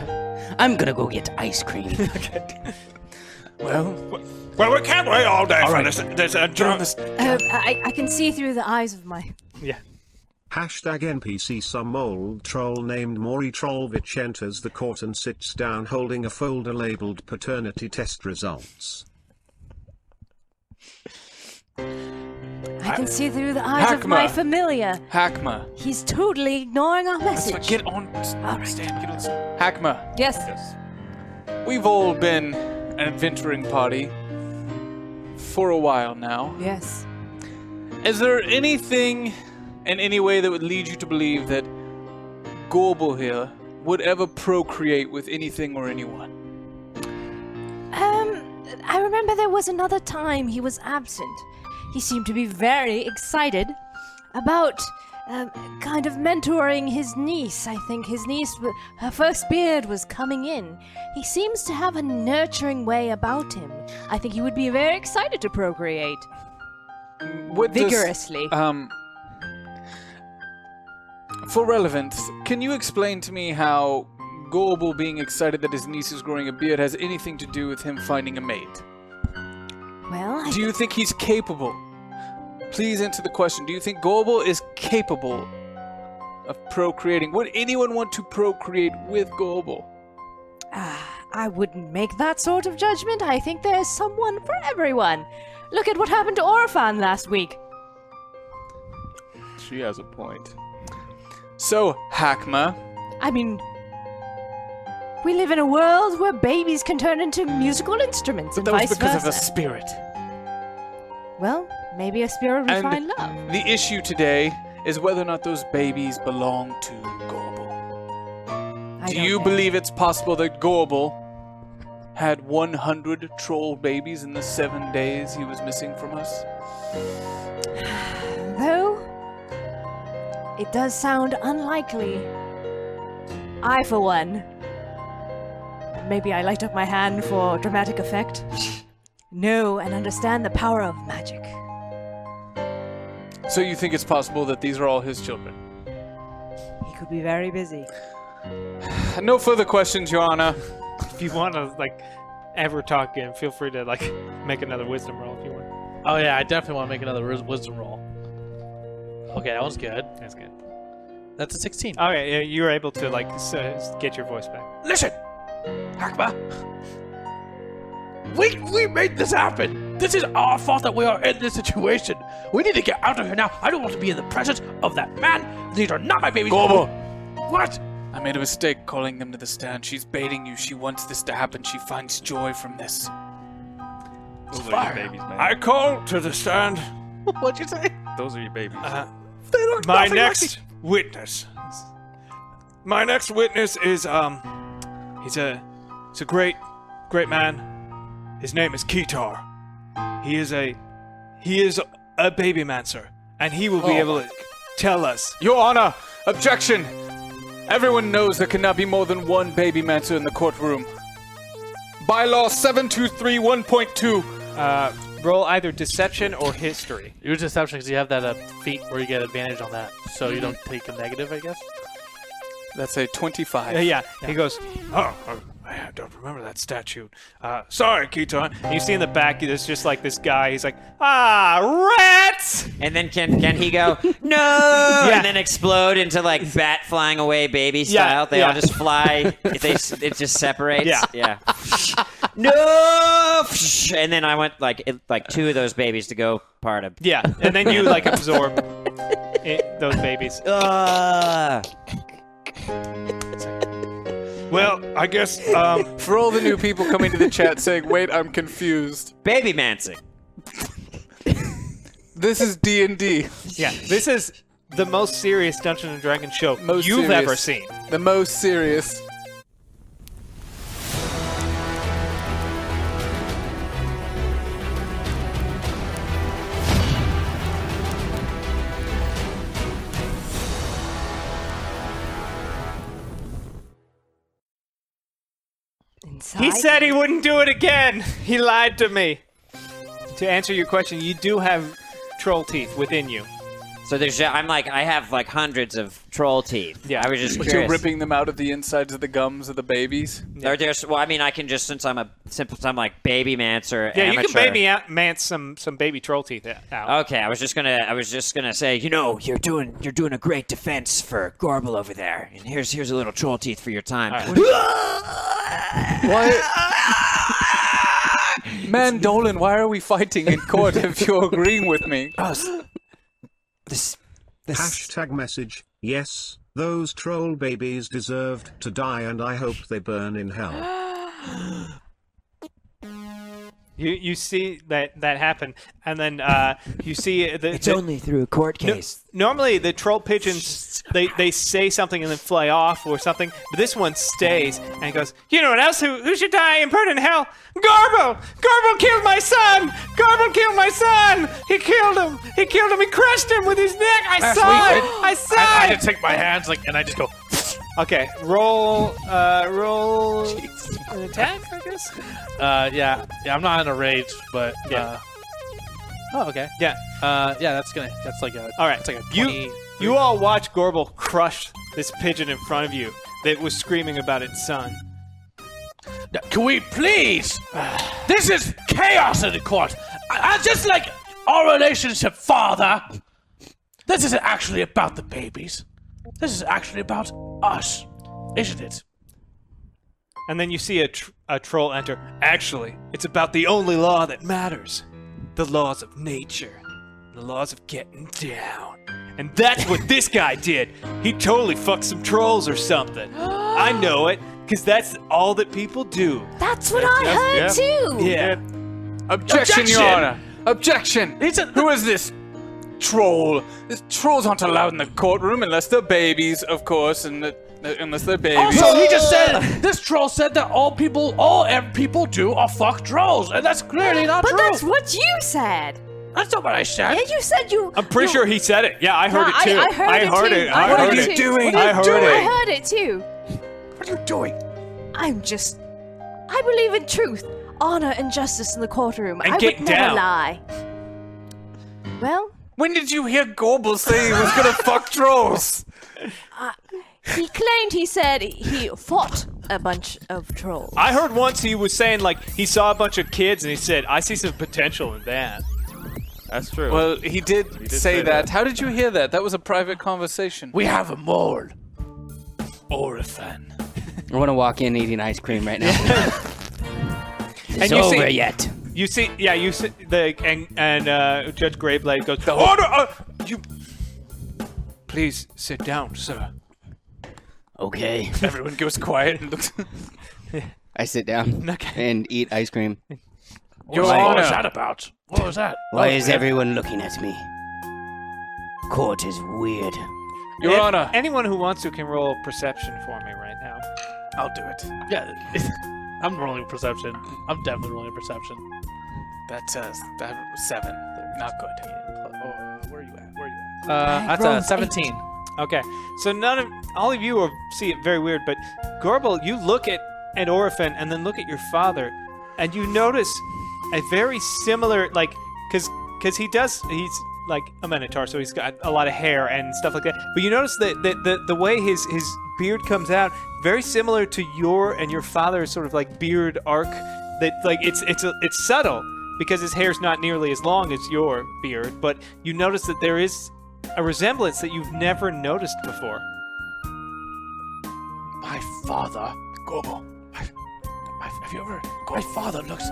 Speaker 5: I'm gonna go get ice cream.
Speaker 13: Well, well, we can't wait all day for this. There's a drum.
Speaker 7: Uh, I, I can see through the eyes of my.
Speaker 8: Hashtag NPC Some old troll named Mori Trollvich enters the court and sits down holding a folder labeled paternity test results.
Speaker 7: I can see through the eyes of my
Speaker 4: Hakma.
Speaker 7: familiar.
Speaker 4: Hackma.
Speaker 7: He's totally ignoring our
Speaker 4: That's what-
Speaker 7: message.
Speaker 4: Get on stand. Get on stand. Hackma.
Speaker 7: Yes.
Speaker 4: We've all been an adventuring party for a while now.
Speaker 7: Yes.
Speaker 4: Is there anything in any way that would lead you to believe that Gorbel here would ever procreate with anything or anyone?
Speaker 7: Um, I remember there was another time he was absent. He seemed to be very excited about um, kind of mentoring his niece. I think his niece, w- her first beard was coming in. He seems to have a nurturing way about him. I think he would be very excited to procreate.
Speaker 4: What does-
Speaker 7: Vigorously.
Speaker 4: um, for relevance, can you explain to me how Gorbel being excited that his niece is growing a beard has anything to do with him finding a mate?
Speaker 7: Well, I
Speaker 4: Do you think he's capable? Please answer the question. Do you think Gorbel is capable of procreating? Would anyone want to procreate with Gorbel?
Speaker 7: Ah, I wouldn't make that sort of judgment. I think there's someone for everyone. Look at what happened to Orphan last week.
Speaker 9: She has a point.
Speaker 4: So, Hakma,
Speaker 7: I mean, we live in a world where babies can turn into musical instruments
Speaker 4: but
Speaker 7: and
Speaker 4: that was
Speaker 7: vice
Speaker 4: because
Speaker 7: versa.
Speaker 4: of a spirit.
Speaker 7: well, maybe a spirit we
Speaker 4: And-
Speaker 7: find love.
Speaker 4: The issue today is whether or not those babies belong to Gorbel.
Speaker 7: I
Speaker 4: Do
Speaker 7: don't
Speaker 4: you
Speaker 7: know.
Speaker 4: believe it's possible that Gorbel had 100 troll babies in the seven days he was missing from us?
Speaker 7: Though, it does sound unlikely. I, for one, maybe I light up my hand for dramatic effect. know and understand the power of magic.
Speaker 4: So you think it's possible that these are all his children?
Speaker 7: He could be very busy.
Speaker 4: No further questions, Your Honor.
Speaker 3: If you want to like ever talk again, feel free to like make another wisdom roll if you want.
Speaker 11: Oh yeah, I definitely want to make another wis- wisdom roll. Okay, that was good.
Speaker 3: That's good.
Speaker 11: That's a 16.
Speaker 2: Uh,
Speaker 3: Okay, yeah, you were able to like s- uh, get your voice back.
Speaker 11: Listen, Hakma. We we made this happen. This is our fault that we are in this situation. We need to get out of here now. I don't want to be in the presence of that man. These are not my babies.
Speaker 4: Gorbel!
Speaker 11: What?
Speaker 4: I made a mistake calling them to the stand. She's baiting you. She wants this to happen. She finds joy from this.
Speaker 9: Those are
Speaker 4: Fire.
Speaker 9: your babies, man.
Speaker 13: I call to the stand
Speaker 4: What'd you say?
Speaker 9: Those are your babies.
Speaker 13: my
Speaker 11: nothing like
Speaker 13: next witness. My next witness is um, he's a, he's a great, great man. His name is Kitar. He is a, he is a baby mancer, and he will be
Speaker 4: Oh.
Speaker 13: able to tell us.
Speaker 4: Your Honor, objection! Everyone knows there cannot be more than one baby mancer in the courtroom. Bylaw 7231.2.
Speaker 3: Uh, roll either deception or history.
Speaker 11: Your deception because you have that uh, feat where you get advantage on that, so you don't take a negative, I guess.
Speaker 4: That's a 25.
Speaker 3: Uh, yeah, he goes.
Speaker 13: Oh, I don't remember that statute. Uh, sorry, Keaton.
Speaker 3: And you see in the back, there's just like this guy. He's like,
Speaker 2: Ah, rats! And then can can he go no? And then explode into like bat flying away baby
Speaker 3: Yeah,
Speaker 2: style. they all
Speaker 3: yeah.
Speaker 2: just fly. If they s- it just separates.
Speaker 3: Yeah.
Speaker 2: yeah. no! And then I want like it, like two of those babies to go part of.
Speaker 3: yeah. And then you like absorb it, those babies.
Speaker 2: Uh,
Speaker 13: well, I guess um,
Speaker 4: For all the new people coming to the chat saying, "Wait, I'm confused."
Speaker 2: Baby mancing.
Speaker 4: this is D and D.
Speaker 3: Yeah, this is the most serious Dungeons and Dragons show you've
Speaker 4: serious.
Speaker 3: ever seen.
Speaker 4: The most serious.
Speaker 3: He said he wouldn't do it again. He lied to me. To answer your question, you do have troll teeth within you.
Speaker 2: So there's I'm like I have like hundreds of troll teeth. Yeah, I was just
Speaker 4: But
Speaker 2: curious.
Speaker 4: you're ripping them out of the insides of the gums of the babies.
Speaker 2: Or there's well, I mean I can just since I'm a simple I'm like baby mancer.
Speaker 3: Yeah, you can
Speaker 2: amateur.
Speaker 3: baby out, mance some some baby troll teeth out.
Speaker 2: Okay, I was just gonna I was just gonna say, you know, you're doing you're doing a great defense for Gorble over there. And here's here's a little troll teeth for your time.
Speaker 4: Man, Dolan, why are we fighting in court if you're agreeing with me?
Speaker 8: Hashtag message, yes, those troll babies deserved to die and I hope they burn in hell.
Speaker 3: You you see that that happen, and then uh, you see the.
Speaker 5: It's
Speaker 3: the-
Speaker 5: only through a court
Speaker 3: No-
Speaker 5: case.
Speaker 3: normally the troll pigeons they, they say something and then fly off or something, but this one stays and goes,
Speaker 10: You know what else? Who, who should die and burn in hell? Garbo! Garbo killed my son! Garbo killed my son! He killed him! He killed him! He crushed him with his neck! I
Speaker 3: Ashley,
Speaker 10: saw it!
Speaker 3: I-
Speaker 10: I saw
Speaker 3: I- I
Speaker 10: it!
Speaker 3: just take
Speaker 10: my hand.
Speaker 6: Hands like, and I just go.
Speaker 3: "Okay, roll uh, roll an attack, I guess."
Speaker 6: Uh, yeah, yeah. I'm not in a rage, but yeah. Uh,
Speaker 3: Oh, okay. Yeah.
Speaker 6: uh, yeah, that's gonna. That's like a.
Speaker 3: All right.
Speaker 6: It's like a
Speaker 3: You you all watch Gorbel crush this pigeon in front of you that was screaming about its son.
Speaker 6: Now, Can we please? this is chaos in the court. I, I just like our relationship, father. This isn't actually about the babies. This is actually about us, isn't it?
Speaker 3: And then you see a, tr- a troll enter. Actually, it's about the only law that matters the laws of nature, the laws of getting down. And that's what this guy did. He totally fucked some trolls or something. I know it, because that's all that people do.
Speaker 7: That's what I heard too.
Speaker 3: Yeah.
Speaker 4: Objection, Your Honor. Objection. Who is this troll? This, trolls aren't allowed in the courtroom unless they're babies, of course, and uh, unless they're babies. Uh.
Speaker 6: Also, he just said this troll said that all people, all em- people do are fuck trolls, and that's clearly not
Speaker 7: but
Speaker 6: true.
Speaker 7: that's what you said.
Speaker 6: That's not what I said.
Speaker 7: Yeah, you said you.
Speaker 3: I'm pretty sure he said it. Yeah, I heard
Speaker 7: Yeah,
Speaker 3: it too.
Speaker 7: I, I heard it too.
Speaker 3: I heard
Speaker 7: it
Speaker 3: it.
Speaker 7: too.
Speaker 3: I heard
Speaker 7: I
Speaker 3: it.
Speaker 7: heard it too.
Speaker 6: What are you doing?
Speaker 7: I'm just. I believe in truth, honor, and justice in the courtroom.
Speaker 4: And
Speaker 7: I
Speaker 4: get
Speaker 7: would
Speaker 4: down.
Speaker 7: never lie. Well,
Speaker 4: When did you hear Goble say he was gonna fuck trolls?
Speaker 7: he claimed he said he fought a bunch of trolls.
Speaker 3: I heard once he was saying like he saw a bunch of kids and he said, "I see some potential in that."
Speaker 9: That's true.
Speaker 4: Well, he did, say, that. How did you hear that? That was a private conversation.
Speaker 6: We have a mole. Orphan.
Speaker 12: I want to walk in eating ice cream right now. it's
Speaker 3: And you
Speaker 12: over
Speaker 3: see-
Speaker 12: yet.
Speaker 3: You see, yeah, you see the and and uh, Judge Graveblade goes, "Order, uh, you." Please sit down, sir.
Speaker 12: Okay.
Speaker 4: Everyone goes quiet and looks.
Speaker 12: I sit down and eat ice cream.
Speaker 6: Your
Speaker 12: Why-
Speaker 6: what was that about? What was that?
Speaker 12: Why is everyone looking at me? Court is weird.
Speaker 4: Your
Speaker 3: If-
Speaker 4: Honor.
Speaker 3: Anyone who wants to can roll perception for me right now.
Speaker 4: I'll do it.
Speaker 6: Yeah, I'm rolling perception. I'm definitely rolling perception.
Speaker 4: That's uh, that seven. Not good. Oh, where are you at? Where are you at?
Speaker 3: Uh,
Speaker 6: that's a rolled 17. eight.
Speaker 3: Okay, so none of all of you are, see it very weird, but Gorbel, you look at an orphan and then look at your father, and you notice a very similar like because because he does he's like a minotaur, so he's got a lot of hair and stuff like that. But you notice that the, the the way his his beard comes out, very similar to your and your father's sort of like beard arc. That like it's it's a, it's subtle because his hair's not nearly as long as your beard, but you notice that there is a resemblance that you've never noticed before.
Speaker 11: Oh, My father, Gobo. I- I- Have you ever? My father looks.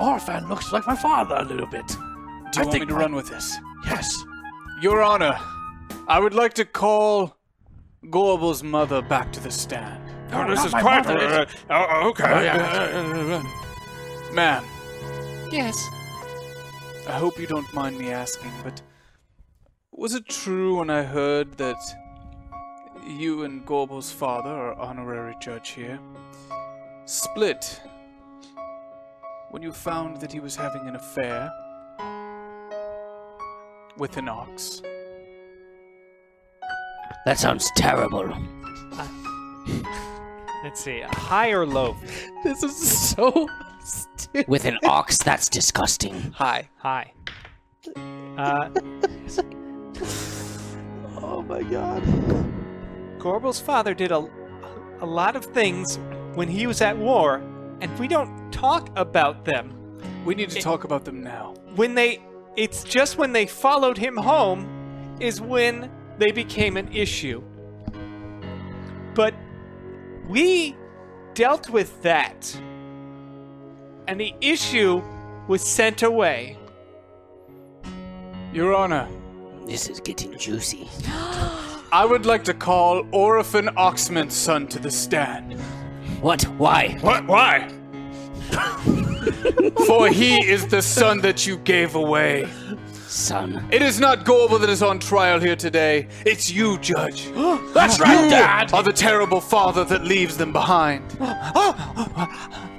Speaker 11: Orphan looks like my father a little bit.
Speaker 4: Do you want me to
Speaker 11: my-
Speaker 4: run with this?
Speaker 11: Yes.
Speaker 4: Your Honor, I would like to call Gorbel's mother back to the stand.
Speaker 11: No, Oh, this not is my quite- mother,
Speaker 13: uh,
Speaker 11: it's-
Speaker 13: uh, oh, okay.
Speaker 4: Oh, yeah. Ma'am,
Speaker 11: Yes.
Speaker 4: I hope you don't mind me asking, but was it true when I heard that you and Gorbel's father, our honorary judge here, split when you found that he was having an affair with an ox?
Speaker 5: That sounds terrible.
Speaker 3: Let's see, high or low?
Speaker 4: This is so stupid.
Speaker 5: With an ox, that's disgusting.
Speaker 4: Hi.
Speaker 3: Hi. Uh,
Speaker 4: oh my god.
Speaker 3: Gorbel's father did a, a lot of things when he was at war, and we don't talk about them.
Speaker 4: We need to talk about them now.
Speaker 3: When they. It's just when they followed him home is when they became an issue. But we dealt with that. And the issue was sent away.
Speaker 4: Your Honor,
Speaker 5: This is getting juicy.
Speaker 4: I would like to call Orphan Oxman's son to the stand.
Speaker 5: What? Why?
Speaker 4: What? Why? For he is the son that you gave away.
Speaker 5: Son.
Speaker 4: It is not Gorbel that is on trial here today. It's you, Judge. That's
Speaker 11: right,
Speaker 4: you
Speaker 11: Dad.
Speaker 4: Are the terrible father that leaves them behind.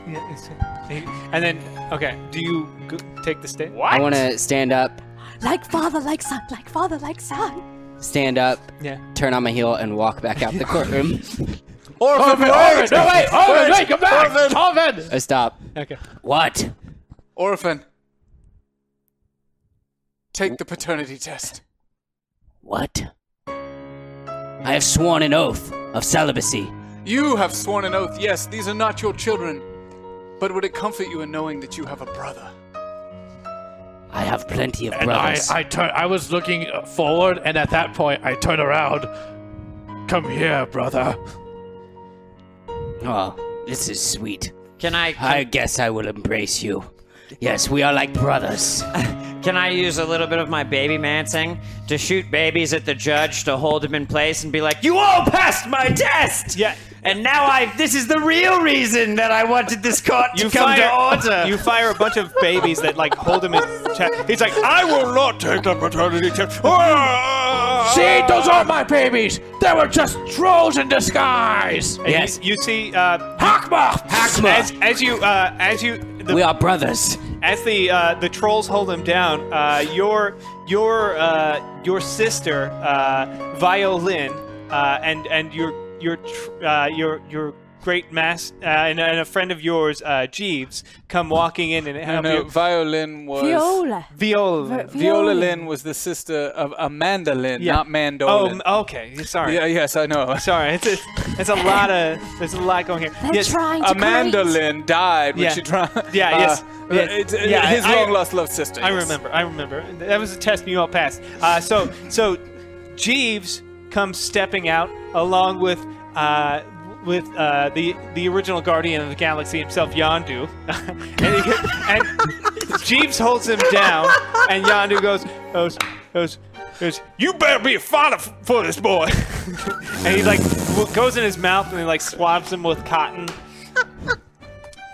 Speaker 3: And then, okay, do you go- take the stand?
Speaker 12: I want to stand up,
Speaker 7: Like father, like son, like father, like son.
Speaker 12: stand up,
Speaker 3: Yeah.
Speaker 12: turn on my heel, and walk back out the courtroom.
Speaker 4: Orphan,
Speaker 11: Orphan, no, wait, Orphan, wait, come back!
Speaker 4: Orphan,
Speaker 11: Orphan!
Speaker 12: I stop.
Speaker 3: Okay.
Speaker 5: What?
Speaker 4: Orphan. Take the paternity test.
Speaker 5: What? I have sworn an oath of celibacy.
Speaker 4: You have sworn an oath. Yes, these are not your children. But would it comfort you in knowing that you have a brother?
Speaker 5: I have plenty of
Speaker 11: And I,
Speaker 5: brothers.
Speaker 11: I turn. I was looking forward, and at that point, I turn around. Come here, brother.
Speaker 5: Oh, this is sweet.
Speaker 2: Can I?
Speaker 5: I guess I will embrace you. Yes, we are like brothers.
Speaker 2: Can I use a little bit of my baby mancing to shoot babies at the judge to hold him in place and be like, "You all passed my test."
Speaker 3: Yeah.
Speaker 2: And now I. This is the real reason that I wanted this court to come to order.
Speaker 3: You fire a bunch of babies that like hold him in check. He's like, I will not take the paternity test.
Speaker 11: See, those aren't my babies. They were just trolls in disguise.
Speaker 3: And yes. You, you see, uh,
Speaker 11: Hakma.
Speaker 3: as, as you, uh, as you, the,
Speaker 5: we are brothers.
Speaker 3: as the uh, the trolls hold him down, uh, your your uh, your sister uh, Violin uh, and and your your tr- uh, your your great mass uh, and, and a friend of yours uh, Jeeves come walking in and
Speaker 4: No,
Speaker 3: help
Speaker 4: no,
Speaker 3: you.
Speaker 4: violin was.
Speaker 7: Viola.
Speaker 3: Viola.
Speaker 7: Vi-
Speaker 4: Viola Lynn was the sister of Amanda Lynn,
Speaker 3: Yeah.
Speaker 4: not
Speaker 3: Oh,
Speaker 4: Mandolin.
Speaker 3: m- okay. Sorry.
Speaker 4: yeah, yes, I know.
Speaker 3: Sorry. It's a, it's a lot of there's a lot going here.
Speaker 7: They're
Speaker 3: yes.
Speaker 7: trying to
Speaker 4: Amanda
Speaker 7: create-
Speaker 4: Lynn died when
Speaker 3: Yeah.
Speaker 4: she drowned.
Speaker 3: Yeah, yes, yes,
Speaker 4: it's- uh,
Speaker 3: yeah,
Speaker 4: his
Speaker 3: I-
Speaker 4: long lost love sister.
Speaker 3: I
Speaker 4: yes.
Speaker 3: remember. I remember. That was a test you all passed. Uh, so so Jeeves comes stepping out along with uh, with uh, the the original guardian of the galaxy himself, Yandu, and, he, and Jeeves holds him down, and Yandu goes goes goes. goes you better be a father f- for this boy. and he like w- goes in his mouth and he like swabs him with cotton.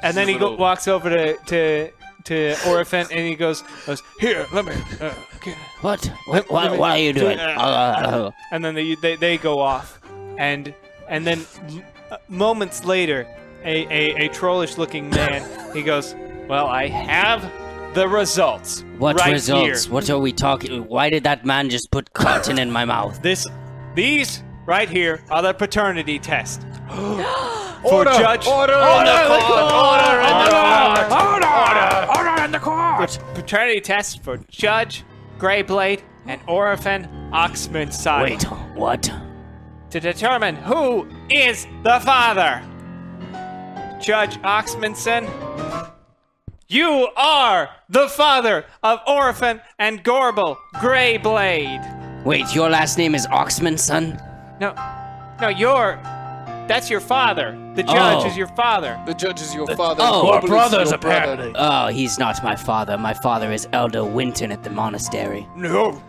Speaker 3: And then he go- walks over to to to Orphan and he goes, goes "Here, let me." Uh, okay."
Speaker 5: What? What, what, what are you doing?
Speaker 3: Uh,
Speaker 5: Uh,
Speaker 3: and then they, they they go off, and and then uh, moments later, a a, a trollish looking man he goes, "Well, I have the results.
Speaker 5: what
Speaker 3: right
Speaker 5: results?
Speaker 3: Here.
Speaker 5: What are we talking? Why did that man just put cotton in my mouth?
Speaker 3: This, these right here are the paternity test for
Speaker 4: Order,
Speaker 3: judge
Speaker 4: order,
Speaker 3: on the
Speaker 4: order,
Speaker 3: court,
Speaker 4: order,
Speaker 3: on the court.
Speaker 11: Order! Order in the court!
Speaker 3: paternity test for Judge Greyblade and Orphan Oxman Side.
Speaker 5: Wait, what?
Speaker 3: to determine who is the father. Judge Oxmanson, you are the father of Orphan and Gorbel Greyblade.
Speaker 6: Wait, your last name is Oxman, son?
Speaker 3: No, no, you're. That's your father. The judge
Speaker 6: Oh.
Speaker 3: is your father.
Speaker 4: The judge is your father.
Speaker 6: Oh, he's not my father. My father is Elder Winton at the monastery.
Speaker 1: No.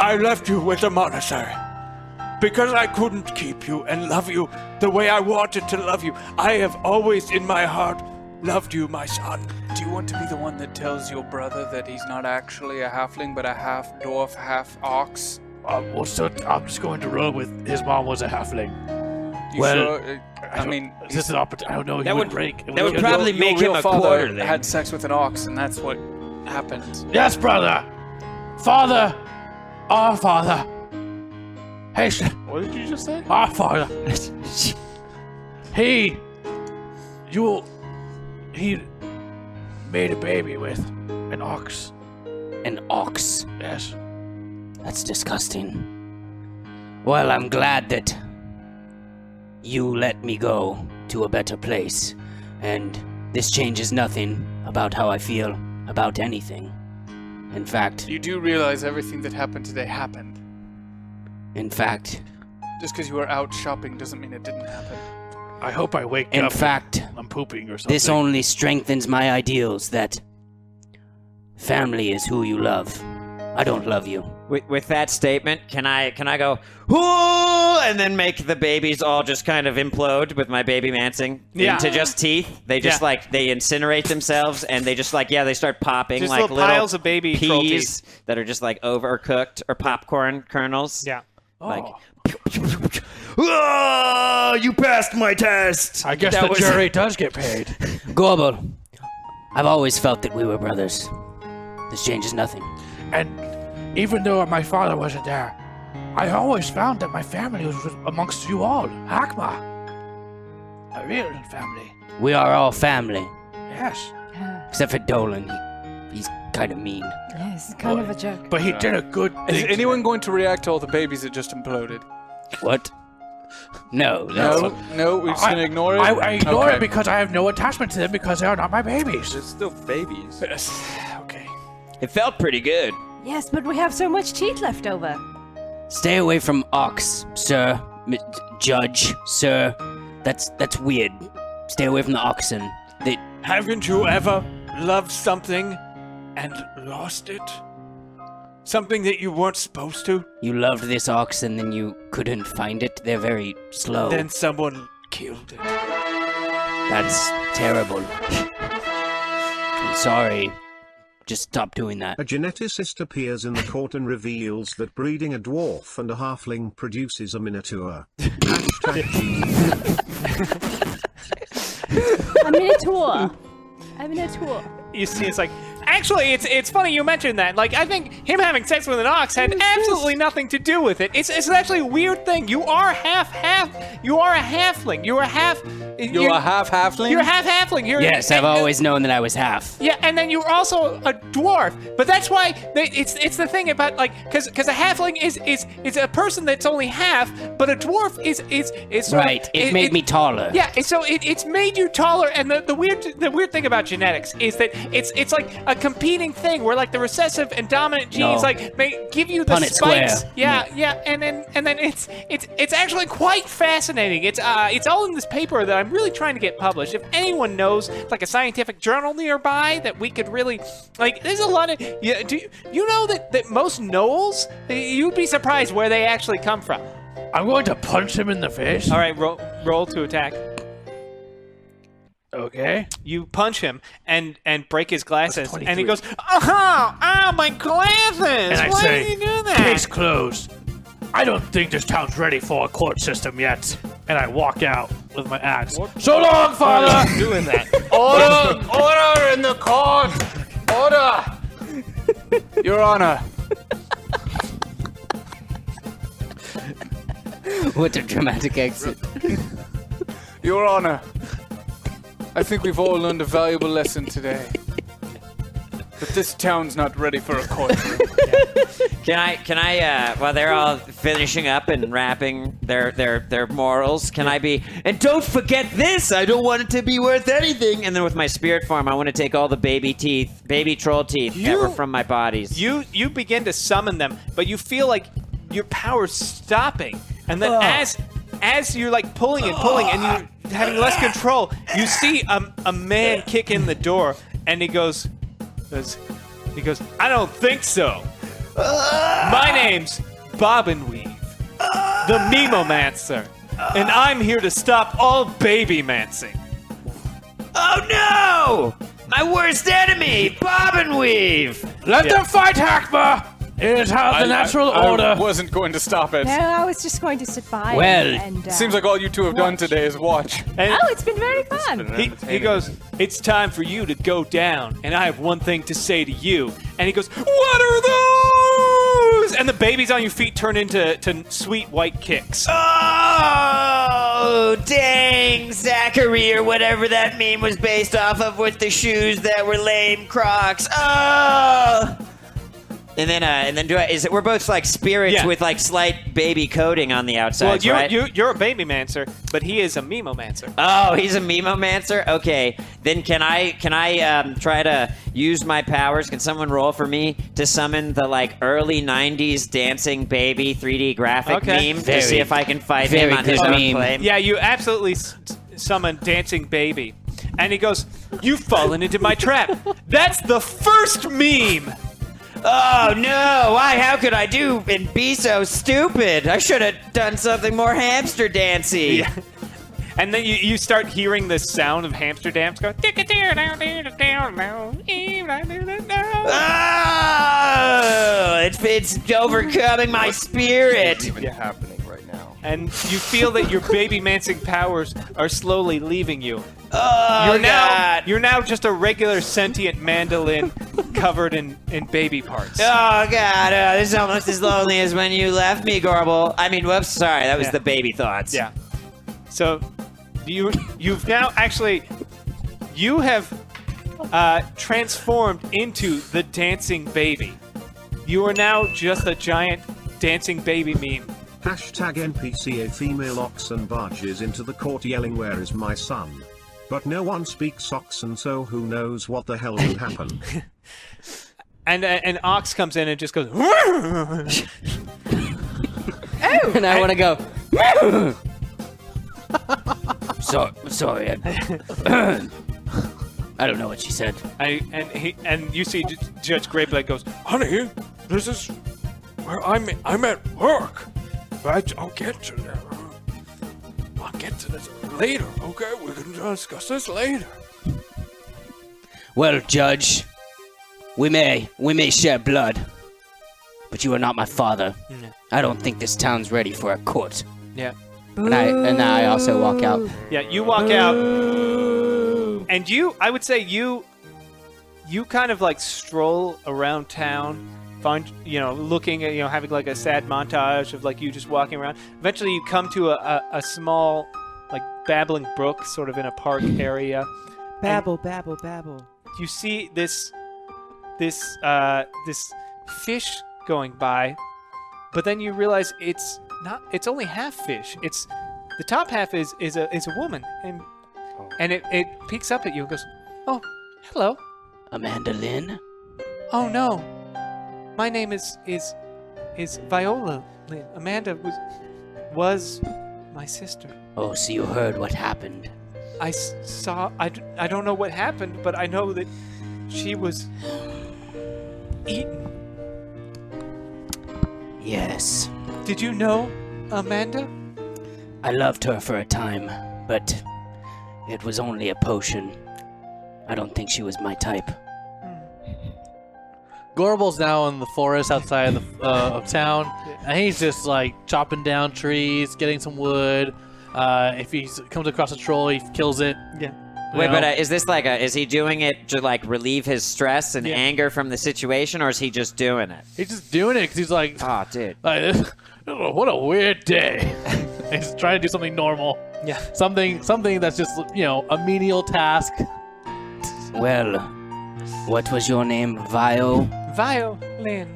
Speaker 1: I left you with the monastery. Because I couldn't keep you and love you the way I wanted to love you. I have always in my heart loved you, my son.
Speaker 4: Do you want to be the one that tells your brother that he's not actually a halfling but a half dwarf, half ox?
Speaker 9: Uh, well, so I'm just going to roll with his mom was a halfling.
Speaker 4: You sure? Uh, I
Speaker 9: don't-
Speaker 4: mean,
Speaker 9: is this an opportunity? I don't know. He
Speaker 4: That
Speaker 9: would
Speaker 4: would-
Speaker 9: break.
Speaker 4: that would probably Your- your make him real a father quarter then. had
Speaker 9: sex
Speaker 4: with an ox, and that's what happened.
Speaker 9: Yes, brother. Father, our father. Hey, sh-
Speaker 14: What did you just say?
Speaker 9: our father. he, you, he made a baby with an ox.
Speaker 6: An ox?
Speaker 9: Yes.
Speaker 6: That's disgusting. Well, I'm glad that you let me go to a better place, and this changes nothing about how I feel about anything. In fact,
Speaker 4: You do realize everything that happened today happened.
Speaker 6: in fact,
Speaker 4: Just because you were out shopping doesn't mean it didn't happen.
Speaker 9: I hope I wake
Speaker 6: in
Speaker 9: up.
Speaker 6: fact,
Speaker 9: I'm pooping or something.
Speaker 6: This only strengthens my ideals that family is who you love. I don't love you.
Speaker 2: With, with that statement, can I can I go whoo and then make the babies all just kind of implode with my baby mancing
Speaker 3: Yeah.
Speaker 2: into just teeth? They just
Speaker 3: Yeah.
Speaker 2: like they incinerate themselves and they just like yeah they start popping
Speaker 3: Just
Speaker 2: like
Speaker 3: little piles of baby troll
Speaker 2: peas that are just like overcooked or popcorn kernels.
Speaker 3: Yeah,
Speaker 2: like
Speaker 15: Oh, you passed my test.
Speaker 9: I guess
Speaker 6: That
Speaker 9: the
Speaker 6: was-
Speaker 9: jury does get paid.
Speaker 6: Gorbel, I've always felt that we were brothers. This changes nothing.
Speaker 9: And even though my father wasn't there, I always found that my family was with- amongst you all. Hakma. A real family.
Speaker 6: We are all family,
Speaker 9: Yes.
Speaker 6: except for Dolan. He- He's kind of mean.
Speaker 16: Yes, kind of a joke.
Speaker 9: But he did a good
Speaker 4: Is anyone going to react to all the babies that just imploded?
Speaker 6: What? No, that's
Speaker 4: No, no, we're just gonna
Speaker 9: I-
Speaker 4: ignore it.
Speaker 9: I, I ignore
Speaker 4: Okay.
Speaker 9: it because I have no attachment to them because they are not my babies.
Speaker 14: They're still babies.
Speaker 9: okay.
Speaker 2: It felt pretty good.
Speaker 7: Yes, but we have so much teeth left over.
Speaker 6: Stay away from Ox, sir. M- judge, sir. That's that's weird. Stay away from the oxen. They,
Speaker 1: Haven't you ever loved something and lost it? Something that you weren't supposed to?
Speaker 6: you loved this ox and then you couldn't find it. They're very slow.
Speaker 1: Then someone killed it.
Speaker 6: That's terrible. I'm sorry. Just stop doing that.
Speaker 8: A geneticist appears in the court and reveals that breeding a dwarf and a halfling produces a minotaur.
Speaker 7: A minotaur. A minotaur.
Speaker 3: you see, it's like actually, it's it's funny you mentioned that. Like, I think him having sex with an ox had absolutely nothing to do with it. It's it's actually a weird thing. You are half half. You are a halfling. You are half. You're,
Speaker 4: a half halfling.
Speaker 3: You're half halfling. You're
Speaker 6: Yes, I've always known that I was half.
Speaker 3: Yeah, and then you're also a dwarf. But that's why they, it's it's the thing about like because because a halfling is is is a person that's only half, but a dwarf is is is sort of-
Speaker 6: Right, it made me taller.
Speaker 3: Yeah, and so it, it's made you taller. And the, the weird the weird thing about genetics is that it's it's like a competing thing where like the recessive and dominant genes
Speaker 6: No.
Speaker 3: like they give you the
Speaker 6: Punnett square.
Speaker 3: spikes. Yeah, yeah, and then and then it's it's it's actually quite fascinating. It's uh it's all in this paper that I'm really trying to get published. If anyone knows like a scientific journal nearby that we could really like, there's a lot of yeah. Do you, you know that that most Knowles you'd be surprised where they actually come from.
Speaker 9: I'm going to punch him in the face.
Speaker 3: All right, roll roll to attack.
Speaker 9: Okay.
Speaker 3: You punch him and and break his glasses, and he
Speaker 9: 23.
Speaker 3: goes, "Oh, oh my glasses!
Speaker 9: And I
Speaker 3: Why
Speaker 9: say,
Speaker 3: did you do that?"
Speaker 9: case closed. I don't think this town's ready for a court system yet. And I walk out with my axe. Ah. So long, father!
Speaker 3: doing that.
Speaker 4: Order! Order in the court! Order! Your Honor.
Speaker 17: what a dramatic exit.
Speaker 4: Your Honor. I think we've all learned a valuable lesson today. But this town's not ready for a courtroom.
Speaker 2: Can I? Can I? Uh, while they're all finishing up and wrapping their their their morals, can I be? And don't forget this. I don't want it to be worth anything. And then with my spirit form, I want to take all the baby teeth, baby troll teeth that were from my bodies.
Speaker 3: You you begin to summon them, but you feel like your power's stopping, and then as as you're like pulling and pulling, and you're having less control, you see a, a man kick in the door, and he goes, goes he goes, I don't think so. My name's Bobbin Weave, the Memomancer, and I'm here to stop all baby mancing.
Speaker 2: Oh no! My worst enemy, Bobbin Weave.
Speaker 18: Let them fight, Hackma. It is how the natural order.
Speaker 4: I wasn't going to stop it.
Speaker 7: No, I was just going to sit by. and, uh,
Speaker 4: seems like all you two have done today is watch.
Speaker 7: oh, it's been very fun.
Speaker 3: He, he goes, It's time for you to go down, and I have one thing to say to you. And he goes, What are those? And the babies on your feet turn into to sweet white kicks.
Speaker 2: Oh, dang, Zachary, or whatever that meme was based off of with the shoes that were lame Crocs. Oh! And then, uh, and then do I, is it, we're both like spirits
Speaker 3: Yeah.
Speaker 2: with like slight baby coating on the
Speaker 3: well,
Speaker 2: outside,
Speaker 3: you're,
Speaker 2: right?
Speaker 3: you're, you're a baby mancer, but he is a memomancer.
Speaker 2: Oh, he's a memomancer. Okay, then can I can I um, try to use my powers? Can someone roll for me to summon the like early '90s dancing baby 3D graphic
Speaker 3: Okay.
Speaker 2: meme
Speaker 3: Very-
Speaker 2: to see if I can fight
Speaker 3: very
Speaker 2: him on his
Speaker 3: good
Speaker 2: own
Speaker 3: meme.
Speaker 2: claim?
Speaker 3: Yeah, you absolutely s- summon Dancing Baby. And he goes, You've fallen into my trap. That's the first meme.
Speaker 2: Oh no! Why? How could I do and be so stupid? I should have done something more hamster dancy.
Speaker 3: Yeah. And then you, you start hearing the sound of hamster dams go. "Tick."
Speaker 2: Oh, it's it's overcoming my spirit.
Speaker 19: happening right now.
Speaker 3: And you feel that your baby mancing powers are slowly leaving you.
Speaker 2: Oh,
Speaker 3: you're now you're now just a regular sentient mandolin covered in, in baby parts.
Speaker 2: Oh god, uh, this is almost as lonely as when you left me, Gorble. I mean, whoops, sorry, that was
Speaker 3: Yeah.
Speaker 2: the baby thoughts.
Speaker 3: Yeah. So you you've now actually you have uh, transformed into the dancing baby. You are now just a giant dancing baby meme.
Speaker 8: Hashtag NPC a female oxen barges into the court yelling where is my son? But no one speaks oxen so who knows what the hell will happen.
Speaker 3: And uh, an ox comes in and just goes.
Speaker 20: and I want to go.
Speaker 6: So, sorry. I, I don't know what she said.
Speaker 3: I, and he and you see J- Judge Greyblade goes.
Speaker 21: Honey, this is where I'm. I'm at work. But I'll get to that. I'll get to this later. Okay, we can discuss this later.
Speaker 6: Well, Judge, we may we may share blood, but you are not my father.
Speaker 20: Mm.
Speaker 3: No.
Speaker 6: I don't think this town's ready for a court.
Speaker 3: Yeah.
Speaker 6: And I and I also walk out.
Speaker 3: Yeah, you walk out, and you, I would say you, you kind of like stroll around town, find, you know, looking at, you know, having like a sad montage of like you just walking around. Eventually, you come to a, a, a small, like babbling brook, sort of in a park area.
Speaker 2: Babble, babble, babble.
Speaker 3: You see this, this, uh, this fish going by, but then you realize it's not. It's only half fish. It's the top half is is a is a woman, and and it it peeks up at you and goes, "Oh, hello.
Speaker 6: Amanda Lynn?
Speaker 3: Oh no, my name is is is Viola. Lynn. Amanda was was my sister.
Speaker 6: Oh, so you heard what happened.
Speaker 3: I s- saw. I d- I don't know what happened, but I know that she was eaten.
Speaker 6: Yes.
Speaker 3: Did you know, Amanda?
Speaker 6: I loved her for a time, but it was only a potion. I don't think she was my type.
Speaker 9: Gorble's now in the forest outside of, the, uh, of town, and he's just like chopping down trees, getting some wood. Uh, if he comes across a troll, he kills it.
Speaker 3: Yeah.
Speaker 2: Wait, but uh, is this like a? Is he doing it to like relieve his stress and
Speaker 9: Yeah.
Speaker 2: anger from the situation, or is he just doing it?
Speaker 9: He's just doing it because he's like,
Speaker 2: ah, dude.
Speaker 9: Like, "Oh, what a weird day. he's trying to do something normal.
Speaker 3: Yeah.
Speaker 9: Something, something that's just you know a menial task.
Speaker 6: Well, What was your name? Vio?
Speaker 3: Violin.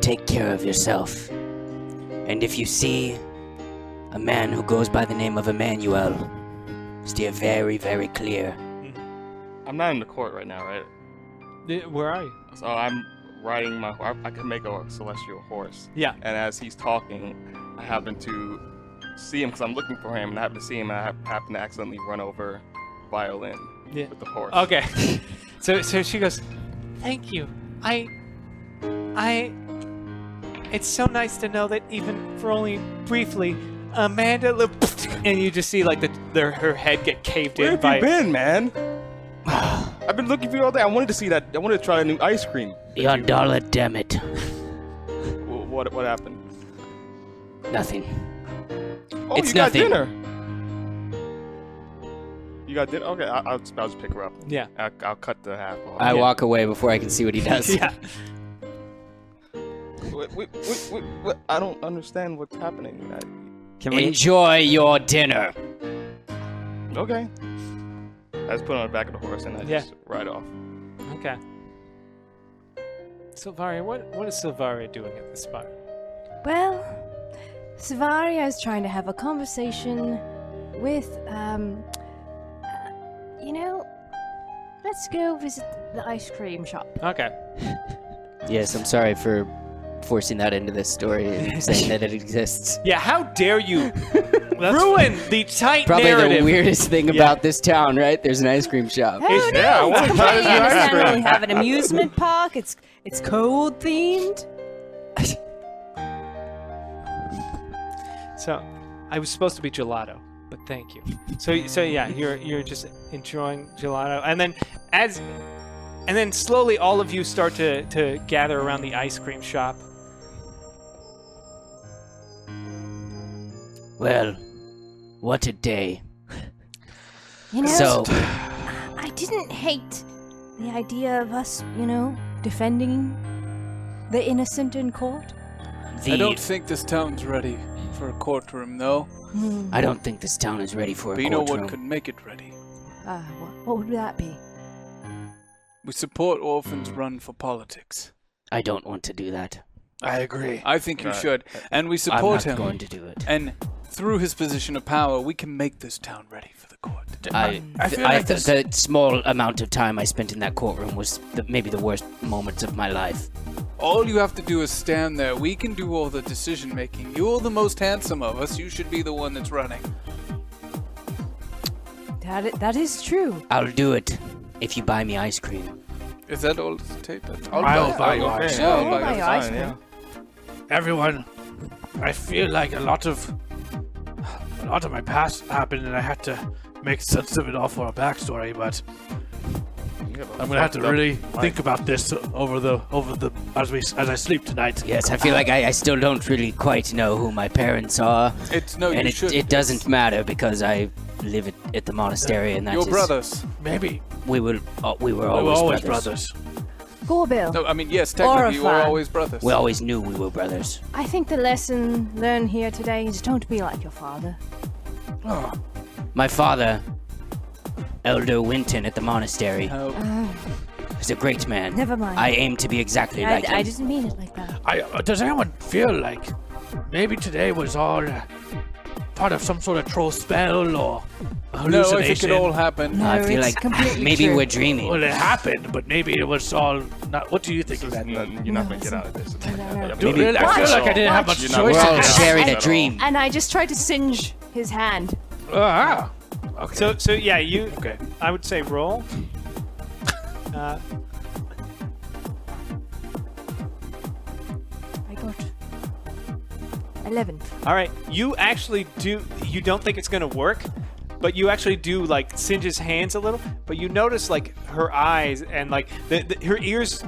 Speaker 6: Take care of yourself. And if you see a man who goes by the name of Emmanuel, steer very, very clear.
Speaker 8: I'm not in the court right now, right?
Speaker 3: Where are you?
Speaker 8: So I'm riding my. I, I can make a celestial horse.
Speaker 3: Yeah.
Speaker 8: And as he's talking, I happen to see him because I'm looking for him, and I happen to see him, and I hap- happen to accidentally run over Violin
Speaker 3: Yeah.
Speaker 8: with the horse.
Speaker 3: Okay. so so she goes, Thank you. I. I. It's so nice to know that even for only briefly, Amanda. Le- and you just see like the, the her head get caved
Speaker 8: Where
Speaker 3: in
Speaker 8: have
Speaker 3: by.
Speaker 8: you been, man? I've been looking for you all day. I wanted to see that. I wanted to try a new ice cream.
Speaker 6: Your dollar, damn it.
Speaker 8: Wh- What what happened?
Speaker 6: Nothing.
Speaker 8: Oh,
Speaker 6: It's
Speaker 8: you got
Speaker 6: nothing.
Speaker 8: dinner. You got dinner. Okay, I, I'll, just- I'll just pick her up.
Speaker 3: Yeah.
Speaker 8: I, I'll cut the half off.
Speaker 2: I walk away before I can see what he does.
Speaker 8: Yeah. Wait, wait, wait, wait, wait, I don't understand what's happening. I-
Speaker 2: Enjoy your dinner.
Speaker 8: Okay. I just put it on the back of the horse and I
Speaker 3: Yeah.
Speaker 8: just ride off.
Speaker 3: Okay. Silvaria, what, what is Silvaria doing at this bar?
Speaker 7: Well, Savaria is trying to have a conversation with, um, uh, you know, let's go visit the ice cream shop.
Speaker 3: Okay.
Speaker 2: Yes, I'm sorry for forcing that into this story and saying that it exists.
Speaker 3: Yeah, how dare you ruin the tight
Speaker 2: Probably
Speaker 3: narrative?
Speaker 2: the weirdest thing about this town, right? There's an ice cream shop.
Speaker 7: Oh, no, it's completely understandable. We have an amusement park. It's it's cold themed.
Speaker 3: So, I was supposed to be gelato, but thank you. So, so yeah, you're you're just enjoying gelato, and then as, and then slowly all of you start to to gather around the ice cream shop.
Speaker 6: Well, what a day.
Speaker 7: You know,
Speaker 6: so,
Speaker 7: I didn't hate the idea of us, you know, defending the innocent in court.
Speaker 4: I don't think this town's ready for a courtroom, though.
Speaker 7: Hmm.
Speaker 6: I don't think this town is ready for a
Speaker 4: But you know what
Speaker 6: courtroom.
Speaker 4: could make it ready?
Speaker 7: Uh, what, what would that be?
Speaker 4: We support orphans run for politics.
Speaker 6: I don't want to do that.
Speaker 4: I agree. I think you
Speaker 6: Right.
Speaker 4: should, and we
Speaker 6: I'm
Speaker 4: support
Speaker 6: not
Speaker 4: him.
Speaker 6: going to do it.
Speaker 4: And through his position of power, we can make this town ready for the court.
Speaker 6: I,
Speaker 4: I
Speaker 6: I,
Speaker 4: feel like this-
Speaker 6: th- the small amount of time I spent in that courtroom was the, maybe the worst moments of my life.
Speaker 4: All you have to do is stand there. We can do all the decision making. You're the most handsome of us. You should be the one that's running.
Speaker 7: That i- that is true.
Speaker 6: I'll do it if you buy me ice cream.
Speaker 4: Is that all it's taped?
Speaker 9: I'll buy you ice cream.
Speaker 7: Oh
Speaker 4: Yeah,
Speaker 9: I'll
Speaker 4: I'll
Speaker 9: buy
Speaker 4: you
Speaker 9: you
Speaker 4: ice
Speaker 9: ice
Speaker 4: cream.
Speaker 9: Everyone, I feel like a lot of a lot of my past happened, and I had to make sense of it all for a backstory. But I'm gonna have
Speaker 2: fucked
Speaker 9: to
Speaker 2: up
Speaker 9: really
Speaker 2: life.
Speaker 9: think about this over the over the as we as I sleep tonight.
Speaker 6: Yes, I feel
Speaker 4: Ah.
Speaker 6: like I, I still don't really quite know who my parents are.
Speaker 4: It's no,
Speaker 6: and
Speaker 4: you
Speaker 6: it,
Speaker 4: shouldn't.
Speaker 6: it doesn't matter because I live at, at the monastery, and that's
Speaker 4: Your brothers.
Speaker 9: Maybe.
Speaker 6: we will. Uh, we were
Speaker 4: We were
Speaker 6: always,
Speaker 4: always
Speaker 6: brothers.
Speaker 7: Gorbil.
Speaker 4: No, I mean yes. Technically, you were
Speaker 7: Oriflam.
Speaker 4: always brothers.
Speaker 6: We always knew we were brothers.
Speaker 7: I think the lesson learned here today is don't be like your father.
Speaker 6: My father, Elder Winton at the monastery,
Speaker 7: Uh,
Speaker 6: is a great man.
Speaker 7: Never mind.
Speaker 6: I aim to be exactly
Speaker 7: I,
Speaker 6: like him.
Speaker 7: I didn't mean it like that.
Speaker 9: I, uh, does anyone feel like maybe today was all uh, part of some sort of troll spell
Speaker 4: No,
Speaker 9: or
Speaker 4: I
Speaker 9: hallucination?
Speaker 4: think it all happened.
Speaker 6: I feel like maybe we're dreaming.
Speaker 9: Well, it happened, but maybe it was all not. What do you think of that?
Speaker 8: you're not gonna get out of this.
Speaker 9: Dude, really, I feel like I didn't have much
Speaker 6: You're
Speaker 9: choice.
Speaker 6: not We're all
Speaker 9: in this.
Speaker 6: sharing a dream.
Speaker 7: And I just tried to singe his hand.
Speaker 9: Ah.
Speaker 3: So so yeah, you. Okay. I would say roll. Uh,
Speaker 7: I got eleven.
Speaker 3: All right, you actually do. You don't think it's gonna work, but you actually do like singe his hands a little. But you notice like her eyes and like the, the, her ears.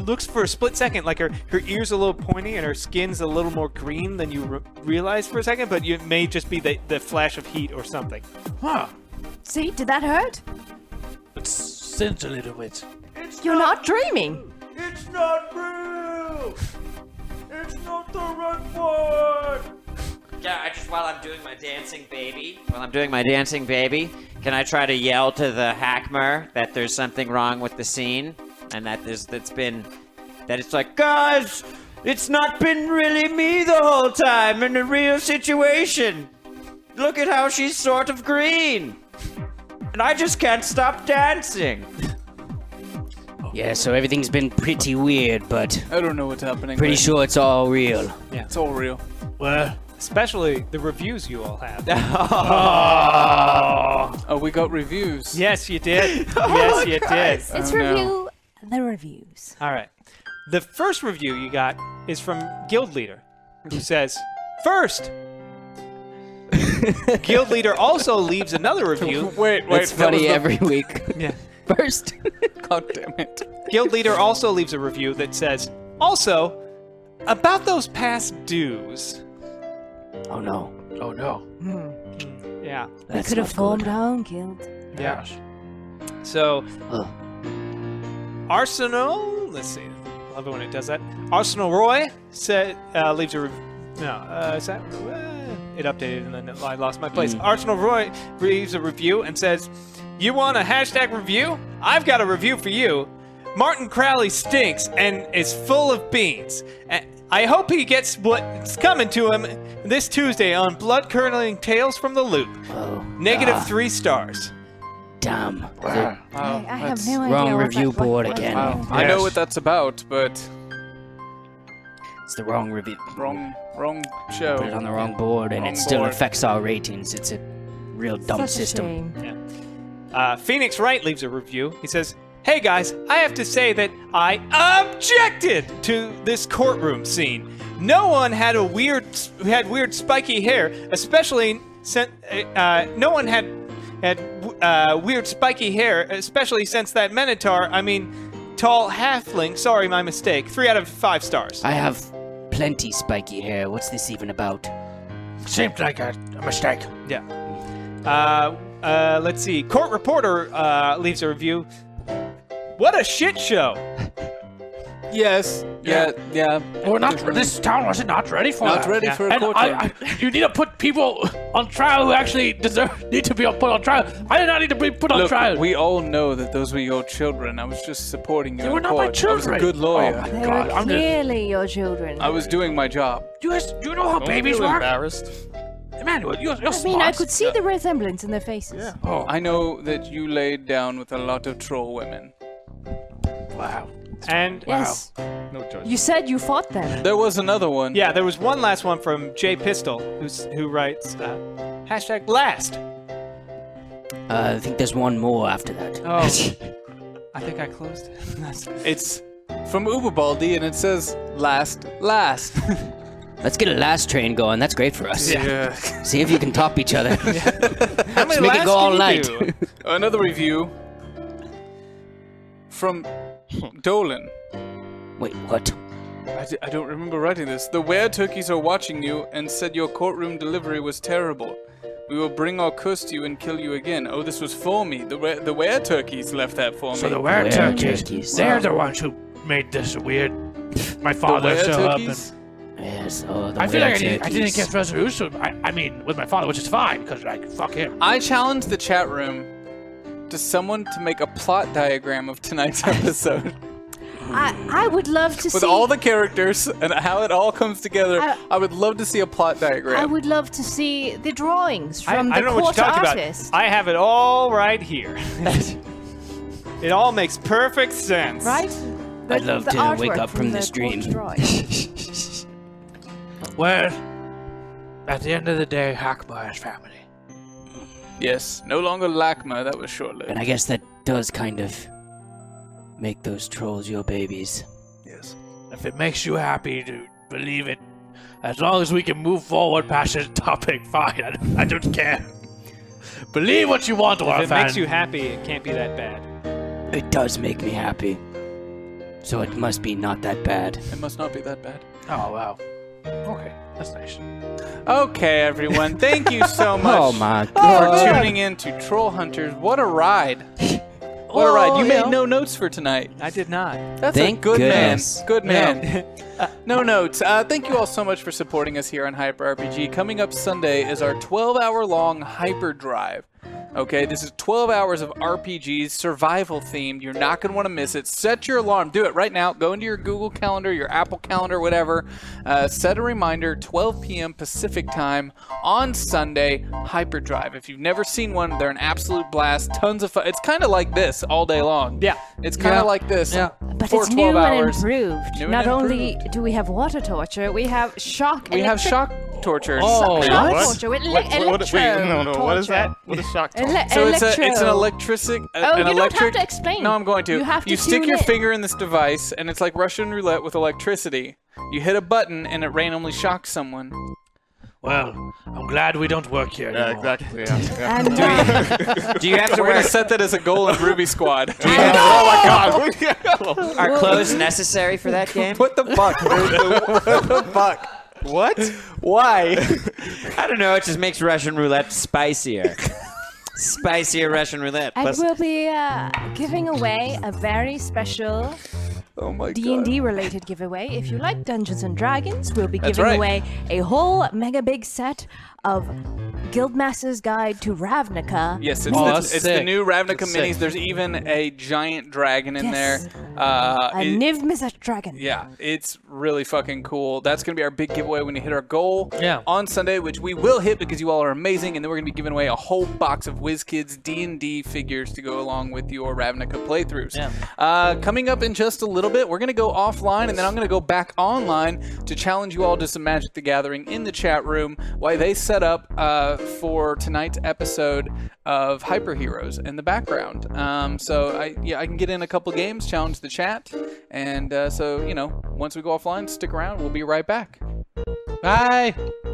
Speaker 3: Looks for a split second like her her ears a little pointy and her skin's a little more green than you re- realize for a second. But you, it may just be the the flash of heat or something.
Speaker 9: Huh.
Speaker 7: See, did that hurt?
Speaker 9: Let's singe a little bit.
Speaker 7: You're not dreaming.
Speaker 22: It's not real! It's not the red one!
Speaker 2: Yeah, I just while I'm doing my dancing baby. While I'm doing my dancing baby, can I try to yell to the hackmer that there's something wrong with the scene and that there's that's been that it's like guys, it's not been really me the whole time in a real situation. Look at how she's sort of green, and I just can't stop dancing.
Speaker 6: Yeah, so everything's been pretty weird, but
Speaker 4: I don't know what's happening.
Speaker 6: pretty
Speaker 4: right
Speaker 6: sure it's all real.
Speaker 4: Yeah, it's all real.
Speaker 23: Well,
Speaker 3: especially the reviews you all have.
Speaker 4: oh. we got reviews.
Speaker 3: Yes, you did.
Speaker 22: Oh
Speaker 3: Yes, you did.
Speaker 9: Oh,
Speaker 7: It's review the reviews.
Speaker 3: All right. The first review you got is from Guild Leader, who says, First! Guild Leader also leaves another review.
Speaker 4: Wait, wait.
Speaker 24: It's funny every week.
Speaker 3: Yeah.
Speaker 24: First.
Speaker 4: God damn it.
Speaker 3: Guild Leader also leaves a review that says, Also, about those past dues.
Speaker 6: Oh no.
Speaker 23: Oh no.
Speaker 3: Yeah.
Speaker 7: we could have formed our own guild.
Speaker 3: Yeah. So, Arsenal. Let's see. Love it when it does that. Arsenal Roy said uh, leaves a rev- no. Uh, is that uh, it updated and then I lost my place.
Speaker 25: Mm.
Speaker 3: Arsenal Roy leaves a review and says, "You want a hashtag review? I've got a review for you. Martin Crowley stinks and is full of beans. A- I hope he gets what's coming to him this Tuesday on Blood Curdling Tales from the Loop. Negative
Speaker 6: Ah.
Speaker 3: three stars.
Speaker 6: Damn.
Speaker 7: I, I have
Speaker 4: That's
Speaker 7: no idea.
Speaker 6: Wrong
Speaker 7: what
Speaker 6: review
Speaker 7: that- what-
Speaker 6: board
Speaker 7: what-
Speaker 6: again.
Speaker 4: I know what that's about, but
Speaker 6: It's the wrong review.
Speaker 4: wrong, wrong show.
Speaker 6: Put it on the wrong board, and
Speaker 4: Wrong
Speaker 6: it still
Speaker 4: board.
Speaker 6: affects our ratings. It's a real dumb
Speaker 7: Such a
Speaker 6: system.
Speaker 7: shame.
Speaker 3: Uh, Phoenix Wright leaves a review. He says, Hey guys, I have to say that I objected to this courtroom scene. No one had a weird, had weird spiky hair, especially since uh, no one had had uh, weird spiky hair, especially since that Minotaur. I mean, tall halfling. Sorry, my mistake. Three out of five stars.
Speaker 6: I have plenty spiky hair. What's this even about?
Speaker 9: Seems like a, a mistake.
Speaker 3: Yeah. Uh, uh, let's see. Court reporter uh, leaves a review. What a shit show!
Speaker 4: Yes. Yeah. Yeah.
Speaker 9: We're not. This town was not ready for
Speaker 4: Not
Speaker 9: that.
Speaker 4: ready for a
Speaker 9: and
Speaker 4: courtroom.
Speaker 9: I, I, you need to put people on trial who actually deserve need to be put on trial. I did not need to be put on
Speaker 4: Look,
Speaker 9: trial.
Speaker 4: we all know that those were your children. I was just supporting you.
Speaker 9: They
Speaker 4: in
Speaker 9: were not my
Speaker 4: court. I
Speaker 9: children.
Speaker 4: was a good lawyer.
Speaker 9: Oh my
Speaker 7: They were clearly your children.
Speaker 4: I was doing my job.
Speaker 9: You guys, do you know how
Speaker 4: Don't
Speaker 9: babies
Speaker 4: feel
Speaker 9: work?
Speaker 4: embarrassed.
Speaker 9: Emmanuel, you're, you're
Speaker 7: I mean, I
Speaker 9: smart.
Speaker 7: could see the resemblance in their faces.
Speaker 4: Oh, I know that you laid down with a lot of troll women.
Speaker 9: Wow.
Speaker 3: And
Speaker 7: Yes.
Speaker 4: No judgment.
Speaker 7: You said you fought them.
Speaker 4: There was another one.
Speaker 3: Yeah, there was one last one from Jay Pistol, who's, who writes uh, hashtag last.
Speaker 6: Uh, I think there's one more after that.
Speaker 9: Oh.
Speaker 3: I think I closed it.
Speaker 4: It's from Uberbaldi and it says last, last.
Speaker 6: Let's get a last train going. That's great for us.
Speaker 4: Yeah.
Speaker 6: See if you can top each other.
Speaker 4: How
Speaker 6: many make it go lasts all can you night.
Speaker 4: Another review from Dolan.
Speaker 6: Wait, what?
Speaker 4: I, d- I don't remember writing this. The were turkeys are watching you and said your courtroom delivery was terrible. We will bring our curse to you and kill you again. Oh, this was for me. The were, the were turkeys left that for me.
Speaker 9: So the were turkeys, they're the
Speaker 4: Wow.
Speaker 9: ones who made this weird. My father
Speaker 4: were
Speaker 9: show up.
Speaker 4: turkeys?
Speaker 9: And,
Speaker 6: Yes, oh, the
Speaker 9: I feel
Speaker 6: were
Speaker 9: like I, did, I didn't
Speaker 6: turkeys.
Speaker 9: get resolution. I, I mean, with my father, which is fine because like fuck him.
Speaker 4: I challenge the chat room to someone to make a plot diagram of tonight's episode
Speaker 7: I, I would love to
Speaker 4: with
Speaker 7: see.
Speaker 4: all the characters and how it all comes together.
Speaker 7: I-
Speaker 4: I, would love to see a plot diagram.
Speaker 7: I would love to see the drawings
Speaker 3: I, I
Speaker 7: from
Speaker 3: don't
Speaker 7: the
Speaker 3: know what
Speaker 7: quarter
Speaker 3: you're talking
Speaker 7: artist.
Speaker 3: about. I have it all right here. it all makes perfect sense.
Speaker 7: Right?
Speaker 6: I'd love
Speaker 7: the
Speaker 6: to wake
Speaker 7: artwork
Speaker 6: up from,
Speaker 7: from
Speaker 6: this
Speaker 7: the
Speaker 6: dream.
Speaker 9: Well, at the end of the day, Hackmeyer's family.
Speaker 4: yes, no longer Lakma. That was short lived.
Speaker 6: and I guess that does kind of make those trolls your babies.
Speaker 4: Yes.
Speaker 9: If it makes you happy to believe it, as long as we can move forward past this topic, fine. I don't, I don't care. believe what you want,
Speaker 3: If it
Speaker 9: Warfan.
Speaker 3: makes you happy, it can't be that bad.
Speaker 6: It does make me happy. So it must be not that bad.
Speaker 4: It must not be that bad.
Speaker 9: Oh wow. Okay, that's nice.
Speaker 4: Okay, everyone. Thank you so much
Speaker 6: Oh my
Speaker 4: for
Speaker 6: god.
Speaker 4: tuning in to Troll Hunters. What a ride! What a ride! You
Speaker 6: Well,
Speaker 4: made
Speaker 6: you know.
Speaker 4: no notes for tonight.
Speaker 6: I did not.
Speaker 4: That's
Speaker 6: Thank
Speaker 4: a good
Speaker 6: goodness.
Speaker 4: man. Good
Speaker 6: Yeah.
Speaker 4: man. no notes. Uh, thank you all so much for supporting us here on Hyper RPG. Coming up Sunday is our 12-hour-long Hyper Drive. Okay, this is 12 hours of RPGs, survival themed. You're not going to want to miss it. Set your alarm. Do it right now. Go into your Google Calendar, your Apple Calendar, whatever. Uh, set a reminder, 12 p.m. Pacific time on Sunday, Hyperdrive. If you've never seen one, they're an absolute blast. Tons of fun. It's kind of like this all day long. Yeah. It's kind of
Speaker 7: Yeah.
Speaker 4: like this
Speaker 7: Yeah. But
Speaker 4: for
Speaker 7: it's
Speaker 4: 12
Speaker 7: new and
Speaker 4: hours.
Speaker 7: improved.
Speaker 4: New and
Speaker 7: Not only do we have water torture, we have shock.
Speaker 4: We have
Speaker 7: electric-
Speaker 4: shock torture.
Speaker 7: Oh, Shock what? torture with
Speaker 3: What- what- what- wait,
Speaker 7: electro
Speaker 3: no, no, what is
Speaker 7: torture.
Speaker 3: that? What is shock torture?
Speaker 7: Ele-
Speaker 4: So it's, a, it's an
Speaker 7: electro.
Speaker 4: electric.
Speaker 7: Oh,
Speaker 4: an
Speaker 7: you don't have
Speaker 4: electric,
Speaker 7: to explain.
Speaker 4: No, I'm going to.
Speaker 7: You have to
Speaker 4: stick
Speaker 7: tune
Speaker 4: your
Speaker 7: it.
Speaker 4: finger in this device, and it's like Russian roulette with electricity. You hit a button, and it randomly shocks someone.
Speaker 9: Well, I'm glad we don't work here.
Speaker 4: Yeah,
Speaker 9: anymore.
Speaker 4: exactly,
Speaker 3: yeah.
Speaker 9: Do
Speaker 7: uh,
Speaker 4: you-
Speaker 9: do you have to
Speaker 4: We're
Speaker 9: wear-
Speaker 4: gonna set that as a goal in Ruby Squad.
Speaker 2: Oh
Speaker 4: my god!
Speaker 2: Are clothes necessary for that game?
Speaker 4: What the fuck? what the fuck? What? Why?
Speaker 2: I don't know. It just makes Russian roulette spicier. spicier Russian roulette.
Speaker 7: And
Speaker 2: Plus-
Speaker 7: we'll be uh, giving away a very special
Speaker 4: Oh my
Speaker 7: D&D related giveaway. If you like Dungeons and Dragons, we'll be
Speaker 26: That's
Speaker 7: giving
Speaker 26: right.
Speaker 7: away a whole mega big set of Guildmaster's Guide to Ravnica.
Speaker 4: Yes, it's,
Speaker 27: Oh,
Speaker 4: the,
Speaker 27: that's
Speaker 4: it's the
Speaker 27: sick.
Speaker 4: new Ravnica
Speaker 27: That's
Speaker 4: minis.
Speaker 27: sick.
Speaker 4: There's even a giant dragon in
Speaker 7: Yes.
Speaker 4: there. Uh,
Speaker 7: A
Speaker 4: it-
Speaker 7: Niv Mizzet Dragon.
Speaker 4: Yeah, it's really fucking cool. That's going to be our big giveaway when you hit our goal
Speaker 7: Yeah.
Speaker 4: on Sunday, which we will hit because you all are amazing. And then we're going to be giving away a whole box of WizKids D&D figures to go along with your Ravnica playthroughs.
Speaker 27: Yeah.
Speaker 4: Uh, coming up in just a little bit, we're going to go offline, and then I'm going to go back online to challenge you all to some Magic the Gathering in the chat room while they set up uh, for tonight's episode of Hyper Heroes in the background. Um, so I, yeah, I can get in a couple games, challenge the chat, and uh, so you know, once we go offline, stick around. We'll be right back. Bye.